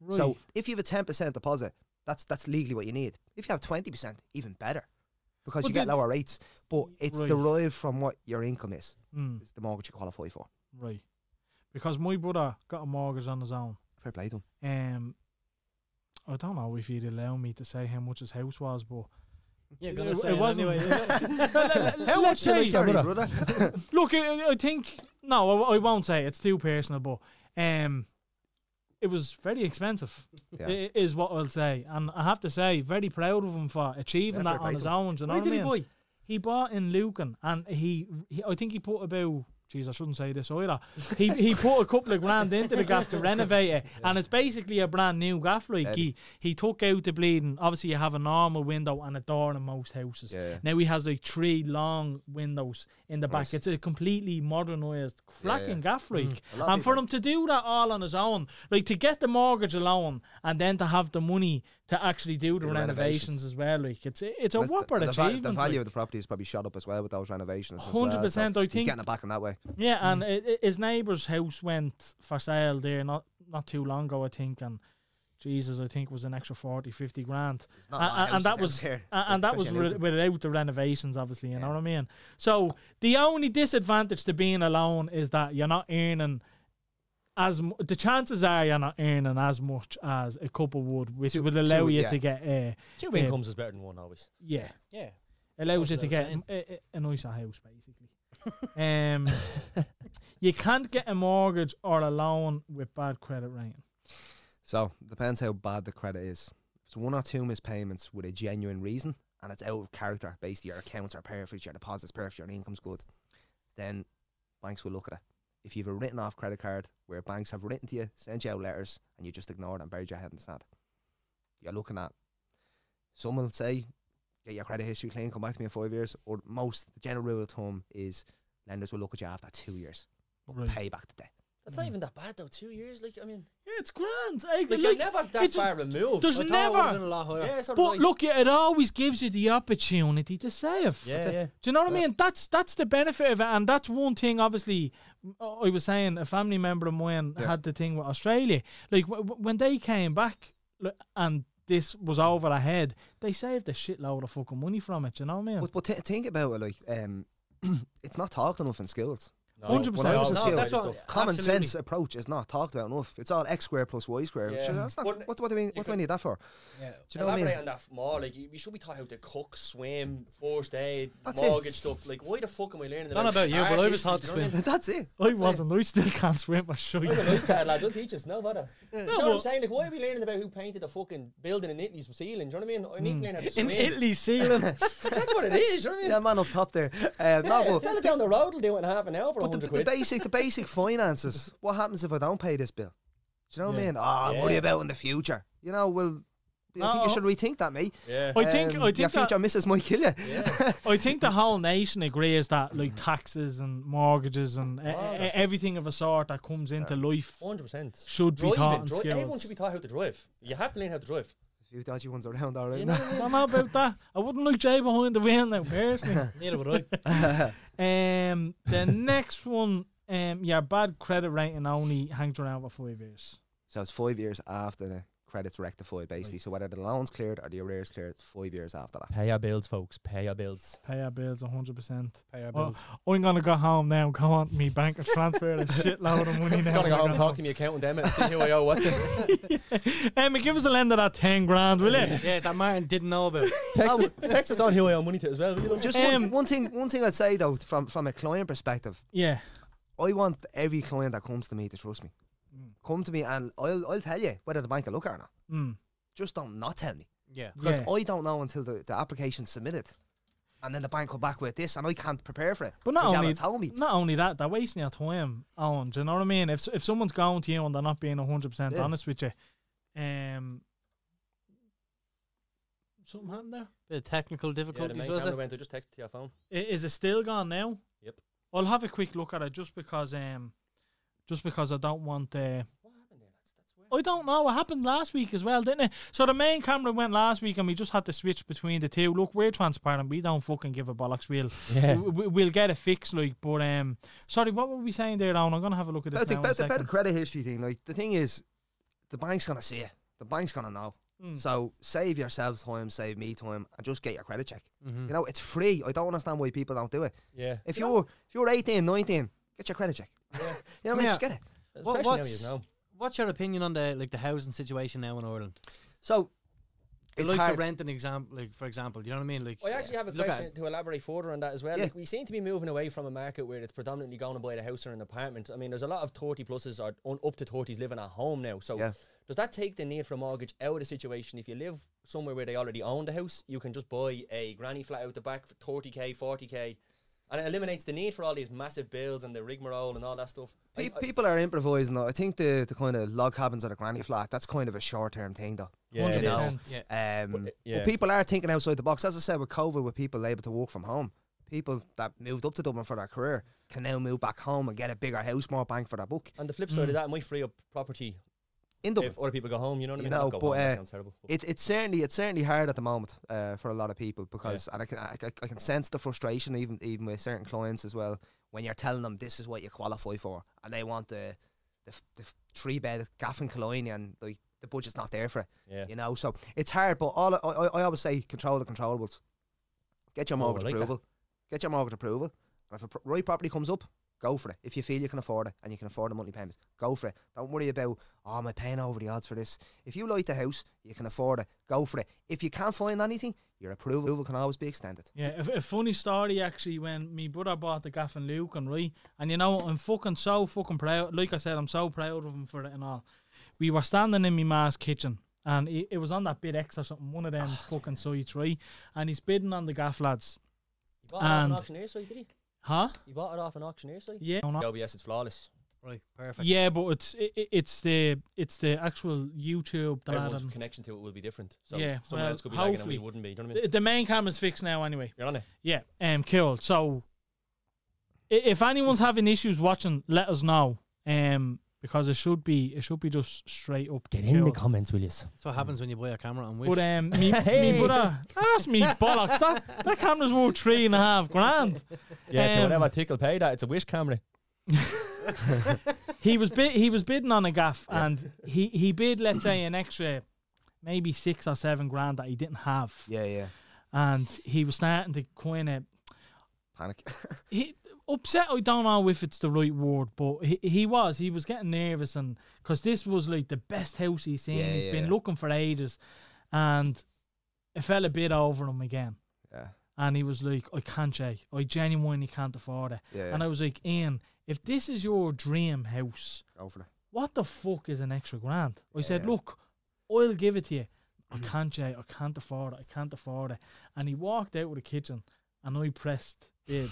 Speaker 2: Right.
Speaker 5: So if you have a ten percent deposit, that's that's legally what you need. If you have twenty percent, even better, because
Speaker 2: But
Speaker 5: you get
Speaker 2: then-
Speaker 5: lower rates. But it's
Speaker 2: Right.
Speaker 5: derived from what your income is.
Speaker 2: Mm,
Speaker 5: It's the mortgage you qualify for.
Speaker 2: right, because my brother got a mortgage on his own.
Speaker 5: Fair play to 'em.
Speaker 2: Um, I don't know if he'd allow me to say how much his house was, but
Speaker 4: Yeah,
Speaker 2: it-
Speaker 4: gonna
Speaker 2: it
Speaker 4: say it
Speaker 2: wasn't.
Speaker 4: anyway.
Speaker 2: how
Speaker 3: much did he say?
Speaker 5: Sorry,
Speaker 3: brother.
Speaker 5: brother.
Speaker 2: Look, I, I think no, I, I won't say it, it's too personal, but um, it was very expensive.
Speaker 5: Yeah.
Speaker 2: i- Is what I'll say, and I have to say, very proud of him for achieving
Speaker 5: Yeah,
Speaker 2: that on
Speaker 5: fair play
Speaker 2: his
Speaker 5: to him.
Speaker 2: own. do You know
Speaker 4: Where
Speaker 2: what I
Speaker 4: did he
Speaker 2: mean?
Speaker 4: buy?
Speaker 2: He bought in Lucan, and he, he I think he put about Jeez, I shouldn't say this either. He he put a couple of grand into the gaff to renovate it, and it's basically a brand new gaff. Like he he took out the bleeding. Obviously, you have a normal window and a door in most houses.
Speaker 5: Yeah.
Speaker 2: Now he has like three long windows in the back.
Speaker 5: Nice.
Speaker 2: It's a completely modernised, cracking gaff. Like,
Speaker 5: Mm-hmm. A lot of
Speaker 2: and for
Speaker 5: people-
Speaker 2: him to do that all on his own, like to get the mortgage alone and then to have the money to actually do the
Speaker 5: Do
Speaker 2: renovations,
Speaker 5: renovations.
Speaker 2: as well, like it's it's a
Speaker 5: That's the-
Speaker 2: whopper
Speaker 5: and the, va-
Speaker 2: achievement.
Speaker 5: the value
Speaker 2: like.
Speaker 5: of the property is probably shot up as well with those renovations. as well,
Speaker 2: 100%,
Speaker 5: so
Speaker 2: I
Speaker 5: he's
Speaker 2: think-
Speaker 5: getting it back in that way.
Speaker 2: Yeah, and i i- his neighbour's house went for sale there not not too long ago, I think, and Jesus, I think it was an extra 40, 50 grand,
Speaker 5: not
Speaker 2: A-
Speaker 5: a lot
Speaker 2: a-
Speaker 5: of
Speaker 2: and that
Speaker 5: houses
Speaker 2: was
Speaker 5: out there,
Speaker 2: a- and that was
Speaker 5: especially in
Speaker 2: wi- without the renovations, obviously. You know what I mean? So the only disadvantage to being alone is that you're not earning as mu- the chances are you're not earning as much as a couple would, which
Speaker 5: Two-
Speaker 2: would allow
Speaker 5: two,
Speaker 2: you
Speaker 5: yeah.
Speaker 2: to get uh,
Speaker 3: Two
Speaker 2: Yeah.
Speaker 3: incomes is better than one always.
Speaker 2: yeah
Speaker 4: Yeah.
Speaker 2: allows you
Speaker 4: That's
Speaker 2: to
Speaker 4: what I
Speaker 2: get
Speaker 4: was
Speaker 2: a, a- a nicer house basically. um, you can't get a mortgage or a loan with bad credit rating.
Speaker 5: So depends how bad the credit is. If it's one or two mispayments with a genuine reason and it's out of character, basically your accounts are perfect, your deposits perfect, your income's good, then banks will look at it. If you've a written off credit card where banks have written to you, sent you out letters, and you just ignored and buried your head in the sand, you're looking at some will say, get your credit history clean, come back to me in five years, or most the general rule of thumb is lenders will look at you after two years. But
Speaker 2: Right.
Speaker 5: pay back the debt.
Speaker 3: That's not even that bad though. Two years, like I mean,
Speaker 2: Yeah, it's grand. I-
Speaker 3: like you're
Speaker 2: like,
Speaker 3: never that
Speaker 2: it's-
Speaker 3: far removed.
Speaker 2: There's
Speaker 4: I thought it would've been
Speaker 2: never.
Speaker 4: a lot higher.
Speaker 3: yeah, sort of
Speaker 2: But
Speaker 3: like-
Speaker 2: look, it always gives you the opportunity to save.
Speaker 3: yeah, yeah.
Speaker 2: Do you know what I mean? That's that's the benefit of it, and that's one thing. Obviously, uh, I was saying a family member of mine had the thing with Australia. Like w- w- when they came back like, and this was over their head, they saved a shitload of fucking money from it. Do you know what I mean?
Speaker 5: But, but thi- think about it, like um, it's not talked enough in schools.
Speaker 2: Hundred
Speaker 5: When I was in
Speaker 3: No,
Speaker 5: school,
Speaker 3: that's what-
Speaker 5: common
Speaker 4: absolutely.
Speaker 5: sense approach is not talked about enough. It's all x squared plus y squared.
Speaker 3: Yeah.
Speaker 5: Sure, that's not,
Speaker 3: Wouldn't-
Speaker 5: what, what do we what do we need that for?
Speaker 4: Yeah.
Speaker 5: Do you know what I mean?
Speaker 3: Elaborate on that f- more. Like you, you should be taught how to cook, swim, first aid,
Speaker 5: That's it.
Speaker 3: mortgage stuff. Like why the fuck am I learning?
Speaker 4: Don't know about you,
Speaker 3: art
Speaker 4: but I was
Speaker 3: history,
Speaker 4: taught
Speaker 3: do
Speaker 4: to
Speaker 3: you know what
Speaker 4: swim.
Speaker 5: That's it.
Speaker 2: I wasn't. I still can't swim for
Speaker 3: I mean?
Speaker 2: shit.
Speaker 3: I'm a lifeguard, lad. Don't teach us, no matter. Do you know what I'm
Speaker 2: but-
Speaker 3: saying? Like, why are we learning about who painted the fucking building in Italy's ceiling? Do you know what I mean? I need to learn how to swim.
Speaker 4: In Italy, ceiling.
Speaker 3: That's what it is. Do you know what I mean?
Speaker 5: Yeah, man up top there. Uh, no,
Speaker 3: Yeah,
Speaker 5: but,
Speaker 3: fella down the road will do it in half an hour for
Speaker 5: but
Speaker 3: 100
Speaker 5: the, the
Speaker 3: quid.
Speaker 5: basic the basic finances. What happens if I don't pay this bill? Do you know what I mean? Oh, I'm
Speaker 3: Yeah.
Speaker 5: worried about in the future. You know, well, I think
Speaker 2: Oh.
Speaker 5: you should rethink that, mate.
Speaker 3: yeah.
Speaker 2: I think
Speaker 5: Um,
Speaker 2: I think
Speaker 5: your
Speaker 2: that,
Speaker 5: future missus might kill you.
Speaker 2: I think the whole nation agrees that like taxes and mortgages and e- e-
Speaker 3: Mortgages.
Speaker 2: everything of a sort that comes into life
Speaker 3: 100%.
Speaker 2: should be taught in
Speaker 3: Driving, dri- everyone
Speaker 2: schools.
Speaker 3: should be taught how to drive. You have to learn how to drive.
Speaker 5: A few dodgy ones around, all right.
Speaker 3: You know what I
Speaker 2: I
Speaker 3: mean?
Speaker 2: don't know about that. I wouldn't look Jay behind the wheel now, personally.
Speaker 4: Neither would I.
Speaker 2: Um, the next one, um, yeah, bad credit rating only hangs around for five years.
Speaker 5: So it's five years after the credits rectified, basically. So whether the loan's cleared or the arrears cleared, it's five years after that.
Speaker 3: Pay your bills, folks. Pay your bills. Oh.
Speaker 2: Pay our bills 100%.
Speaker 4: Pay our
Speaker 2: Well,
Speaker 4: bills.
Speaker 2: I'm going to go home now, go on to me bank and transfer a shitload of money now.
Speaker 3: Gotta go home and talk to me accountant, Emmett, and see who I owe what.
Speaker 2: Emma, Um, give us a lend of that 10 grand, will you?
Speaker 4: Yeah, that Martin didn't know about.
Speaker 3: Texas, Texas on who I owe money to as well. You know?
Speaker 5: Just
Speaker 2: Um,
Speaker 5: one, one thing, one thing I'd say though, from from a client perspective,
Speaker 2: Yeah.
Speaker 5: I want every client that comes to me to trust me. Come to me and I'll I'll tell you whether the bank will look at it or not.
Speaker 2: Mm.
Speaker 5: Just don't not tell me
Speaker 4: Yeah.
Speaker 5: because
Speaker 2: Yeah.
Speaker 5: I don't know until the, the application's submitted, and then the bank come back with this, and I can't prepare for it.
Speaker 2: But not
Speaker 5: because you
Speaker 2: only,
Speaker 5: haven't told me.
Speaker 2: not only that, they're wasting your time, Alan. Do you know what I mean? If if someone's going to you and they're not being hundred percent
Speaker 5: Yeah.
Speaker 2: honest with you, um, something happened there.
Speaker 4: Bit of technical
Speaker 3: Yeah, the
Speaker 4: difficulties,
Speaker 3: main
Speaker 4: was
Speaker 3: camera
Speaker 4: it?
Speaker 3: went. I just texted to your phone.
Speaker 2: I- Is it still gone now?
Speaker 3: Yep.
Speaker 2: I'll have a quick look at it just because um, just because I don't want uh,
Speaker 3: What happened there? That's, that's weird.
Speaker 2: I don't know. It happened last week as well, didn't it? So the main camera went last week, and we just had to switch between the two. Look, we're transparent. We don't fucking give a bollocks. We'll
Speaker 3: Yeah.
Speaker 2: we- we, we'll get a fix, like. But um, sorry, what were we saying there, Alan? I'm gonna have a look at this
Speaker 5: About the,
Speaker 2: now. in a
Speaker 5: about, the, about the
Speaker 2: second.
Speaker 5: credit history thing, like the thing is, the bank's gonna see it. The bank's gonna know.
Speaker 2: Hmm.
Speaker 5: So save yourself time, save me time, and just get your credit check.
Speaker 2: Mm-hmm.
Speaker 5: You know, it's free. I don't understand why people don't do it.
Speaker 3: Yeah.
Speaker 5: If you're if you're 18, 19, get your credit check. you know what I mean?
Speaker 4: Yeah.
Speaker 5: Just get it.
Speaker 4: What-
Speaker 3: Especially now
Speaker 4: what's-
Speaker 3: you know.
Speaker 4: What's your opinion on the like the housing situation now in Ireland?
Speaker 5: So
Speaker 4: The
Speaker 5: it's
Speaker 4: likes
Speaker 5: hard.
Speaker 4: of rent, an example, like for example, you know what I mean? Like,
Speaker 3: I actually have a
Speaker 4: look at
Speaker 3: question to elaborate further on that as well.
Speaker 5: Yeah.
Speaker 3: Like, we seem to be moving away from a market where it's predominantly going to buy a house or an apartment. I mean, there's a lot of 30 pluses or on, up to 30s living at home now. So,
Speaker 5: Yeah.
Speaker 3: does that take the need for a mortgage out of the situation? If you live somewhere where they already own the house, you can just buy a granny flat out the back for 30k, 40k, and it eliminates the need for all these massive builds and the rigmarole and all that stuff. I-
Speaker 5: Pe-
Speaker 3: I-
Speaker 5: people are improvising though. I think the, the kind of log cabins on a granny flat, that's kind of a short term thing though.
Speaker 3: Yeah, it
Speaker 5: you know?
Speaker 3: is.
Speaker 5: Um,
Speaker 6: Yeah.
Speaker 3: But, uh,
Speaker 5: but
Speaker 3: yeah.
Speaker 5: people are thinking outside the box. As I said with COVID, with people able to work from home, people that moved up to Dublin for their career can now move back home and get a bigger house, more bang for their buck
Speaker 3: and the flip side of that might free up property
Speaker 5: in Dublin.
Speaker 3: if other people go home. You know what I
Speaker 5: You
Speaker 3: mean? Not
Speaker 5: know,
Speaker 3: go
Speaker 5: but,
Speaker 3: home, that
Speaker 5: uh,
Speaker 3: sounds terrible. but-
Speaker 5: It, it's certainly it's certainly hard at the moment uh, for a lot of people because and I can I, I I can sense the frustration even even with certain clients as well when you're telling them this is what you qualify for and they want the the, f- the f- three bed gaff and colony and like the budget's not there for it
Speaker 3: yeah.
Speaker 5: you know so it's hard but all I, I, I always say control the controllables get your
Speaker 3: Oh, I
Speaker 5: mortgage
Speaker 3: like that.
Speaker 5: approval get your mortgage approval and if a pro- right property comes up go for it if you feel you can afford it and you can afford the monthly payments go for it don't worry about oh am I paying over the odds for this if you like the house you can afford it go for it if you can't find anything your approval approval can always be extended
Speaker 2: Yeah, a, a funny story actually when me brother bought the gaff and Luke and right, and you know I'm fucking so fucking proud. Like I said, I'm so proud of him for it and all. We were standing in my ma's kitchen, and it, it was on that bid X or something, one of them fucking sites, right? And he's bidding on the gaff lads,
Speaker 3: He bought it off an
Speaker 2: and-
Speaker 3: auctioneer, so he did he?
Speaker 2: huh?
Speaker 3: He bought it off an auctioneer, so he.
Speaker 2: Yeah, No, no.
Speaker 3: OBS, it's flawless.
Speaker 4: Right, perfect.
Speaker 2: yeah, but it's it, it- it's the it's the actual YouTube that had
Speaker 3: Everyone's
Speaker 2: him.
Speaker 3: connection to it will be different. So
Speaker 2: Yeah,
Speaker 3: someone
Speaker 2: well,
Speaker 3: else could be lagging and we
Speaker 2: hopefully.
Speaker 3: wouldn't be. You know what I mean?
Speaker 2: The, the main camera's fixed now anyway.
Speaker 3: You're on it.
Speaker 2: Yeah, um, cool. So, i- if anyone's having issues watching, let us know. Um, because it should be it should be just straight up. cool.
Speaker 3: comments, will you?
Speaker 4: That's what happens when you buy a camera on Wish.
Speaker 2: But um, me, me brother, ask me bollocks. That that camera's worth three and a half grand.
Speaker 3: Yeah, can
Speaker 2: Um,
Speaker 3: whatever tickle pay that. It's a wish camera.
Speaker 2: He was bid he was bidding on a gaff, and he he bid let's say an extra maybe six or seven grand that he didn't have,
Speaker 5: yeah yeah
Speaker 2: and he was starting to kind of
Speaker 5: panic
Speaker 2: he upset. I don't know if it's the right word, but he, he was he was getting nervous, and because this was like the best house he's seen,
Speaker 5: Yeah,
Speaker 2: He's
Speaker 5: yeah,
Speaker 2: been
Speaker 5: yeah.
Speaker 2: looking for ages, and a fella bid over him again,
Speaker 5: yeah
Speaker 2: and he was like, "I can't, Jay. I genuinely can't afford it."
Speaker 5: yeah,
Speaker 2: And I was like, "Ian, if this is your dream house,
Speaker 5: go for it
Speaker 2: what the fuck is an extra grand?" I said,
Speaker 5: Yeah. Mm-hmm.
Speaker 2: "Look, I'll give it to you. I can't, Jay. I can't afford it. I can't afford it." And he walked out of the kitchen, and I pressed bid,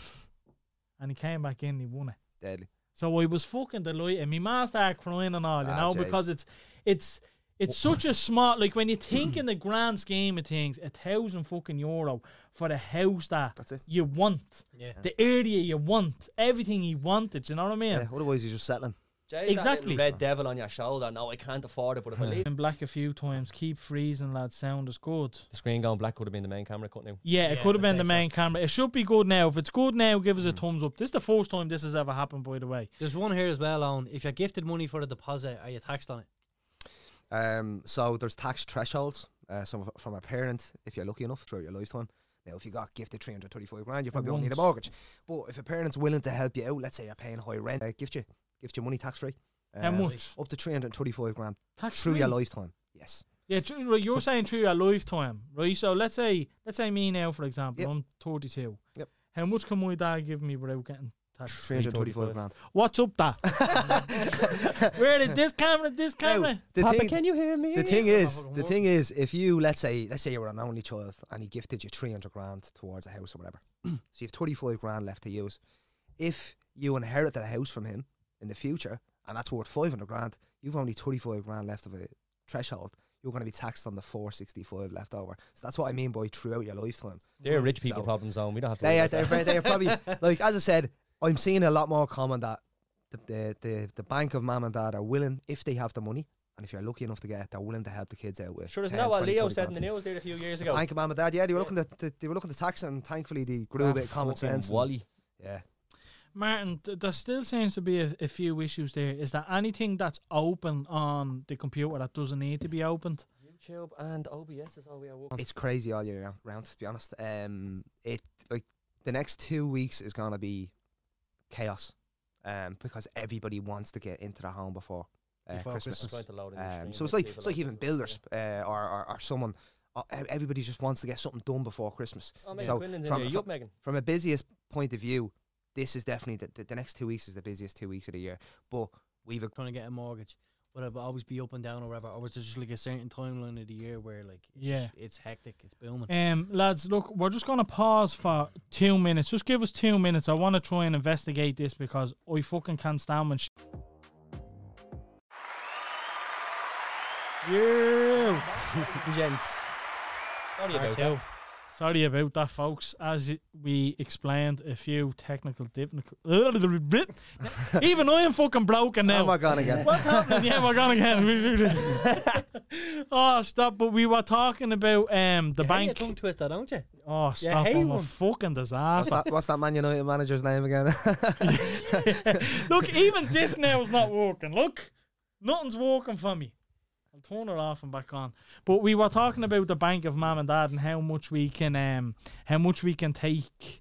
Speaker 2: and he came back in. And he won it.
Speaker 5: deadly
Speaker 2: So I was fucking delighted. My ma started crying and all, you
Speaker 5: Ah,
Speaker 2: know,
Speaker 5: jeez.
Speaker 2: because it's it's it's such a smart like when you think in the grand scheme of things, a thousand fucking euro for the house that
Speaker 5: that's it
Speaker 2: you want,
Speaker 4: Yeah.
Speaker 2: the area you want, everything you wanted. You know what I mean?
Speaker 5: yeah otherwise you're just settling
Speaker 2: Exactly.
Speaker 3: Red devil on your shoulder. No, I can't afford it. But if I leave,
Speaker 2: In black a few times, keep freezing, lad. Sound is good.
Speaker 3: the screen going black would have been the main camera cutting out.
Speaker 2: Yeah, it
Speaker 4: Yeah,
Speaker 2: could have
Speaker 4: I'd
Speaker 2: been the
Speaker 4: say so. Hmm.
Speaker 2: main camera. It should be good now. If it's good now, give us a thumbs up. This is the first time this has ever happened, by the way.
Speaker 4: There's one here as well on if you're gifted money for a deposit, are you taxed on it?
Speaker 5: Um, so there's tax thresholds. Uh, some from a parent, if you're lucky enough throughout your lifetime. Now, if you got gifted 335 grand, you probably won't need a
Speaker 2: once.
Speaker 5: mortgage. But if a parent's willing to help you out, let's say you're paying high rent, uh, gift you, gift you money tax free.
Speaker 2: How
Speaker 5: Um,
Speaker 2: much?
Speaker 5: Up to 335 grand
Speaker 2: Tax
Speaker 5: through your
Speaker 2: free?
Speaker 5: lifetime. Yes.
Speaker 2: Yeah, tr- right, you're saying through your lifetime, right? So let's say, let's say me now, for example,
Speaker 5: Yep.
Speaker 2: I'm 32.
Speaker 5: Yep.
Speaker 2: How much can my dad give me without getting taxed?
Speaker 5: 335 grand.
Speaker 2: What's up, that? Where did this camera? This
Speaker 5: Now,
Speaker 2: camera?
Speaker 5: the thing-
Speaker 3: you hear me?
Speaker 5: the thing is,
Speaker 4: fucking
Speaker 5: the
Speaker 4: work.
Speaker 5: thing is, if you let's say let's say you were an only child and he gifted you three hundred grand towards a house or whatever, so you've twenty five grand left to use. If you inherited a house from him in the future and that's worth five hundred grand, you've only twenty five grand left of a threshold. You're going to be taxed on the four sixty five left over. So that's what I mean by throughout your lifetime.
Speaker 3: They're rich people
Speaker 5: So-
Speaker 3: problem zone. We don't have to.
Speaker 5: They
Speaker 3: worry
Speaker 5: are,
Speaker 3: about
Speaker 5: they're,
Speaker 3: that.
Speaker 5: very- they're probably like as I said, I'm seeing a lot more common that the, the the the bank of mom and dad are willing if they have the money. And if you're lucky enough to get it, they're willing to help the kids out with.
Speaker 3: Sure, isn't
Speaker 5: 10,
Speaker 3: that what
Speaker 5: 20,
Speaker 3: Leo
Speaker 5: 30
Speaker 3: said in
Speaker 5: grand.
Speaker 3: the news there a few years ago?
Speaker 5: Bank of Mum and Dad, yeah, they were looking at the, they were looking at tax, and thankfully they grew a bit of common
Speaker 3: Fucking
Speaker 5: sense. and-
Speaker 3: Wally.
Speaker 5: yeah,
Speaker 2: Martin, th- there still seems to be a, a few issues there. Is there anything that's open on the computer that doesn't need to be opened?
Speaker 3: YouTube and OBS is all we are working.
Speaker 5: it's crazy all year rou- round. To be honest, um, it like the next two weeks is gonna be chaos, um, because everybody wants to get into the home before, uh,
Speaker 4: Before
Speaker 5: Christmas.
Speaker 4: Christmas.
Speaker 3: Trying to load a new
Speaker 5: Um,
Speaker 3: stream, make
Speaker 5: so it's like
Speaker 3: people
Speaker 5: it's like
Speaker 3: happy
Speaker 5: even
Speaker 3: with it,
Speaker 5: builders uh, or, or or someone. uh, e- Everybody just wants to get something done before Christmas.
Speaker 3: yeah. Oh, Megan
Speaker 5: So,
Speaker 3: Quinlan's in
Speaker 5: from-
Speaker 3: there. You
Speaker 5: from-
Speaker 3: up, Megan?
Speaker 5: From a busiest point of view, this is definitely the, the, the next two weeks is the busiest two weeks of the year. But we've
Speaker 4: Trying to get a mortgage. Would it always be up and down or whatever? Or was there just like a certain timeline of the year where like it's
Speaker 2: Yeah.
Speaker 4: just- it's hectic, it's booming?
Speaker 2: Um, lads, look, we're just going to pause for two minutes. Just give us two minutes. I want to try and investigate this because I fucking can't stand when. Sh- yeah.
Speaker 4: Gents,
Speaker 3: Sorry about that.
Speaker 4: two.
Speaker 2: Sorry about that, folks. As y- we explained, a few technical difficulties. Even I am fucking broken now.
Speaker 5: Oh my god, again.
Speaker 2: What's happening? Yeah, we're gonna get. oh, stop! But we were talking about um the
Speaker 4: You hate a
Speaker 2: bank.
Speaker 4: tongue twister, don't you?
Speaker 2: Oh, stop!
Speaker 4: hate
Speaker 2: I'm a
Speaker 4: one.
Speaker 2: fucking
Speaker 5: What's
Speaker 2: disaster.
Speaker 5: that, what's that Man United manager's name again?
Speaker 2: Look, even this nail's not working. Look, nothing's working for me. I'll turn it off and back on. But we were talking about the bank of mum and dad and how much we can um how much we can take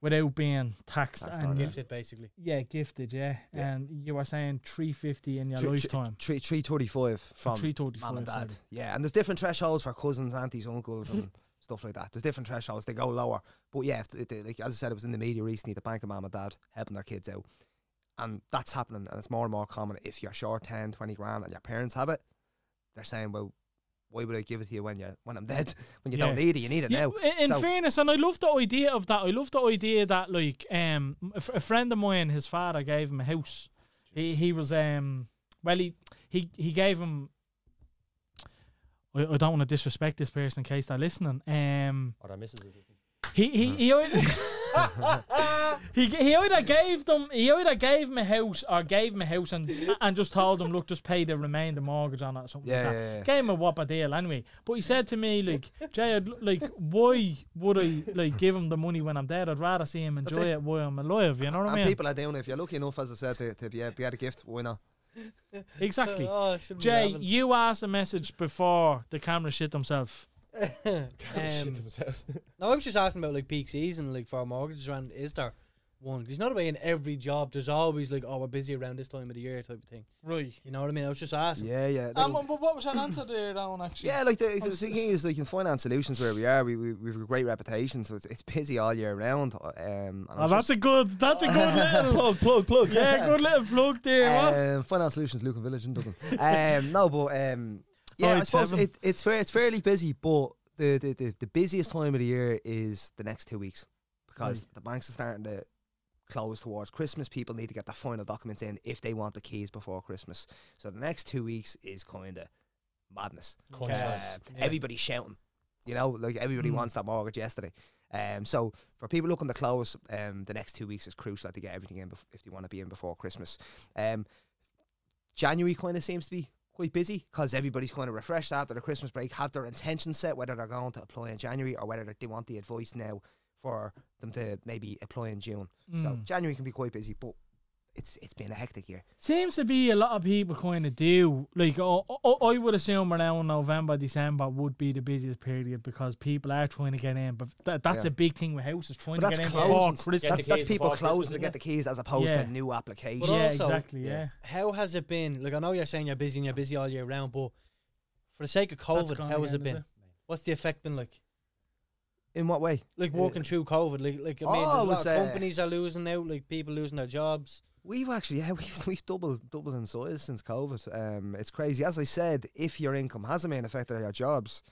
Speaker 2: without being taxed
Speaker 5: Taxed
Speaker 2: and
Speaker 5: on it.
Speaker 4: Gifted, basically.
Speaker 2: yeah, gifted, yeah.
Speaker 5: Yeah.
Speaker 2: And you were saying three fifty in your
Speaker 5: Three-
Speaker 2: lifetime.
Speaker 5: Three three thirty five from
Speaker 2: Three thirty
Speaker 5: mom
Speaker 2: five.
Speaker 5: and dad. Yeah, and there's different thresholds for cousins, aunties, uncles, and stuff like that. There's different thresholds. They go lower, but yeah, if they- they- like as I said, it was in the media recently. The bank of mom and dad helping their kids out, and that's happening, and it's more and more common. If you're short 10, 20 grand, and your parents have it, they're saying, "Well, why would I give it to you when you when I'm dead? When you don't
Speaker 2: Yeah.
Speaker 5: need it, you need it now."
Speaker 2: i- In
Speaker 5: So-
Speaker 2: fairness, and I love the idea of that. I love the idea that like um a, f- a friend of mine, his father gave him a house. He he was um well he he he gave him. I, I don't want to disrespect this person in case they're listening. Um,
Speaker 3: Or our missus is listening.
Speaker 2: he he he. ei- He, g- he either gave them he either gave him a house or gave him a house and and just told them look just pay the remainder mortgage on it or something
Speaker 5: Yeah,
Speaker 2: like that.
Speaker 5: yeah, yeah.
Speaker 2: Gave him a whopper deal anyway. But he said to me like Jay I'd, l- like why would I like give him the money when I'm dead? I'd rather see him enjoy
Speaker 5: it.
Speaker 2: it. while I'm alive. You know what I
Speaker 5: and
Speaker 2: mean?
Speaker 5: people are doing it. If you're lucky enough, as I said, to, to be able to get a gift, why not?
Speaker 2: exactly.
Speaker 4: Oh, I shouldn't be
Speaker 2: Jay,
Speaker 4: laughing.
Speaker 2: you asked a message before the camera shit themselves.
Speaker 4: Um,
Speaker 3: Shit themselves.
Speaker 4: No, I was just asking about like peak season, like for mortgages around. Is there one? 'Cause you know the way in every job, there's always like, oh, we're busy around this time of the year type of thing.
Speaker 2: Right. Um,
Speaker 4: You know what I mean? I was just asking.
Speaker 5: Yeah, yeah. Like-
Speaker 2: but what was your answer there, that one actually?
Speaker 5: Yeah, like
Speaker 2: Oh,
Speaker 5: the, the thing is, like in finance solutions where we are, we, we we've a great reputation, so it's, it's busy all year round. uh, Um, and I
Speaker 2: Oh,
Speaker 5: was
Speaker 2: that's a good. That's a good little plug, plug, plug. Yeah, good little plug there. what?
Speaker 5: just- um, finance solutions, Lucan Village in Dublin. um, no, but um, yeah, I
Speaker 2: Alright,
Speaker 5: suppose
Speaker 2: Oh, seven.
Speaker 5: it, it's fair, it's fairly busy, but the, the, the, the busiest time of the year is the next two weeks
Speaker 2: Hmm.
Speaker 5: because the banks are starting to close towards Christmas. People need to get their final documents in if they want the keys before Christmas. So the next two weeks is kind of madness.
Speaker 3: Crunch
Speaker 5: Uh,
Speaker 3: nuts.
Speaker 5: Everybody's shouting. You know, like everybody
Speaker 2: Mm.
Speaker 5: wants that mortgage yesterday. Um, so for people looking to close, um, the next two weeks is crucial to get everything in bef- if they want to be in before Christmas. Um, January kind of seems to be quite busy because everybody's kind of refreshed after the Christmas break, have their intentions set, whether they're going to apply in January or whether they want the advice now for them to maybe apply in June. So
Speaker 2: Mm.
Speaker 5: January can be quite busy, but it's it's been a hectic year.
Speaker 2: Seems to be a lot of people kind of do. Like, oh, oh, I would assume around November, December would be the busiest period because people are trying to get in. But that, that's
Speaker 5: Yeah.
Speaker 2: a big thing with houses trying
Speaker 5: But
Speaker 2: to
Speaker 5: that's
Speaker 2: get in before
Speaker 5: closing.
Speaker 2: Christmas.
Speaker 5: That's,
Speaker 3: the
Speaker 5: that's
Speaker 3: keys
Speaker 5: people
Speaker 3: before Christmas,
Speaker 5: closing to
Speaker 3: isn't
Speaker 5: get
Speaker 3: it?
Speaker 5: the keys as opposed
Speaker 2: Yeah.
Speaker 5: to new applications.
Speaker 4: But
Speaker 2: yeah,
Speaker 4: also-
Speaker 2: exactly.
Speaker 5: Yeah.
Speaker 2: Yeah.
Speaker 4: How has it been? Like I know you're saying you're busy and you're busy all year round, but for the sake of COVID,
Speaker 2: gone
Speaker 4: how has it
Speaker 2: again, is
Speaker 4: been? What's the effect been like?
Speaker 5: In what way?
Speaker 4: Like
Speaker 5: Uh,
Speaker 4: walking through COVID, like like I
Speaker 5: Oh,
Speaker 4: mean,
Speaker 5: I
Speaker 4: a
Speaker 5: was,
Speaker 4: lot
Speaker 5: uh,
Speaker 4: of companies are losing out, like people losing their jobs.
Speaker 5: We've actually, yeah, we've, we've doubled doubled in size since COVID. Um, it's crazy. As I said, if your income hasn't been affected by your jobs,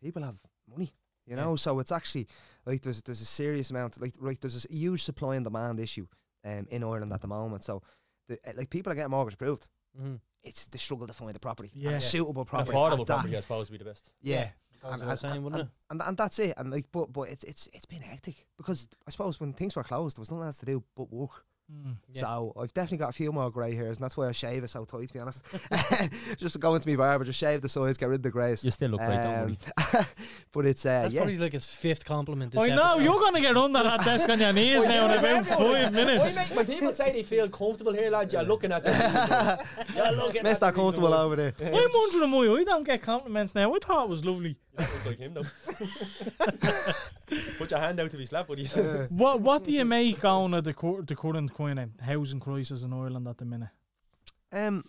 Speaker 5: people have money, you know. So it's actually like there's there's a serious amount, like right, there's a huge supply and demand issue um, in Ireland at the moment. So the, uh, like people are getting mortgage approved.
Speaker 4: Mhm.
Speaker 5: It's the struggle to find the property, and
Speaker 2: Yeah.
Speaker 5: a suitable property, at
Speaker 3: Affordable
Speaker 5: that.
Speaker 3: property, I suppose, would be the best.
Speaker 5: yeah.
Speaker 4: That was
Speaker 5: And-
Speaker 4: what I was
Speaker 5: and- uh,
Speaker 4: saying, wasn't it?
Speaker 5: And, and that's it. And like, but but it's it's it's been hectic because I suppose when things were closed, there was nothing else to do but work.
Speaker 2: Mm.
Speaker 4: Yeah.
Speaker 5: So I've definitely got a few more grey hairs, and that's why I shave it so tight. To be honest, just to go into my barber, just shave the sides, get rid of the greys.
Speaker 3: You still look great, don't worry.
Speaker 5: Um, but it's uh,
Speaker 4: That's
Speaker 5: yeah,
Speaker 4: probably like his fifth compliment. This
Speaker 2: I know
Speaker 4: episode.
Speaker 2: you're gonna get under that desk on your knees now in about five minutes.
Speaker 3: When people say they feel comfortable here, lads, you're looking at them. you're looking
Speaker 5: mess that comfortable over there.
Speaker 2: I'm under the moon. I don't get compliments now. I thought it was lovely.
Speaker 3: like him, though. Put your hand out to be slapped, buddy.
Speaker 2: What What do you make on the cur- the current kind of housing crisis in Ireland at the minute?
Speaker 5: Um,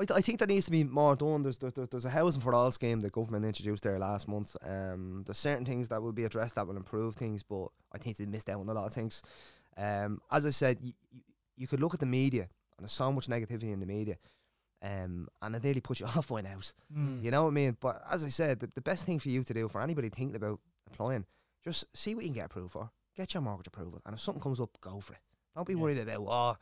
Speaker 5: I, th- I think there needs to be more done. There's, there, there- there's a housing for all scheme the government introduced there last month. Um, there's certain things that will be addressed that will improve things, but I think they missed out on a lot of things. Um, as I said, you, you could look at the media, and there's so much negativity in the media. Um, and it nearly puts you off by out.
Speaker 4: Hmm.
Speaker 2: Mm.
Speaker 5: You know what I mean? But as I said, the, the best thing for you to do for anybody thinking about applying, just see what you can get approved for. Get your mortgage approval. And if something comes up, go for it. Don't be worried about, oh,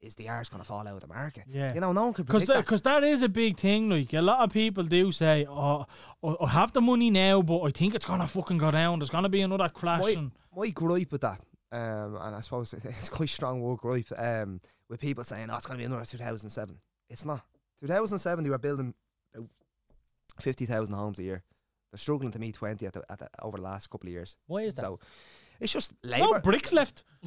Speaker 5: is the arse going to fall out of the market?
Speaker 2: Yeah.
Speaker 5: You know, no one can
Speaker 2: Because
Speaker 5: predict that.
Speaker 2: because that is a big thing. Like a lot of people do say, "Oh, I, I have the money now, but I think it's gonna fucking go down. There's gonna be another crash."
Speaker 5: my,
Speaker 2: and
Speaker 5: my gripe with that, um, and I suppose it- it's quite strong word gripe, um, with people saying, oh, it's going to be another 2007. It's not. 2007, they were building about 50,000 homes a year. They're struggling to meet 20 at the, at the, over the last couple of years.
Speaker 3: Why is that?
Speaker 5: So it's just
Speaker 2: no
Speaker 5: Labour.
Speaker 2: bricks left.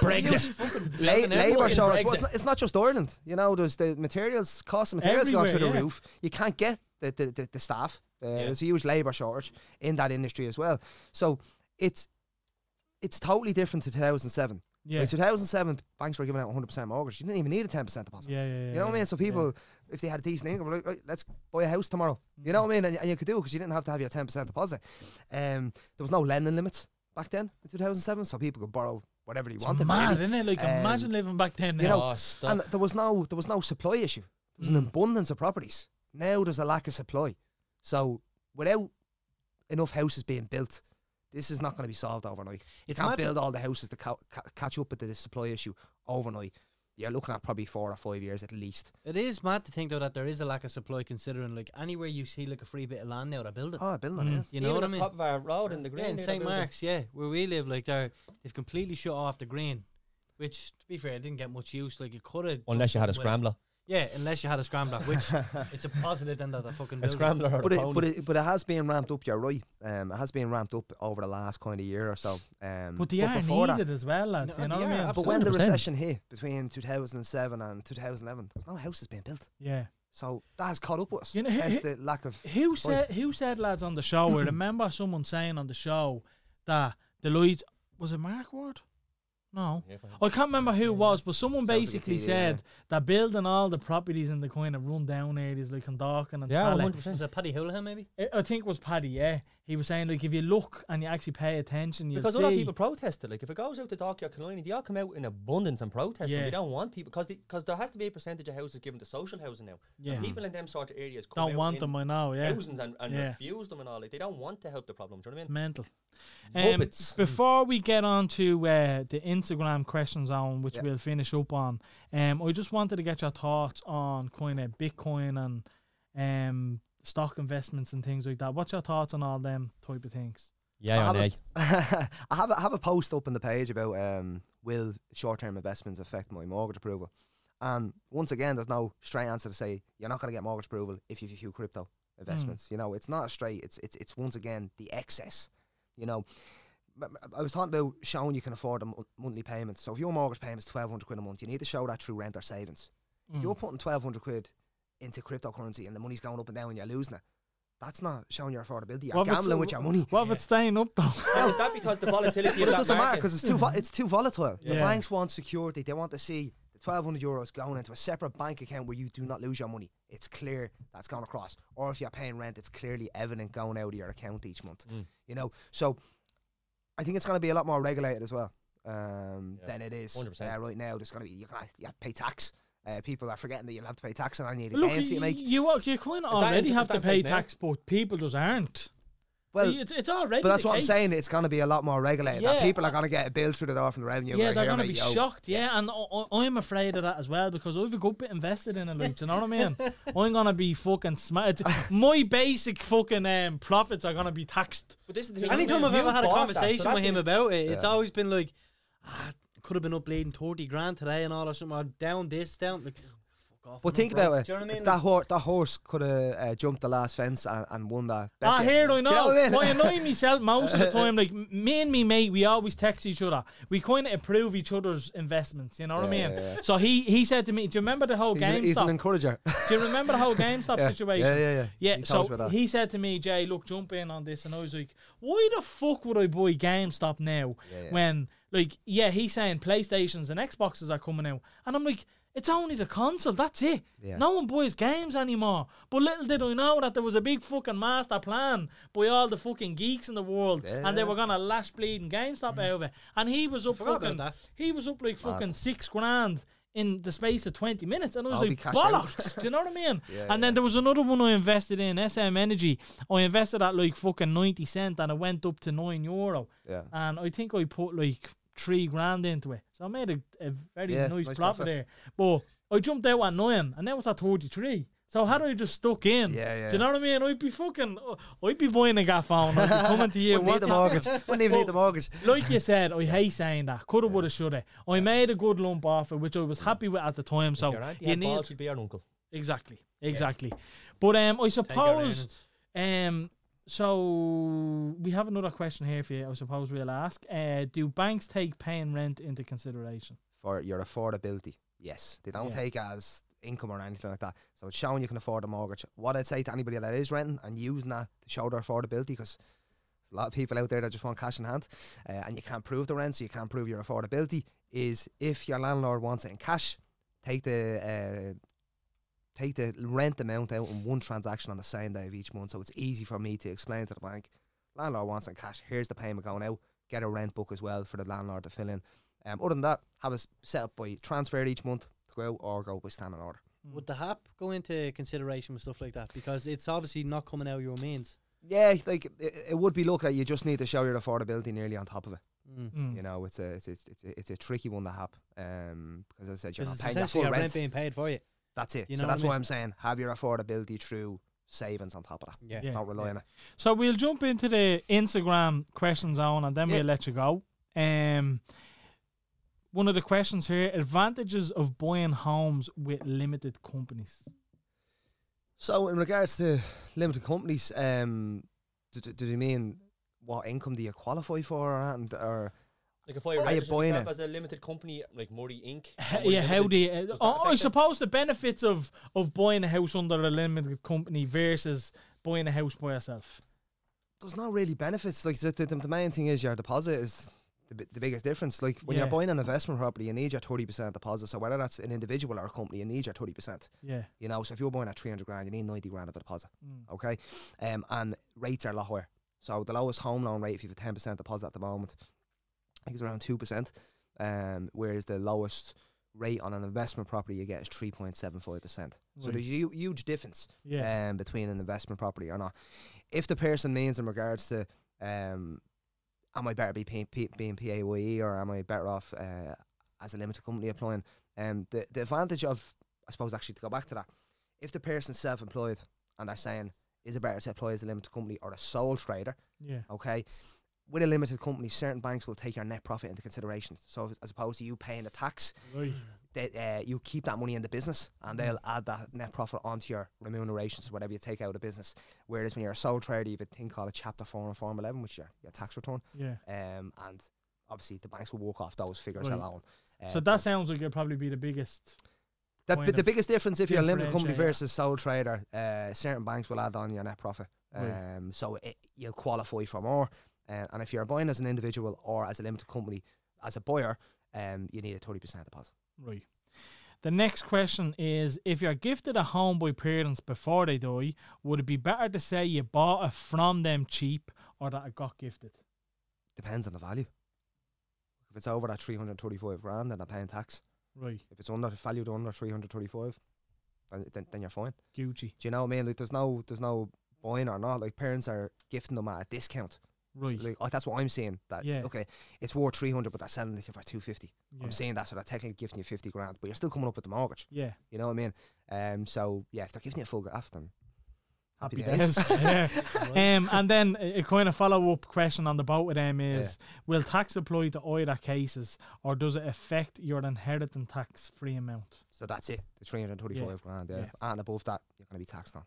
Speaker 5: Brexit. La- Labour showed us. Well, it's, not, it's not just Ireland. You know, there's the materials, cost of materials gone through the
Speaker 2: Everywhere, yeah.
Speaker 5: roof. You can't get the, the, the, the staff. Uh, There's a huge labour shortage in that industry as well. So it's it's totally different to 2007.
Speaker 2: Yeah.
Speaker 5: In 2007, banks were giving out 100% mortgage. You didn't even need a 10% deposit.
Speaker 2: Yeah, yeah, yeah.
Speaker 5: You know what I mean? So people, if they had a decent income, like, right, let's buy a house tomorrow. You
Speaker 2: Mm.
Speaker 5: know what I mean? And, and you could do it because you didn't have to have your 10% deposit. Um, there was no lending limits back then in 2007, so people could borrow whatever they wanted.
Speaker 2: Mad,
Speaker 5: really.
Speaker 2: isn't it? Like
Speaker 5: Um,
Speaker 2: imagine living back then.
Speaker 5: you
Speaker 2: now.
Speaker 5: know,
Speaker 3: Oh, stop.
Speaker 5: and there was no there was no supply issue. There was an abundance of properties. Now there's a lack of supply. So without enough houses being built, this is not going to be solved overnight. You
Speaker 3: It's
Speaker 5: can't
Speaker 3: mad that-
Speaker 5: build all the houses to ca- ca- catch up with the supply issue overnight. You're looking at probably four or five years at least.
Speaker 4: It is mad to think though that there is a lack of supply considering like anywhere you see like a free bit of land now to build it.
Speaker 5: Oh, building mm.
Speaker 4: You know what I mean?
Speaker 3: top of our road in the green.
Speaker 4: Yeah, in
Speaker 3: there,
Speaker 4: St
Speaker 3: they're building-
Speaker 4: Mark's, yeah, where we live, like they're they've completely shut off the green, which to be fair, it didn't get much use. Like you could have
Speaker 3: Unless you had a scrambler.
Speaker 4: Yeah, unless you had a scrambler, which it's a positive then that the fucking
Speaker 3: A
Speaker 4: building.
Speaker 3: scrambler or
Speaker 5: but
Speaker 3: a
Speaker 5: it,
Speaker 3: pony.
Speaker 5: but it, but it has been ramped up. You're right. Um, it has been ramped up over the last kind of year or so. Um,
Speaker 2: but they are
Speaker 5: before that-
Speaker 2: needed as well, lads.
Speaker 4: No,
Speaker 2: you know
Speaker 4: they
Speaker 2: what I
Speaker 4: are,
Speaker 2: mean?
Speaker 5: but when the
Speaker 3: 100%.
Speaker 5: recession hit between 2007 and 2011, there was no houses being built.
Speaker 2: yeah.
Speaker 5: So that has caught up with us.
Speaker 2: You know, he-
Speaker 5: hence
Speaker 2: he-
Speaker 5: the lack of.
Speaker 2: Who
Speaker 5: supply.
Speaker 2: said who said lads on the show? I remember someone saying on the show that the Lloyd's was it Mark Ward? No. I can't remember who it was, but someone
Speaker 5: Sounds like a
Speaker 2: basically
Speaker 5: TV,
Speaker 2: said
Speaker 5: yeah.
Speaker 2: that building all the properties in the kind of run down areas like in Dorking and
Speaker 3: Yeah,
Speaker 2: Tallaght,
Speaker 3: 100%.
Speaker 4: Was it Paddy Houlihan maybe?
Speaker 2: I- I think it was Paddy, yeah. He was saying like if you look and you actually pay attention, you
Speaker 3: Because
Speaker 2: see.
Speaker 3: other people protested. Like, if it goes out to Dark York Colony, they all come out in abundance and protest.
Speaker 2: Yeah.
Speaker 3: They don't want people. Because because there has to be a percentage of houses given to social housing now.
Speaker 2: Yeah.
Speaker 3: And people in them sort of areas come
Speaker 2: don't
Speaker 3: out
Speaker 2: want
Speaker 3: in
Speaker 2: them, I know, yeah.
Speaker 3: Thousands and, and
Speaker 2: Yeah.
Speaker 3: refuse them and all. Like, they don't want to help the problem. Do you know what I
Speaker 2: It's
Speaker 3: mean?
Speaker 2: mental. Um,
Speaker 3: Puppets.
Speaker 2: before we get on to uh, the Instagram questions on which we'll finish up on, um, I just wanted to get your thoughts on kind of Bitcoin and um, stock investments and things like that. What's your thoughts on all them type of things?
Speaker 3: Yeah,
Speaker 5: I have, a, I have a have a post up on the page about um, will short term investments affect my mortgage approval? And once again, there's no straight answer to say you're not going to get mortgage approval if you view crypto
Speaker 2: Hmm.
Speaker 5: investments. You know, it's not straight. It's it's it's once again the excess. You know, M- m- I was talking about showing you can afford a mon- monthly payment. So if your mortgage payment's twelve hundred quid a month, you need to show that through rent or savings.
Speaker 2: Mm.
Speaker 3: Hmm.
Speaker 5: If you're putting twelve hundred quid into cryptocurrency and the money's going up and down and you're losing it, that's not showing your affordability. You're
Speaker 2: What if it's-
Speaker 5: gambling with your money.
Speaker 2: What if it's staying up though?
Speaker 3: And is that because the volatility of
Speaker 5: But it
Speaker 3: that
Speaker 5: doesn't matter
Speaker 3: market?
Speaker 5: because it's too vo- it's too volatile. The
Speaker 2: Yeah.
Speaker 5: banks want security. They want to see the twelve hundred euros going into a separate bank account where you do not lose your money. It's clear that's gone across. Or if you're paying rent, it's clearly evident going out of your account each month.
Speaker 2: Mm.
Speaker 5: You know, so I think it's going to be a lot more regulated as well um, than it is
Speaker 3: 100%.
Speaker 5: uh, right now. There's going to be you're going to you have to pay tax. Uh, people are forgetting that you'll have to pay tax on any of the
Speaker 2: Look,
Speaker 5: gains
Speaker 2: you,
Speaker 5: that you make.
Speaker 2: you, are- you kind of
Speaker 3: that
Speaker 2: already
Speaker 3: in-
Speaker 2: have
Speaker 3: is
Speaker 2: to
Speaker 3: that
Speaker 2: pay
Speaker 3: place now?
Speaker 2: tax, but people just aren't.
Speaker 5: Well,
Speaker 2: it's, it's already.
Speaker 5: but that's
Speaker 2: the
Speaker 5: what I'm
Speaker 2: case.
Speaker 5: saying. It's going to be a lot more regulated. that
Speaker 2: Yeah.
Speaker 5: people are going to get a bill through the door from the revenue.
Speaker 2: Yeah,
Speaker 5: going,
Speaker 2: they're
Speaker 5: "Here,
Speaker 2: going to
Speaker 5: mate,
Speaker 2: be
Speaker 5: you owe."
Speaker 2: shocked. Yeah, and I, I- I'm afraid of that as well because I've a good bit invested in it. Like, do you know what I mean? I'm going to be fucking smart. My basic fucking um, profits are going to be taxed.
Speaker 3: But this is the thing,
Speaker 4: Anytime
Speaker 3: you-
Speaker 4: I've
Speaker 3: you
Speaker 4: ever had a
Speaker 3: bought that, so
Speaker 4: conversation
Speaker 3: that's
Speaker 4: with him
Speaker 3: in-
Speaker 4: about it, it's always been like, ah, could have been up leading thirty grand today and all or something. Or down this, down like. fuck off,
Speaker 5: Well,
Speaker 4: I'm
Speaker 5: think
Speaker 4: broke."
Speaker 5: about it.
Speaker 4: Do you know what I mean?
Speaker 5: That, hor- that horse could have uh, jumped the last fence and, and won that. bet
Speaker 2: I
Speaker 5: there.
Speaker 2: hear Ah, I
Speaker 5: Do you
Speaker 2: know.
Speaker 5: what I mean?
Speaker 2: I annoy myself most of the time. Like m- me and me mate, we always text each other. We kind of approve each other's investments. You know what I
Speaker 5: Yeah,
Speaker 2: mean?
Speaker 5: yeah, yeah.
Speaker 2: So he he said to me, "Do you remember the whole
Speaker 5: He's, an,
Speaker 2: GameStop?
Speaker 5: he's an encourager.
Speaker 2: Do you remember the whole GameStop
Speaker 5: Yeah,
Speaker 2: situation?
Speaker 5: yeah, yeah, yeah.
Speaker 2: Yeah,
Speaker 5: He told us
Speaker 2: so
Speaker 5: about that.
Speaker 2: he said to me, Jay, look, jump in on this. And I was like, why the fuck would I buy GameStop now
Speaker 5: yeah.
Speaker 2: when, like, yeah, he's saying PlayStations and Xboxes are coming out. And I'm like, it's only the console, that's it.
Speaker 5: Yeah.
Speaker 2: No one buys games anymore. But little did I know that there was a big fucking master plan by all the fucking geeks in the world and they were gonna
Speaker 5: Mm.
Speaker 2: lash bleeding GameStop over. And he was up
Speaker 4: forgot about
Speaker 2: fucking
Speaker 4: that.
Speaker 5: Ah,
Speaker 2: he was up like fucking six grand in the space of 20 minutes. And I was
Speaker 5: I'll be
Speaker 2: like,
Speaker 5: cash out.
Speaker 2: bollocks. Do you know what I mean?
Speaker 5: Yeah,
Speaker 2: and then there was another one I invested in, SM Energy. I invested at like fucking 90 cent and it went up to 9 euro.
Speaker 5: Yeah.
Speaker 2: And I think I put like three grand into it. So I made a, a very
Speaker 5: Yeah,
Speaker 2: nice,
Speaker 5: nice
Speaker 2: profit
Speaker 5: profit.
Speaker 2: there. But I jumped out at 9 and that was at 43. So had I just stuck in,
Speaker 5: Yeah, yeah.
Speaker 2: do you know what I mean? I'd be fucking, uh, I'd be buying a gaff phone. I'd be coming to you.
Speaker 5: Wouldn't need the
Speaker 2: WhatsApp-
Speaker 5: mortgage. Wouldn't even need the mortgage.
Speaker 2: like you said, I hate saying that. Coulda, woulda, shoulda. I made a good lump offer, which I was happy with at the time. So
Speaker 3: Your auntie
Speaker 2: you
Speaker 3: had
Speaker 2: need
Speaker 3: balls, she'd be your uncle.
Speaker 2: exactly, exactly. But um, I suppose
Speaker 6: earnings.
Speaker 2: um, so we have another question here for you. I suppose we'll ask: uh, Do banks take paying rent into consideration?
Speaker 5: for your affordability. Yes, they don't
Speaker 2: Yeah.
Speaker 5: take as income or anything like that. So it's showing you can afford a mortgage. What I'd say to anybody that is renting and using that to show their affordability, because a lot of people out there that just want cash in hand, uh, and you can't prove the rent, so you can't prove your affordability. Is if your landlord wants it in cash, take the uh, take the rent amount out in one transaction on the same day of each month. So it's easy for me to explain to the bank, landlord wants it in cash. Here's the payment going out. Get a rent book as well for the landlord to fill in. Um, other than that, have it s- set up by transfer each month to go out or go by standing order.
Speaker 4: Would the HAP go into consideration with stuff like that? Because it's obviously not coming out of your means.
Speaker 5: Yeah, like it, it would be look at you just need to show your affordability nearly on top of it.
Speaker 4: Mm.
Speaker 2: Mm.
Speaker 5: You know, it's a it's it's it's a, it's a tricky one to have um, because as I said you're
Speaker 4: 'Cause it's
Speaker 5: not paying your
Speaker 4: essentially
Speaker 5: full
Speaker 4: your rent.
Speaker 5: rent.
Speaker 4: being paid for you.
Speaker 5: That's it.
Speaker 4: You know
Speaker 5: so
Speaker 4: what I
Speaker 5: that's why
Speaker 4: mean?
Speaker 5: I'm saying have your affordability through savings on top of that.
Speaker 4: Yeah.
Speaker 2: Yeah.
Speaker 5: Don't rely on it.
Speaker 2: So we'll jump into the Instagram question zone and then
Speaker 5: Yeah.
Speaker 2: we'll let you go. Um, one of the questions here: advantages of buying homes with limited companies.
Speaker 5: So, in regards to limited companies, um, do, do, do you mean what income do you qualify for, or, and, or
Speaker 3: Like if I
Speaker 5: Are you
Speaker 3: registered
Speaker 5: buying
Speaker 3: myself
Speaker 5: it?
Speaker 3: as a limited company, like Murray Inc.
Speaker 2: H-
Speaker 3: Murray
Speaker 2: yeah, how
Speaker 3: Limited,
Speaker 2: do you, uh,
Speaker 3: does that
Speaker 2: oh, I
Speaker 3: affect it?
Speaker 2: suppose the benefits of of buying a house under a limited company versus buying a house by yourself.
Speaker 5: there's not really benefits. Like the, the, the main thing is your deposit is the, bi- the biggest difference. Like when
Speaker 2: Yeah.
Speaker 5: you're buying an investment property, you need your thirty percent deposit. So whether that's an individual or a company, you need your thirty percent.
Speaker 2: Yeah,
Speaker 5: You know, so if you're buying at three hundred grand, you need ninety grand of a deposit.
Speaker 2: Mm.
Speaker 5: Okay, um, and rates are a lot higher. So the lowest home loan rate, if you have a ten percent deposit at the moment, I think it's around two percent. Um, whereas the lowest rate on an investment property you get is three point seven five percent. So
Speaker 2: Right.
Speaker 5: there's a hu- huge difference
Speaker 2: yeah,
Speaker 5: um, between an investment property or not. If the person means in regards to, um, am I better be pay, P being PAYE or am I better off uh, as a limited company applying? Um, the, the advantage of, I suppose, actually to go back to that, if the person's self employed and they're saying, is it better to apply as a limited company or a sole trader?
Speaker 2: yeah,
Speaker 5: Okay. With a limited company, certain banks will take your net profit into consideration. So, as opposed to you paying the tax,
Speaker 2: right,
Speaker 5: they, uh, you keep that money in the business and they'll
Speaker 2: Mm.
Speaker 5: add that net profit onto your remuneration, so whatever you take out of the business. Whereas when you're a sole trader, you have a thing called a Chapter 4 and Form 11, which is your, your tax return.
Speaker 2: yeah.
Speaker 5: Um, and obviously, the banks will walk off those figures
Speaker 2: Right.
Speaker 5: alone. Uh,
Speaker 2: So that sounds like it'd probably be the biggest.
Speaker 5: the,
Speaker 2: point
Speaker 5: bi- the
Speaker 2: of
Speaker 5: biggest difference if you're a limited company
Speaker 2: differentiator.
Speaker 5: versus sole trader, uh, certain banks will add on your net profit.
Speaker 2: Right.
Speaker 5: Um, so it, you'll qualify for more. Uh, and if you're buying as an individual or as a limited company, as a buyer, um, you need a 30% deposit.
Speaker 2: Right. The next question is: If you're gifted a home by parents before they die, would it be better to say you bought it from them cheap or that it got gifted?
Speaker 5: depends on the value. If it's over that 335 grand, then I'm paying tax.
Speaker 2: Right,
Speaker 5: If it's under valued under 335, then, then, then you're fine.
Speaker 2: Gucci.
Speaker 5: Do you know what I mean? Like, there's no there's no buying or not. Like, parents are gifting them at a discount.
Speaker 2: Right.
Speaker 5: Like, oh, that's what I'm saying. That
Speaker 2: Yeah.
Speaker 5: okay, it's worth 300, but they're selling it for 250.
Speaker 2: Yeah.
Speaker 5: I'm saying that, so they're technically gifting you 50 grand, but you're still coming up with the mortgage.
Speaker 2: yeah.
Speaker 5: You know what I mean? Um, so yeah, if they're giving you a full graft, then
Speaker 2: Happy days. Yeah. um, and then a a kind of follow up question on the boat with them is Will tax apply to either cases or does it affect your inheritance tax free amount?
Speaker 5: So that's it. The 335 grand, yeah.
Speaker 2: Yeah.
Speaker 5: and above that, you're going to be taxed on.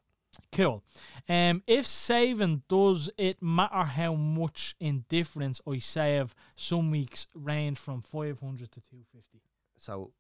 Speaker 2: Cool. Um, if saving, does it matter how much in difference I save? Some weeks range from 500 to 250.
Speaker 5: So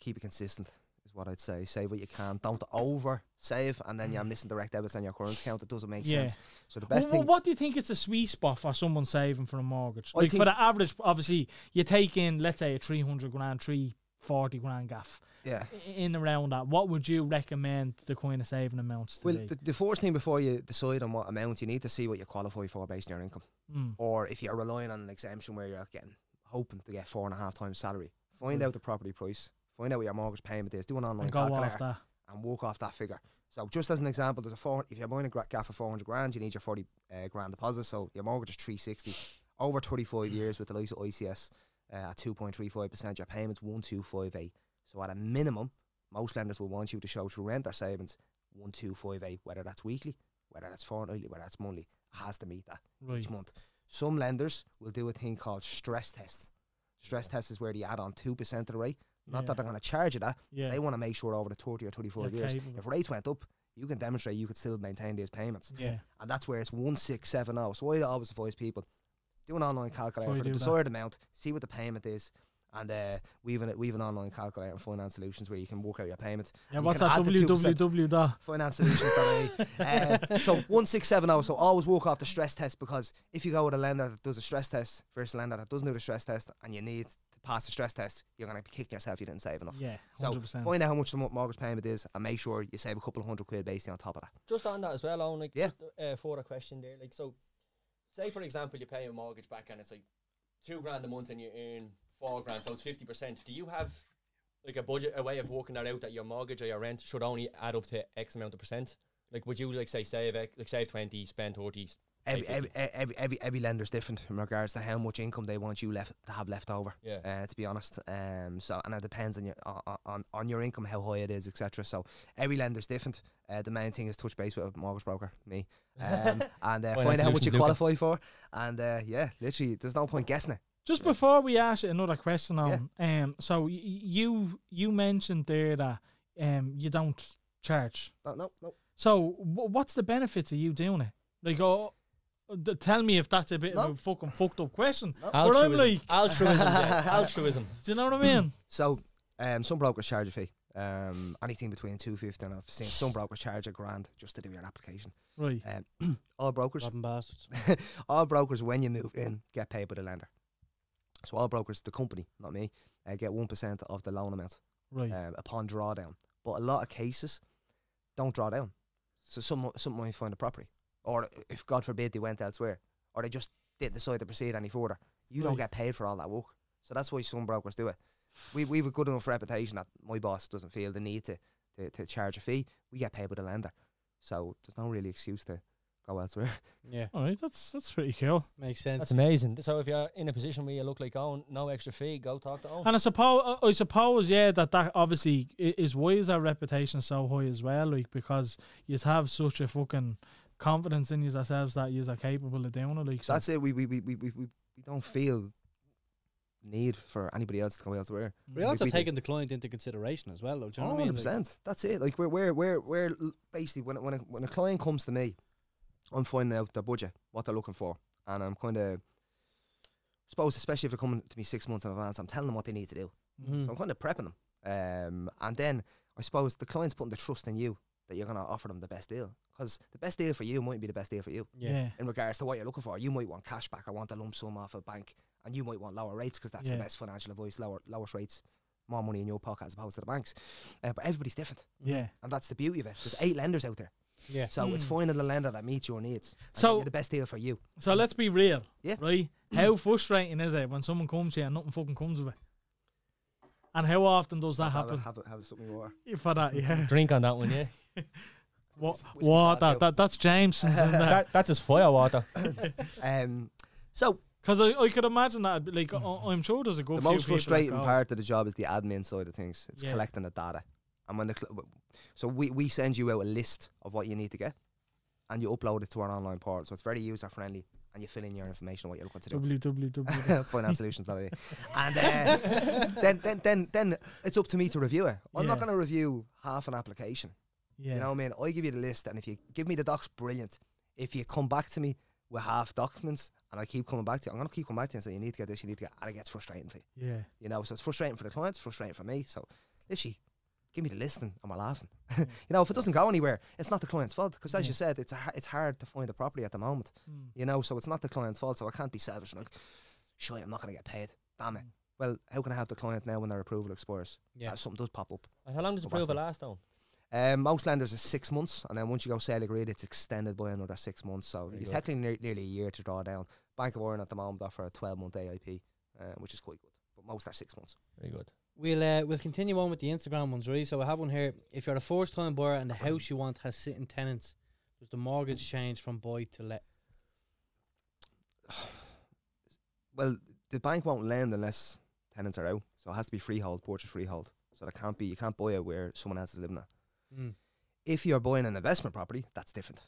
Speaker 5: keep it consistent is what I'd say. Save what you can. Don't over save and then you're missing direct debits on your current account. It doesn't make
Speaker 2: Mm. Yeah.
Speaker 5: sense. So the best
Speaker 2: Wh- wh-
Speaker 5: thing
Speaker 2: what do you think it's a sweet spot for someone saving for a mortgage?
Speaker 5: I
Speaker 2: Like for
Speaker 5: think-
Speaker 2: the average, obviously, you take in, let's say, a 300 grand, 340 grand gaff.
Speaker 5: Yeah.
Speaker 2: in around that, what would you recommend the kind of saving amounts to
Speaker 5: Well,
Speaker 2: be?
Speaker 5: the, the first thing before you decide on what amount you need to see what you qualify for based on your income,
Speaker 2: Mm,
Speaker 5: or if you're relying on an exemption where you're getting hoping to get four and a half times salary. Find
Speaker 2: Right.
Speaker 5: out the property price. Find out what your mortgage payment is. Do an online
Speaker 2: Mm. and go
Speaker 5: calculator
Speaker 2: off that.
Speaker 5: and walk off that figure. So just as an example, there's a four. If you're buying a gra- gaff for 400 grand, you need your 40 uh, grand deposit. So your mortgage is 360 over 25 years with the likes of ICS uh, at 2.35 percent. Your payments 1258. So at a minimum, most lenders will want you to show through rent or savings 1258, whether that's weekly, whether that's fortnightly, whether that's monthly, has to meet that
Speaker 2: Right.
Speaker 5: each month. Some lenders will do a thing called stress test. Stress test is where they add on two percent of the rate. Not
Speaker 2: Yeah.
Speaker 5: that they're going to charge you that.
Speaker 2: Yeah.
Speaker 5: They want to make sure over the 30 or 24
Speaker 2: You're
Speaker 5: years,
Speaker 2: capable.
Speaker 5: if rates went up, you can demonstrate you could still maintain these payments.
Speaker 2: Yeah.
Speaker 5: And that's where it's 1670. oh. So I always advise people do an online calculator
Speaker 2: Before you
Speaker 5: for the
Speaker 2: do that.
Speaker 5: desired amount, see what the payment is. And uh, we have an we have an online calculator and finance solutions where you can work out your payment.
Speaker 2: Yeah,
Speaker 5: and you
Speaker 2: what's
Speaker 5: can
Speaker 2: that?
Speaker 5: add the 2%.
Speaker 2: www. dot-
Speaker 5: Finance solutions. uh, so one six seven oh. So always walk off the stress test because if you go with a lender that does a stress test versus a lender that doesn't do the stress test, and you need to pass the stress test, you're gonna be kicking yourself you didn't save enough.
Speaker 2: Yeah,
Speaker 5: So
Speaker 2: 100%.
Speaker 5: find out how much the mo- mortgage payment is, and make sure you save a couple of hundred quid basically on top of that.
Speaker 3: Just on that as well, Owen, like,
Speaker 5: Yeah.
Speaker 3: just uh, for a question there, like, so, say for example, you pay a mortgage back and it's like two grand a month and you earn four grand, so it's 50%. Do you have like a budget, a way of working that out that your mortgage or your rent should only add up to X amount of percent? Like, would you like say save X- like save 20, spend 30?
Speaker 5: Every,
Speaker 3: Save
Speaker 5: every, e-, every, every, every lender's different in regards to how much income they want you left to have left over.
Speaker 3: Yeah.
Speaker 5: Uh, to be honest, um, so and it depends on your on, on, on your income, how high it is, etc. So every lender's different. Uh, the main thing is touch base with a mortgage broker, me, um, and uh, find out how much you
Speaker 3: solutions, Luca.
Speaker 5: qualify for. And uh, yeah, literally, there's no point guessing it.
Speaker 2: Just before we ask you another question, on, um, so y- y- you you mentioned there that um you don't charge.
Speaker 5: No, no, no.
Speaker 2: So wh- what's the benefits of you doing it? Like, oh, th- tell me if that's a bit of
Speaker 5: No.
Speaker 2: a fucking fucked up question. But I'm
Speaker 3: Altruism.
Speaker 2: like,
Speaker 3: altruism. yeah, altruism.
Speaker 2: do you know what I mean?
Speaker 5: So um, some brokers charge a fee. Um, anything between two fifty and I've seen some brokers charge a grand just to do your application.
Speaker 2: right.
Speaker 5: Um, all brokers,
Speaker 4: Robbing bastards.
Speaker 5: all brokers, when you move in, get paid by the lender. So all brokers, the company, not me, uh, get one percent of the loan amount
Speaker 2: Right.
Speaker 5: um, upon drawdown. But a lot of cases don't draw down. So some some might find a property, or if God forbid they went elsewhere, or they just didn't decide to proceed any further, you don't
Speaker 2: Right.
Speaker 5: get paid for all that work. So that's why some brokers do it. We we've a good enough reputation that my boss doesn't feel the need to to, to charge a fee. We get paid with a lender, so there's no really excuse to go elsewhere.
Speaker 4: Yeah,
Speaker 2: All right. That's that's pretty cool.
Speaker 4: makes sense.
Speaker 3: That's amazing. So if you're in a position where you look like Owen, no extra fee, go talk to Owen.
Speaker 2: And I suppose, I suppose, yeah, that that obviously i- is why is our reputation so high as well, like because you have such a fucking confidence in yourselves that you are capable of doing it, like.
Speaker 5: So that's it. We we we we we, we we don't feel need for anybody else to go elsewhere.
Speaker 4: We're also
Speaker 5: we do.
Speaker 4: taking the client into consideration as well, though. Do you know what I
Speaker 5: hundred
Speaker 4: mean? Like,
Speaker 5: percent. That's it. Like we're we're we're we're l- basically when a- when a, when a client comes to me, I'm finding out their budget, what they're looking for, and I'm kind of suppose especially if they're coming to me six months in advance, I'm telling them what they need to do.
Speaker 4: Mm-hmm. Hmm.
Speaker 5: So I'm kind of prepping them, um, and then I suppose the client's putting the trust in you that you're going to offer them the best deal because the best deal for you might be the best deal for you
Speaker 2: yeah. yeah.
Speaker 5: in regards to what you're looking for. You might want cash back. I want a lump sum off a bank, and you might want lower rates because that's
Speaker 2: Yeah.
Speaker 5: the best financial advice: lower lowest rates, more money in your pocket as opposed to the banks. Uh, but everybody's different, and that's the beauty of it. There's eight lenders out there,
Speaker 4: Yeah.
Speaker 5: so it's finding the lender that meets your needs. and get
Speaker 2: So-
Speaker 5: you the best deal for you.
Speaker 2: So let's be real.
Speaker 5: Yeah.
Speaker 2: Right. How frustrating is it when someone comes here and nothing fucking comes of it? And how often does that
Speaker 5: Have, a-
Speaker 2: happen?
Speaker 5: have, a- have something more.
Speaker 2: For that, yeah.
Speaker 3: Drink on that one, yeah.
Speaker 2: What?
Speaker 5: whiskey
Speaker 2: What?
Speaker 5: Glasgow.
Speaker 2: That, that, that's Jameson's in there.
Speaker 3: that, that's his fire water.
Speaker 5: Um, so
Speaker 2: Because I, I could imagine that. Like, I, I'm sure there's a good.
Speaker 5: the
Speaker 2: few
Speaker 5: most
Speaker 2: people that
Speaker 5: frustrating
Speaker 2: go,
Speaker 5: part of the job is the admin side of things. It's
Speaker 2: Yeah.
Speaker 5: collecting the data, and when the cl- w- so we we send you out a list of what you need to get, and you upload it to our online portal. So it's very user friendly, and you fill in your information on what you're looking to do.
Speaker 2: www.
Speaker 5: finance solutions that is. and uh, then, then then then it's up to me to review it i'm not
Speaker 2: Yeah.
Speaker 5: going to review half an application
Speaker 2: Yeah.
Speaker 5: you know what i mean i give you the list and if you give me the docs brilliant if you come back to me with half documents and i keep coming back to you i'm going to keep coming back to you and say you need to get this you need to get and it gets frustrating for you
Speaker 2: Yeah.
Speaker 5: you know so it's frustrating for the clients frustrating for me so literally give me the list and i'm laughing you know if it doesn't go anywhere it's not the client's fault because as
Speaker 2: Yeah.
Speaker 5: you said it's a, ha- it's hard to find a property at the moment
Speaker 2: Mm.
Speaker 5: you know, so it's not the client's fault. So I can't be selfish. Like, sure, I'm not going to get paid. Damn it. Well, how can I help the client now when their approval expires?
Speaker 4: Yeah.
Speaker 5: Uh, something does pop up.
Speaker 3: And how long does the
Speaker 5: Go back to
Speaker 3: approval
Speaker 5: it.
Speaker 3: last, though?
Speaker 5: Um, most lenders is six months, and then once you go sale agreed, it's extended by another six months. So
Speaker 3: Very
Speaker 5: you've
Speaker 3: good.
Speaker 5: technically near, nearly a year to draw down. Bank of Ireland at the moment offer a 12 month AIP, uh, which is quite good, but most are six months.
Speaker 3: Very good.
Speaker 4: We'll uh, we'll continue on with the Instagram ones, right? So I have one here. If you're a first time buyer and the house you want has sitting tenants, does the mortgage change from buy to let?
Speaker 5: Well, the bank won't lend unless tenants are out, so it has to be freehold, purchase freehold. So that can't be you can't buy it where someone else is living at.
Speaker 4: Mm.
Speaker 5: If you're buying an investment property, that's different,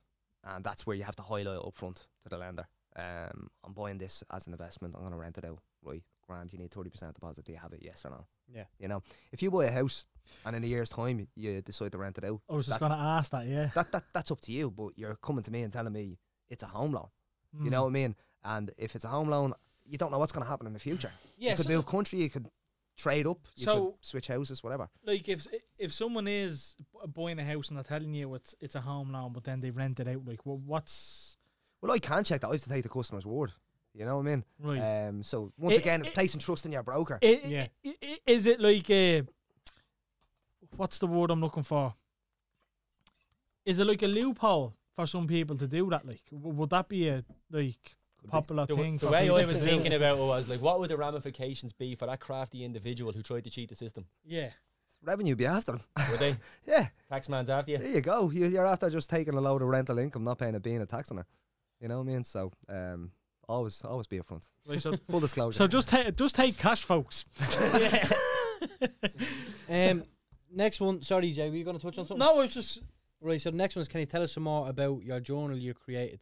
Speaker 5: and that's where you have to highlight up front to the lender. Um, I'm buying this as an investment. I'm going to rent it out, right? Grand, you need thirty percent deposit. Do you have it? Yes or no?
Speaker 4: Yeah.
Speaker 5: You know, if you buy a house and in a year's time you decide to rent it out,
Speaker 2: I was just
Speaker 5: That-
Speaker 2: going to ask that, yeah.
Speaker 5: that, that that's up to you. But you're coming to me and telling me it's a home loan. You
Speaker 2: Mm.
Speaker 5: know what I mean? And if it's a home loan, you don't know what's going to happen in the future.
Speaker 4: Yeah,
Speaker 5: you could
Speaker 4: so-
Speaker 5: move country. You could trade up. You
Speaker 2: So-
Speaker 5: could switch houses, whatever.
Speaker 2: like if if someone is bu- buying a house and they're telling you it's it's a home loan, but then they rent it out, like well, what's
Speaker 5: Well, I can check that. I have to take the customer's word. You know what I mean?
Speaker 2: right?
Speaker 3: Uh,
Speaker 5: Um, so once
Speaker 2: It-
Speaker 5: again, it's
Speaker 2: it-
Speaker 5: placing trust in your broker.
Speaker 2: I- i-
Speaker 4: Yeah.
Speaker 2: i- i- is it like a what's the word I'm looking for? Is it like a loophole for some people to do that? Like, w- would that be a like popular
Speaker 3: The,
Speaker 2: thing?
Speaker 3: w- the
Speaker 2: for
Speaker 3: way
Speaker 2: people
Speaker 3: I
Speaker 2: to
Speaker 3: was
Speaker 2: do?
Speaker 3: thinking about it was like, what would the ramifications be for that crafty individual who tried to cheat the system?
Speaker 2: yeah,
Speaker 5: Revenue be after them.
Speaker 3: Were they
Speaker 5: yeah,
Speaker 3: taxman's after you?
Speaker 5: there you go. You, you're after just taking a load of rental income, not paying a bean of tax on it. You know what I mean? So um, always, always be upfront.
Speaker 2: like so.
Speaker 5: Full disclosure.
Speaker 2: So just take just take cash, folks. yeah.
Speaker 4: Um, next one. Sorry, Jay, were you going to touch on something?
Speaker 2: No, it's just
Speaker 4: Right. So the next one is, can you tell us some more about your journal you created?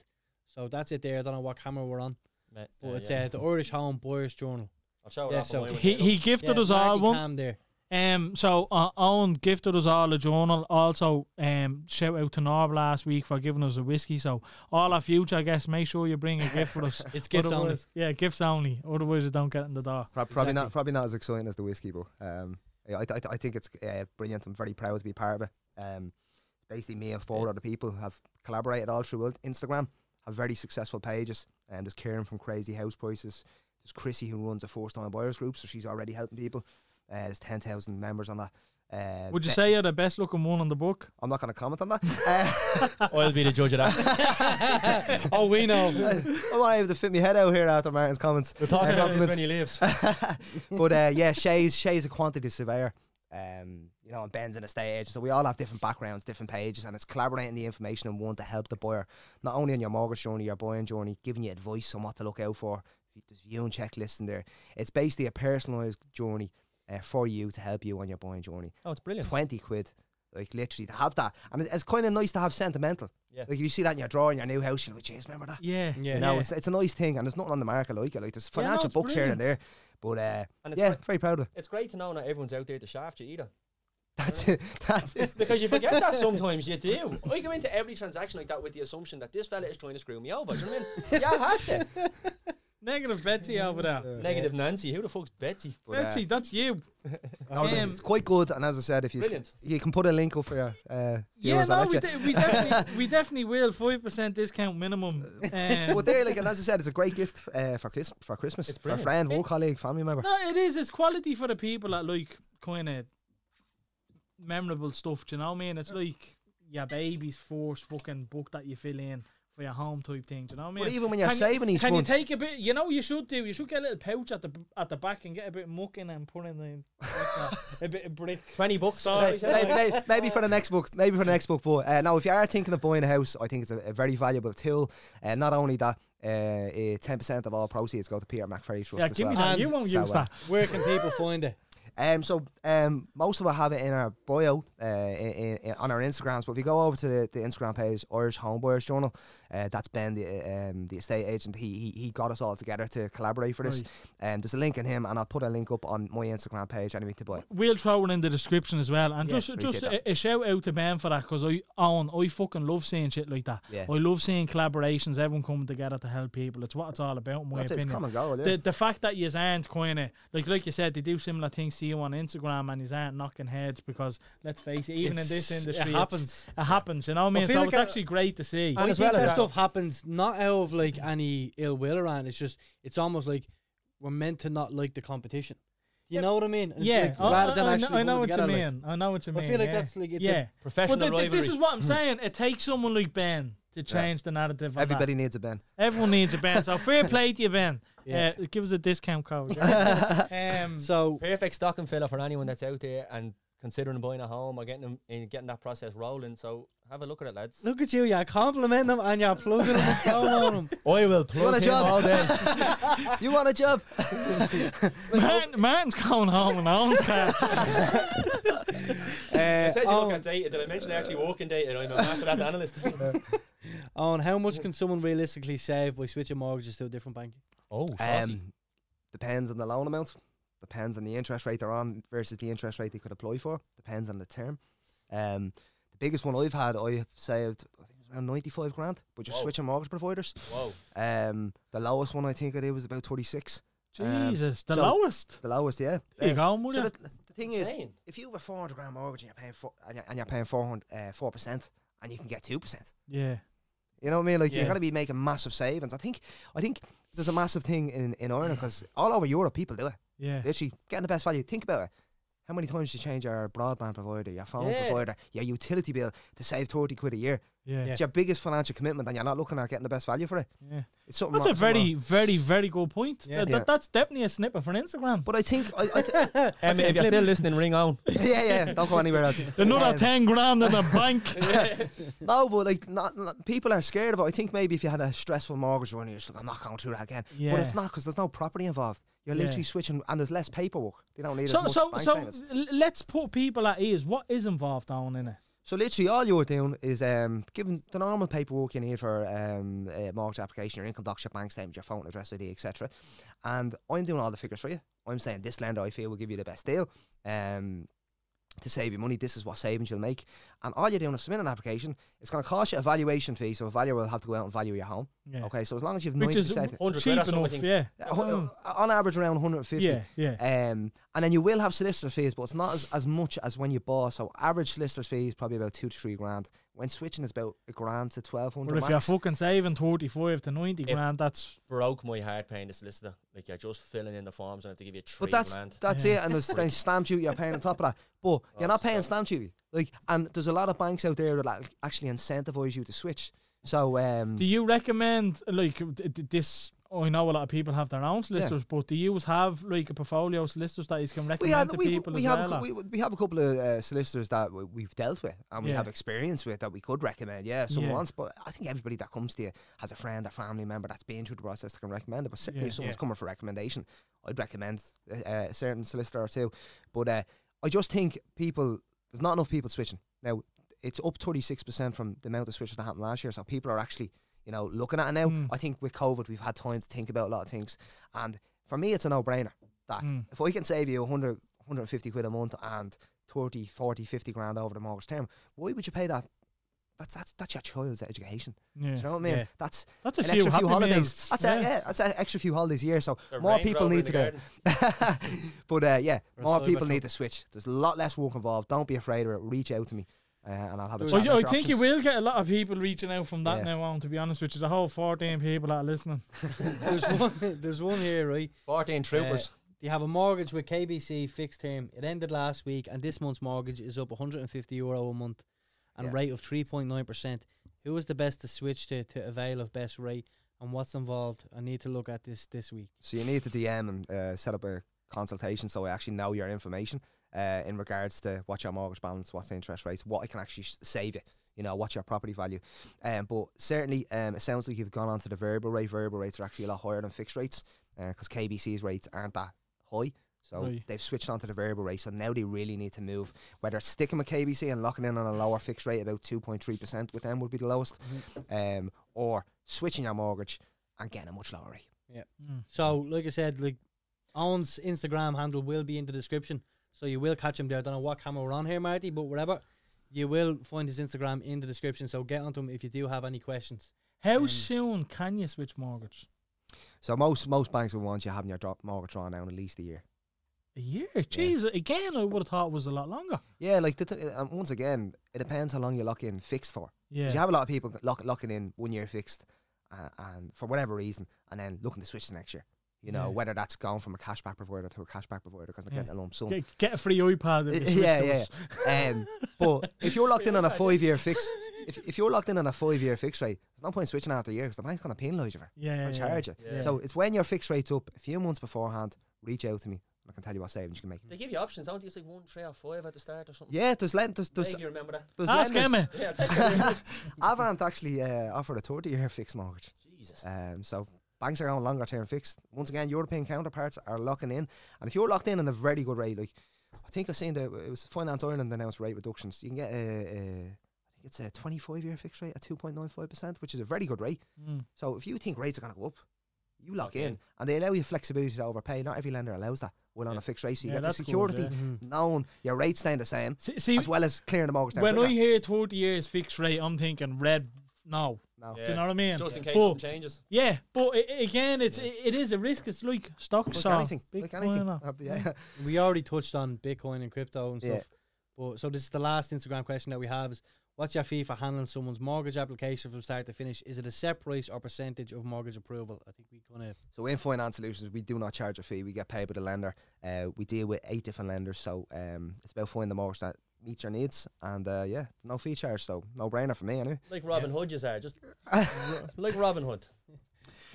Speaker 4: So that's it there. I don't know what camera we're on,
Speaker 3: Mate,
Speaker 4: but
Speaker 3: uh,
Speaker 4: it's
Speaker 3: yeah.
Speaker 4: uh, the Irish Home Buyers Journal.
Speaker 3: I'll show it
Speaker 4: yeah,
Speaker 3: off on
Speaker 4: so
Speaker 3: mine when
Speaker 2: he
Speaker 3: I get up.
Speaker 2: he gifted
Speaker 4: yeah,
Speaker 2: us all
Speaker 4: Marky
Speaker 2: one.
Speaker 4: Cam there.
Speaker 2: Um, so uh, Owen gifted us all a journal. Also, um, shout out to Norb last week for giving us a whiskey. So all our future guests, make sure you bring a gift for us.
Speaker 4: It's gifts only.
Speaker 2: Otherwise- Yeah, gifts only. Otherwise, you don't get in the door.
Speaker 5: Pro- probably not
Speaker 4: Exactly.
Speaker 5: probably not as exciting as the whiskey, but um, yeah, I, I, I think it's uh, brilliant. I'm very proud to be part of it. Um, basically, me and four other people have collaborated all through it. Instagram. Have very successful pages, and there's Karen from Crazy House Prices. There's Chrissy who runs a first time buyers group, so she's already helping people. Uh, there's ten thousand members on that. Uh,
Speaker 2: Would you
Speaker 5: Be-
Speaker 2: say you're the best looking one in the book?
Speaker 5: I'm not going to comment on that. uh,
Speaker 3: I'll be the judge of that.
Speaker 4: Oh, we know.
Speaker 5: I want to fit my head out here after Martin's comments.
Speaker 3: We'll talk
Speaker 5: Uh,
Speaker 3: about this
Speaker 5: compliments.
Speaker 3: when he leaves.
Speaker 5: but uh, yeah, Shay's Shay's a quantity surveyor. Um, you know, and Ben's an estate agent, so we all have different backgrounds, different pages, and it's collaborating the information and one to help the buyer, not only on your mortgage journey, your buying journey, giving you advice on what to look out for. There's viewing checklists in there. It's basically a personalised journey uh, for you to help you on your buying journey.
Speaker 3: Oh, it's brilliant.
Speaker 5: Twenty quid, like literally to have that, and it- it's kind of nice to have sentimental.
Speaker 3: Yeah.
Speaker 5: Like you see that in your drawer in your new house, you're like, "Jeez, remember that."
Speaker 2: Yeah.
Speaker 4: Yeah.
Speaker 5: You know, it's, it's a nice thing, and there's nothing on the market like it. Like there's
Speaker 2: Yeah, no,
Speaker 5: financial
Speaker 2: it's
Speaker 5: books here and there, but uh,
Speaker 3: And it's
Speaker 5: yeah,
Speaker 3: great-
Speaker 5: very proud of it.
Speaker 3: It's great to know not everyone's out there to shaft you either.
Speaker 5: That's it. That's it.
Speaker 3: Because you forget that sometimes you do. I go into every transaction like that with the assumption that this fella is trying to screw me over. Do you know what I mean? yeah, I have to.
Speaker 2: Negative Betsy over there.
Speaker 3: Negative Nancy. Who the fuck's Betsy?
Speaker 5: But, uh,
Speaker 2: Betsy, that's you.
Speaker 5: no, it's,
Speaker 2: um,
Speaker 5: it's quite good, and as I said, if you
Speaker 3: Brilliant.
Speaker 5: you can put a link up for your uh,
Speaker 2: Yeah,
Speaker 5: viewers, I'll
Speaker 2: no,
Speaker 5: let
Speaker 2: we,
Speaker 5: you.
Speaker 2: de- we definitely we definitely will five percent discount minimum. Um,
Speaker 5: but there, like, and as I said, it's a great gift uh, for Chris- for Christmas
Speaker 3: It's
Speaker 5: for a
Speaker 3: brilliant.
Speaker 5: friend,
Speaker 2: It-
Speaker 5: work colleague, family member.
Speaker 2: No, it is. It's quality for the people that like kind of memorable stuff. Do you know what I mean? It's like your baby's first fucking book that you fill in for your home type thing. Do you know what I mean?
Speaker 5: But even when you're
Speaker 2: Can you-
Speaker 5: saving each
Speaker 2: Can
Speaker 5: month,
Speaker 2: you take a bit? You know, you should do. You should get a little pouch at the at the back and get a bit of muck in and put in the, like a, a bit of brick.
Speaker 3: 20 bucks.
Speaker 2: So-
Speaker 3: that's what he
Speaker 5: May-
Speaker 3: said.
Speaker 5: may- may- maybe, for the next book, maybe for the next book. But uh, now, if you are thinking of buying a house, I think it's a, a very valuable tool. And not only that, uh, eh, ten percent of all proceeds go to Peter McFerry Trust.
Speaker 2: Yeah,
Speaker 5: as
Speaker 2: give me
Speaker 5: well.
Speaker 2: that.
Speaker 4: And
Speaker 2: You won't
Speaker 5: so,
Speaker 2: use
Speaker 5: uh,
Speaker 2: that.
Speaker 4: Where can people find it?
Speaker 5: Um, so um, most of us have it in our bio uh, in, in, on our Instagrams. But if you go over to the, the Instagram page, Irish Homebuyers Journal, uh, that's Ben, the uh, um, the estate agent. He, he he got us all together to collaborate for this. Um, there's a link in him, and I'll put a link up on my Instagram page anyway to buy. it.
Speaker 2: We'll throw it in the description as well, and
Speaker 5: Yeah,
Speaker 2: just just
Speaker 5: appreciate
Speaker 2: a, a shout out to Ben for that because I on I fucking love seeing shit like that.
Speaker 5: Yeah.
Speaker 2: I love seeing collaborations, everyone coming together to help people. It's what it's all about. In my
Speaker 5: That's it,
Speaker 2: opinion.
Speaker 5: it's common goal. Yeah.
Speaker 2: the, the fact that you aren't kind of like like you said they do similar things to you on Instagram and you aren't knocking heads because let's face it even in this
Speaker 4: It's- it
Speaker 2: industry it's-
Speaker 4: happens.
Speaker 2: it happens you know what I mean
Speaker 4: feel
Speaker 2: so
Speaker 4: like
Speaker 2: it's
Speaker 4: I-
Speaker 2: actually great to see
Speaker 4: I
Speaker 3: And as
Speaker 4: think
Speaker 3: well as
Speaker 4: that
Speaker 3: that-
Speaker 4: stuff happens not out of like any ill will around. It's just it's almost like we're meant to not like the competition. You know what I mean? It's
Speaker 2: yeah
Speaker 4: like,
Speaker 2: I-
Speaker 4: rather
Speaker 2: I,
Speaker 4: than
Speaker 2: I,
Speaker 4: actually
Speaker 2: know, I know what
Speaker 4: coming
Speaker 2: you
Speaker 4: together, like-
Speaker 2: mean I know what you
Speaker 4: I
Speaker 2: mean
Speaker 4: feel like
Speaker 2: yeah.
Speaker 4: that's like it's a
Speaker 2: yeah
Speaker 3: Professional
Speaker 2: but th- th-
Speaker 5: Hmm.
Speaker 3: rivalry.
Speaker 2: this is what I'm saying it takes someone like Ben to change the narrative. on that.
Speaker 5: Everybody needs a Ben.
Speaker 2: everyone needs a Ben. So fair play to you, Ben.
Speaker 4: Yeah.
Speaker 2: Uh, give us a discount code. um,
Speaker 4: So
Speaker 3: Perfect stocking filler for anyone that's out there and considering buying a home or getting them in getting that process rolling. So have a look at it, lads.
Speaker 4: look at you, you're complimenting them and you're plugging them and promoting them.
Speaker 3: I will
Speaker 5: want
Speaker 3: plug
Speaker 5: a
Speaker 3: him
Speaker 5: job?
Speaker 3: all day.
Speaker 5: You want a job?
Speaker 2: Martin, Martin's going home and owns that.
Speaker 3: It says you
Speaker 4: Owen-
Speaker 5: Uh,
Speaker 3: look at data. Did I mention I actually
Speaker 5: oh.
Speaker 3: work in data? I'm a master data analyst.
Speaker 4: Owen, how much can someone realistically save by switching mortgages to a different bank?
Speaker 3: oh,
Speaker 5: Um, depends on the loan amount. Depends on the interest rate they're on versus the interest rate they could apply for. Depends on the term. Um, the biggest one I've had, I have saved I think it was around ninety-five grand, but just
Speaker 3: Whoa.
Speaker 5: switching mortgage providers.
Speaker 3: Whoa.
Speaker 5: Um, the lowest one I think I did was about twenty-six. Um,
Speaker 2: Jesus, the
Speaker 5: so-
Speaker 2: lowest.
Speaker 5: The lowest, yeah.
Speaker 2: There you
Speaker 5: Um,
Speaker 2: go, would
Speaker 5: So
Speaker 2: you?
Speaker 5: the, the thing is,
Speaker 3: Insane.
Speaker 5: if you have a four hundred grand mortgage and you're paying four and you're, and you're paying four hundred uh, four percent, and you can get two percent,
Speaker 2: Yeah.
Speaker 5: you know what I mean? Like
Speaker 3: Yeah.
Speaker 5: you're gonna be making massive savings. I think I think there's a massive thing in in Ireland because all over Europe people do it.
Speaker 2: Yeah.
Speaker 5: Literally getting the best value. Think about it. How many times do you change your broadband provider, your phone
Speaker 3: Yeah.
Speaker 5: provider, your utility bill to save thirty quid a year?
Speaker 2: Yeah.
Speaker 5: It's your biggest financial commitment, and you're not looking at getting the best value for it.
Speaker 2: yeah.
Speaker 5: It's something.
Speaker 2: That's a
Speaker 5: wrong- something
Speaker 2: very,
Speaker 5: wrong.
Speaker 2: very, very good point.
Speaker 4: Yeah.
Speaker 2: That- that-
Speaker 5: Yeah.
Speaker 2: that's definitely a snippet for Instagram.
Speaker 5: But I think, I, I th-
Speaker 3: Um, if you're still listening, ring on.
Speaker 5: yeah, yeah, don't go anywhere else.
Speaker 2: Another
Speaker 5: Um,
Speaker 2: 10 grand in the bank.
Speaker 5: No, but like, not, not- people are scared of it. I think maybe if you had a stressful mortgage run, you're just like, I'm not going through that again. But
Speaker 2: Yeah.
Speaker 5: it's not because there's no property involved. You're
Speaker 2: Yeah.
Speaker 5: literally switching, and there's less paperwork. They don't need
Speaker 2: so,
Speaker 5: as much
Speaker 2: so,
Speaker 5: bank
Speaker 2: so
Speaker 5: statements.
Speaker 2: l- let's put people at ease. What is involved down in it?
Speaker 5: So literally, all you're doing is um, giving the normal paperwork you need for um, a mortgage application, your income docs, your bank statement, your phone address ID, etc. And I'm doing all the figures for you. I'm saying this lender I feel will give you the best deal. Um, to save you money, this is what savings you'll make. And all you're doing is submitting an application. It's going to cost you a valuation fee, so a valuer will have to go out and value your home.
Speaker 2: Yeah.
Speaker 5: Okay, so as long as you've
Speaker 2: Which
Speaker 5: ninety
Speaker 2: is oh,
Speaker 5: percent, Uh,
Speaker 2: w-
Speaker 3: 100
Speaker 2: cheap
Speaker 3: quid or something, I
Speaker 2: enough.
Speaker 3: think.
Speaker 2: Yeah.
Speaker 5: on average around 150.
Speaker 2: Yeah. Yeah.
Speaker 5: Um, and then you will have solicitor fees, but it's not as, as much as when you bought. So average solicitor fees probably about two to three grand. When switching, it's about a grand to twelve
Speaker 2: But
Speaker 5: hundred.
Speaker 2: if you're fucking saving 35 to 90
Speaker 3: Yeah.
Speaker 2: grand, that's
Speaker 3: Broke my heart paying the solicitor. Like you're just filling in the forms and I have to give you three
Speaker 5: but that's
Speaker 3: grand.
Speaker 5: that's
Speaker 2: Yeah.
Speaker 5: it, and there's then stamp duty you're paying on top of that. But you're not paying stamp duty. Like, and there's a lot of banks out there that like, actually incentivize you to switch. So um,
Speaker 2: Do you recommend like d- d- this? I know a lot of people have their own solicitors, but do you have like a portfolio of solicitors that you can
Speaker 5: we
Speaker 2: recommend
Speaker 5: had
Speaker 2: to
Speaker 5: we,
Speaker 2: people
Speaker 5: we
Speaker 2: as
Speaker 5: have
Speaker 2: well?
Speaker 5: a,
Speaker 2: or-
Speaker 5: cou- we, we have a couple of uh, solicitors that w- we've dealt with and we
Speaker 2: Yeah.
Speaker 5: have experience with that we could recommend. Yeah, if someone
Speaker 2: Yeah.
Speaker 5: wants, but I think everybody that comes to you has a friend or family member that's been through the process that can recommend it. But certainly,
Speaker 2: Yeah.
Speaker 5: if someone's coming for recommendation, I'd recommend a, a certain solicitor or two. But uh, I just think people there's not enough people switching now. It's up 36 percent from the amount of switches that happened last year. So people are actually you know looking at it now.
Speaker 2: Mm.
Speaker 5: I think with COVID, we've had time to think about a lot of things, and for me, it's a no-brainer that
Speaker 2: Mm.
Speaker 5: if I can save you 100, 150 quid a month and 30, 40, 50 grand over the mortgage term, why would you pay that? That's that's that's your child's education.
Speaker 2: yeah.
Speaker 5: Do you know what I mean?
Speaker 4: Yeah.
Speaker 5: That's
Speaker 2: That's a
Speaker 5: an
Speaker 2: few,
Speaker 5: extra
Speaker 2: happy
Speaker 5: few holidays.
Speaker 2: meals.
Speaker 5: That's A, yeah, that's an extra few holidays a year. So
Speaker 3: It's a
Speaker 5: more
Speaker 3: Range
Speaker 5: people
Speaker 3: Rover in
Speaker 5: need
Speaker 3: the
Speaker 5: to do.
Speaker 3: garden.
Speaker 5: but uh, yeah,
Speaker 4: Or a
Speaker 5: more
Speaker 4: cyber
Speaker 5: people
Speaker 4: truck.
Speaker 5: need to switch. There's a lot less work involved. Don't be afraid of it. Reach out to me, uh, and I'll have a
Speaker 4: Well,
Speaker 5: chat.
Speaker 2: Well,
Speaker 5: about
Speaker 2: yeah, I
Speaker 5: your
Speaker 2: think you
Speaker 5: options.
Speaker 2: will get a lot of people reaching out from that
Speaker 5: Yeah.
Speaker 2: now on, to be honest, which is a whole 14 people that are listening.
Speaker 4: There's one there's one here, right?
Speaker 3: 14 troopers.
Speaker 4: You have a mortgage with KBC fixed term. It ended last week and this month's mortgage is up 150 euro a month and
Speaker 5: Yeah.
Speaker 4: rate of 3.9%. Who is the best to switch to to avail of best rate and what's involved? I need to look at this this week.
Speaker 5: So you need to DM and uh, set up a consultation so I actually know your information uh, in regards to what's your mortgage balance, what's the interest rates, what I can actually s- save you. You know, what's your property value? Um, but certainly, um, it sounds like you've gone on to the variable rate. Variable rates are actually a lot higher than fixed rates uh, because KBC's rates aren't that high. So
Speaker 2: Right.
Speaker 5: they've switched onto the variable rate. So now they really need to move. Whether it's sticking with KBC and locking in on a lower fixed rate, about 2.3% with them would be the lowest, um, or switching your mortgage and getting a much lower rate.
Speaker 4: So, like I said, like Owen's Instagram handle will be in the description, so you will catch him there. I don't know what camera we're on here, Marty, but whatever, you will find his Instagram in the description. So get onto him if you do have any questions.
Speaker 2: How
Speaker 5: Mm.
Speaker 4: Um,
Speaker 2: soon can you switch mortgage?
Speaker 5: So most most banks will want you having your drop mortgage drawn down at least a year.
Speaker 2: A year? Jeez, again, I would have thought it was a lot longer.
Speaker 5: Yeah, like the th- um, once again, it depends how long you lock in fixed for. 'Cause You
Speaker 2: Yeah.
Speaker 5: have a lot of people lock, locking in one year fixed, uh, and for whatever reason, and then looking to switch the next year. You know
Speaker 2: Yeah.
Speaker 5: whether that's gone from a cashback provider to a cashback provider because they're
Speaker 2: Yeah.
Speaker 5: getting a lump sum.
Speaker 2: Get, get a free iPad. if you switch
Speaker 5: Uh, yeah,
Speaker 2: to
Speaker 5: yeah.
Speaker 2: us.
Speaker 5: Um, but if you're locked in on a five year fix, if, if you're locked in on a five year fixed rate, there's no point switching after a year because the bank's going to penalise you for it
Speaker 2: Yeah, yeah, yeah.
Speaker 5: or charge you.
Speaker 2: Yeah.
Speaker 5: So it's when your fixed rate's up, a few months beforehand, reach out to me and I can tell you what savings you can make.
Speaker 3: They give you options, don't they? It's like one, three, or five at the start or something.
Speaker 5: Yeah, there's lend, there's, there's,
Speaker 3: Vaguely remember that.
Speaker 5: there's
Speaker 2: Ask
Speaker 5: lenders.
Speaker 2: Emma.
Speaker 3: Yeah, thank you.
Speaker 5: Avant actually uh, offered a 30 year fixed mortgage.
Speaker 3: Jesus.
Speaker 5: Um, so banks are going longer term fixed. Once again, European counterparts are locking in. And if you're locked in on a very good rate, like I think I seen that it was Finance Ireland announced rate reductions. You can get a, a I think it's a 25 year fixed rate at 2.95%, which is a very good rate.
Speaker 2: Mm.
Speaker 5: So if you think rates are going to go up, you lock
Speaker 3: Lock
Speaker 5: in.
Speaker 3: in.
Speaker 5: and they allow you flexibility to overpay. Not every lender allows that. Well, on
Speaker 3: Yeah.
Speaker 5: a fixed rate, so you
Speaker 2: Yeah,
Speaker 5: get the
Speaker 2: that's cool,
Speaker 5: security
Speaker 2: yeah.
Speaker 4: Mhm.
Speaker 5: known your rates staying the same,
Speaker 2: See, see
Speaker 5: as well as clearing the mortgage. down
Speaker 2: when I
Speaker 5: quicker.
Speaker 2: hear 30 years fixed rate, I'm thinking red. No,
Speaker 5: no.
Speaker 2: do you know what I mean?
Speaker 3: Just in case
Speaker 2: But-
Speaker 3: something changes.
Speaker 2: Yeah, but i- i- again, it's i it is a risk. It's like stocks
Speaker 5: Like
Speaker 2: or
Speaker 5: anything, like
Speaker 2: Bitcoin
Speaker 5: anything.
Speaker 2: or-
Speaker 5: Uh, yeah.
Speaker 4: We already touched on Bitcoin and crypto and
Speaker 5: Yeah.
Speaker 4: stuff. But so this is the last Instagram question that we have is what's your fee for handling someone's mortgage application from start to finish? Is it a set price or percentage of mortgage approval? I think we kinda
Speaker 5: So in finance solutions, we do not charge a fee. We get paid by the lender. Uh, we deal with eight different lenders, so um, it's about finding the mortgage that meets your needs. And uh, yeah, no fee charge, so no brainer for me. Anyway,
Speaker 3: Like Robin Hood, you are just like Robin Hood.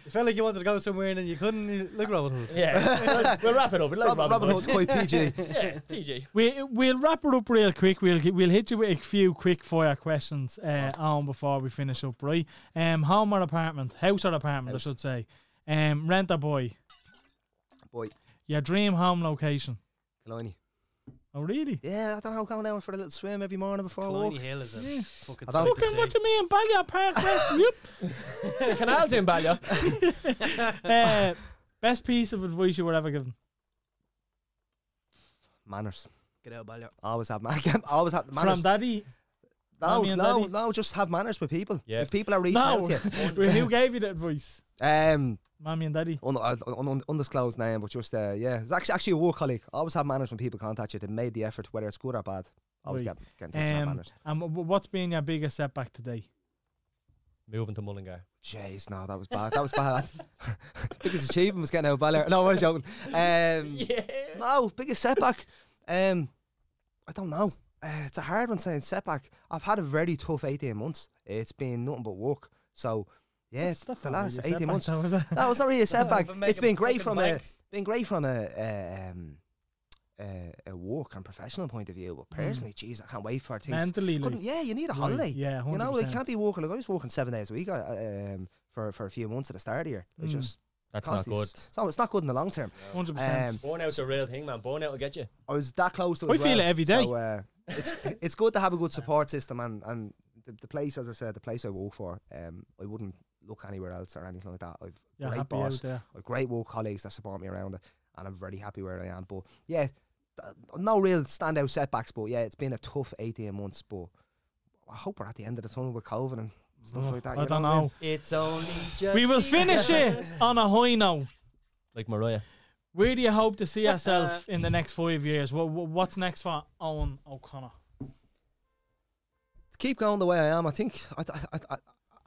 Speaker 4: You felt like you wanted to go somewhere and then you couldn't look Robin Hood.
Speaker 3: Yeah, we'll wrap it up. Like Robin,
Speaker 5: Robin, Robin Hood's quite PG.
Speaker 3: Yeah, PG.
Speaker 2: We we'll wrap it up real quick. We'll gi- we'll hit you with a few quick fire questions uh, on before we finish up, right? Um, home or apartment? House or apartment? I should say. Um, rent or boy?
Speaker 5: Boy,
Speaker 2: Your dream home location?
Speaker 5: Kalani.
Speaker 2: Oh really?
Speaker 5: Yeah, I don't know. Going down for a little swim every morning before work.
Speaker 4: Colony Hill is a
Speaker 2: Yeah.
Speaker 4: fucking
Speaker 5: I
Speaker 4: sight
Speaker 5: don't-
Speaker 4: to
Speaker 2: Fucking
Speaker 4: see.
Speaker 2: what do you mean, Ballya Park West? Yep.
Speaker 3: Canals in Ballia.
Speaker 2: Uh, best piece of advice you were ever given?
Speaker 5: Manners.
Speaker 4: Get out, Balliol.
Speaker 5: Always have manners. Always have manners.
Speaker 2: From daddy?
Speaker 5: no,
Speaker 2: Mommy and
Speaker 5: no,
Speaker 2: daddy.
Speaker 5: no. Just have manners with people.
Speaker 3: Yeah.
Speaker 5: If people are reaching
Speaker 2: No.
Speaker 5: out to
Speaker 2: Well, Who gave you the advice?
Speaker 5: you, um,
Speaker 2: Mommy and daddy.
Speaker 5: un- uh, un- un- undisclosed name, but just uh, yeah, it's actually actually a work colleague. Always have manners when people contact you. They made the effort, whether it's good or bad. Always
Speaker 2: Right.
Speaker 5: get, get in touch and have
Speaker 2: Um,
Speaker 5: manners.
Speaker 2: and wh- wh- what's been your biggest setback today?
Speaker 3: Moving to Mullingar.
Speaker 5: Jeez, no, that was bad. That was bad. biggest achievement was getting out of Ballard. No, I'm joking. Um,
Speaker 3: Yeah.
Speaker 5: No, biggest setback. Um, I don't know. Uh, it's a hard one saying setback. I've had a very tough 18 months. It's been nothing but work. So, yeah, it's the
Speaker 2: not really
Speaker 5: last
Speaker 2: a
Speaker 5: 18
Speaker 2: setback,
Speaker 5: months.
Speaker 2: though, is it?
Speaker 5: That was not
Speaker 2: Oh,
Speaker 5: really Oh, a setback.
Speaker 4: But
Speaker 5: it's
Speaker 4: make a
Speaker 5: been
Speaker 4: fucking
Speaker 5: great from a
Speaker 4: bike.
Speaker 5: been great from a a, um, a, a work and professional point of view. But personally, jeez, I can't wait for things.
Speaker 2: Mm. Mentally,
Speaker 5: Couldn't-
Speaker 2: like,
Speaker 5: yeah, you need a
Speaker 2: Right,
Speaker 5: holiday.
Speaker 2: yeah,
Speaker 5: You know, like
Speaker 2: 100%.
Speaker 5: can't be working. Like I was working seven days a week uh, uh, um, for for a few months at the start of the year. It's
Speaker 2: Mm.
Speaker 5: just
Speaker 3: That's not
Speaker 5: constantly-
Speaker 3: good.
Speaker 5: So it's not good in the long term.
Speaker 2: hundred
Speaker 5: Um,
Speaker 2: percent.
Speaker 3: Burnout's a real thing, man. Burnout will get you.
Speaker 5: I was that close to it.
Speaker 2: I
Speaker 5: as
Speaker 2: feel
Speaker 5: well.
Speaker 2: it every day.
Speaker 5: So, uh, it's it's good to have a good support system and and the, the place, as I said, the place I work for. Um, I wouldn't look anywhere else or anything like that. I've
Speaker 2: You're
Speaker 5: great
Speaker 2: happy
Speaker 5: boss.
Speaker 2: out there.
Speaker 5: I've great work colleagues that support me around it, and I'm very happy where I am. But yeah, th- no real standout setbacks. But yeah, it's been a tough 18 months. But I hope we're at the end of the tunnel with COVID and stuff
Speaker 2: Oh,
Speaker 5: like that.
Speaker 2: I
Speaker 5: you
Speaker 2: don't
Speaker 5: what I mean?
Speaker 2: know.
Speaker 3: It's only just
Speaker 2: We will finish it on a high note.
Speaker 3: like Mariah.
Speaker 2: Where do you hope to see yourself in the next five years? What, what's next for Owen O'Connor?
Speaker 5: Keep going the way I am. I think I I, I,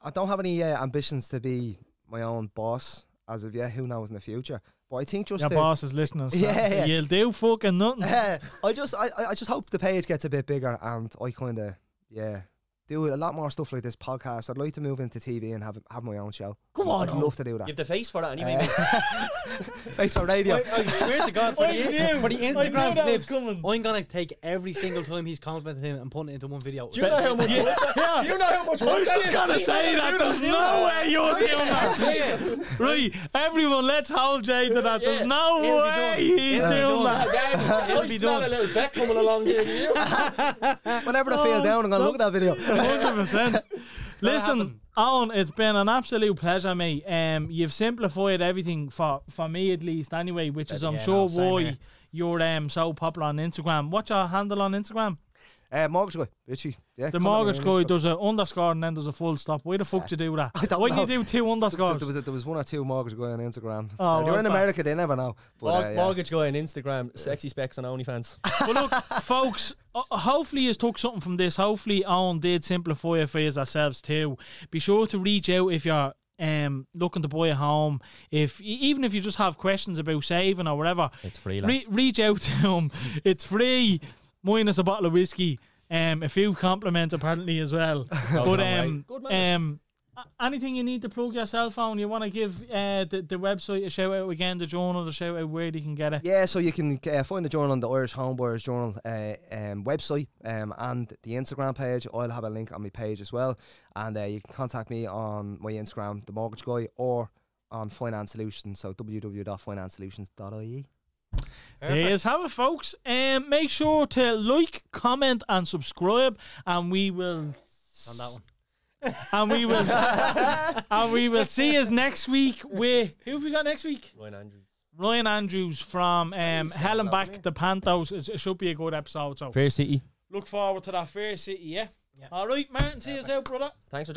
Speaker 5: I don't have any uh, ambitions to be my own boss as of yet. Who knows in the future? But I think just
Speaker 2: Your
Speaker 5: the-
Speaker 2: boss is listening. So
Speaker 5: Yeah, yeah.
Speaker 2: You'll do fucking nothing.
Speaker 5: Yeah, I just I, I I just hope the page gets a bit bigger and I kind of yeah do a lot more stuff like this podcast. I'd like to move into TV and have have my own show. Come on, I'd love to
Speaker 2: oh.
Speaker 5: do
Speaker 3: You
Speaker 5: that.
Speaker 3: have the face for that anyway.
Speaker 5: Uh,
Speaker 3: mate.
Speaker 5: Thanks for radio.
Speaker 4: I swear to God, for
Speaker 2: I
Speaker 4: the,
Speaker 2: knew.
Speaker 4: for the
Speaker 2: I knew
Speaker 4: Instagram
Speaker 2: that was
Speaker 4: clips,
Speaker 2: coming.
Speaker 4: I'm gonna take every single time he's complimented him and put it into one video.
Speaker 3: Do you know how much?
Speaker 2: Yeah.
Speaker 3: Do you know how much?
Speaker 2: I was just gonna say that. There's no way you're doing that.
Speaker 3: Yeah.
Speaker 2: Right, everyone, let's hold Jay to that. There's no
Speaker 4: He'll be
Speaker 2: way he's
Speaker 4: done. He'll be
Speaker 2: doing
Speaker 4: done.
Speaker 2: that.
Speaker 3: It'll
Speaker 4: be
Speaker 3: be done.
Speaker 4: done.
Speaker 3: a little bet coming along here. do you?
Speaker 5: Whenever I
Speaker 2: Oh,
Speaker 5: feel down, I'm gonna look at that video.
Speaker 2: Hundred percent. Listen,
Speaker 4: happen.
Speaker 2: Owen, it's been an absolute pleasure, mate. Um, you've simplified everything for for me at least, anyway, which is I'm
Speaker 3: yeah,
Speaker 2: sure
Speaker 3: no, same
Speaker 2: why
Speaker 3: here.
Speaker 2: you're um so popular on Instagram. What's your handle on Instagram?
Speaker 5: Uh, mortgage guy, literally. Yeah,
Speaker 2: The
Speaker 5: contact me
Speaker 2: mortgage
Speaker 5: on
Speaker 2: guy
Speaker 5: Instagram.
Speaker 2: does an underscore and then does a full stop. Why the fuck do you do that?
Speaker 5: I don't
Speaker 2: Why do you
Speaker 5: know.
Speaker 2: do two
Speaker 5: There,
Speaker 2: underscores?
Speaker 5: there was a, there was one or two mortgage guy on Instagram.
Speaker 2: Oh,
Speaker 5: They're
Speaker 2: what's
Speaker 5: in
Speaker 2: that?
Speaker 5: America, they never know. But, uh,
Speaker 3: Mor-
Speaker 5: yeah.
Speaker 3: Mortgage guy on Instagram, sexy specs on OnlyFans.
Speaker 2: But look, folks, uh, hopefully you took something from this. Hopefully Owen did simplify it for yourselves too. Be sure to reach out if you're um, looking to buy a home. If e- even if you just have questions about saving or whatever,
Speaker 3: It's free.
Speaker 2: re- reach out to him. It's free, minus a bottle of whiskey. Um, a few compliments apparently as well. but
Speaker 3: long
Speaker 2: um,
Speaker 3: way. Good manners.
Speaker 2: um, a- anything you need to plug your cell phone, you want to give uh, the, the website a shout out again, the journal a shout out where they can get it.
Speaker 5: Yeah, so you can uh, find the journal on the Irish Homebuyers Journal uh, um, website um, and the Instagram page. I'll have a link on my page as well. And uh, you can contact me on my Instagram, The Mortgage Guy, or on Finance Solutions, so www.financeolutions.ie.
Speaker 2: There you have it, folks. Um, make sure to like, comment, and subscribe, and we will
Speaker 4: on that one.
Speaker 2: and we will and we will see us next week with who have we got next week?
Speaker 3: Ryan Andrews.
Speaker 2: Ryan Andrews from um, Hell and Back, the Panthers. It's- It should be a good episode. So
Speaker 6: Fair City.
Speaker 2: look forward to that fair city. Yeah. All right, Martin. See us out, brother.
Speaker 3: Thanks for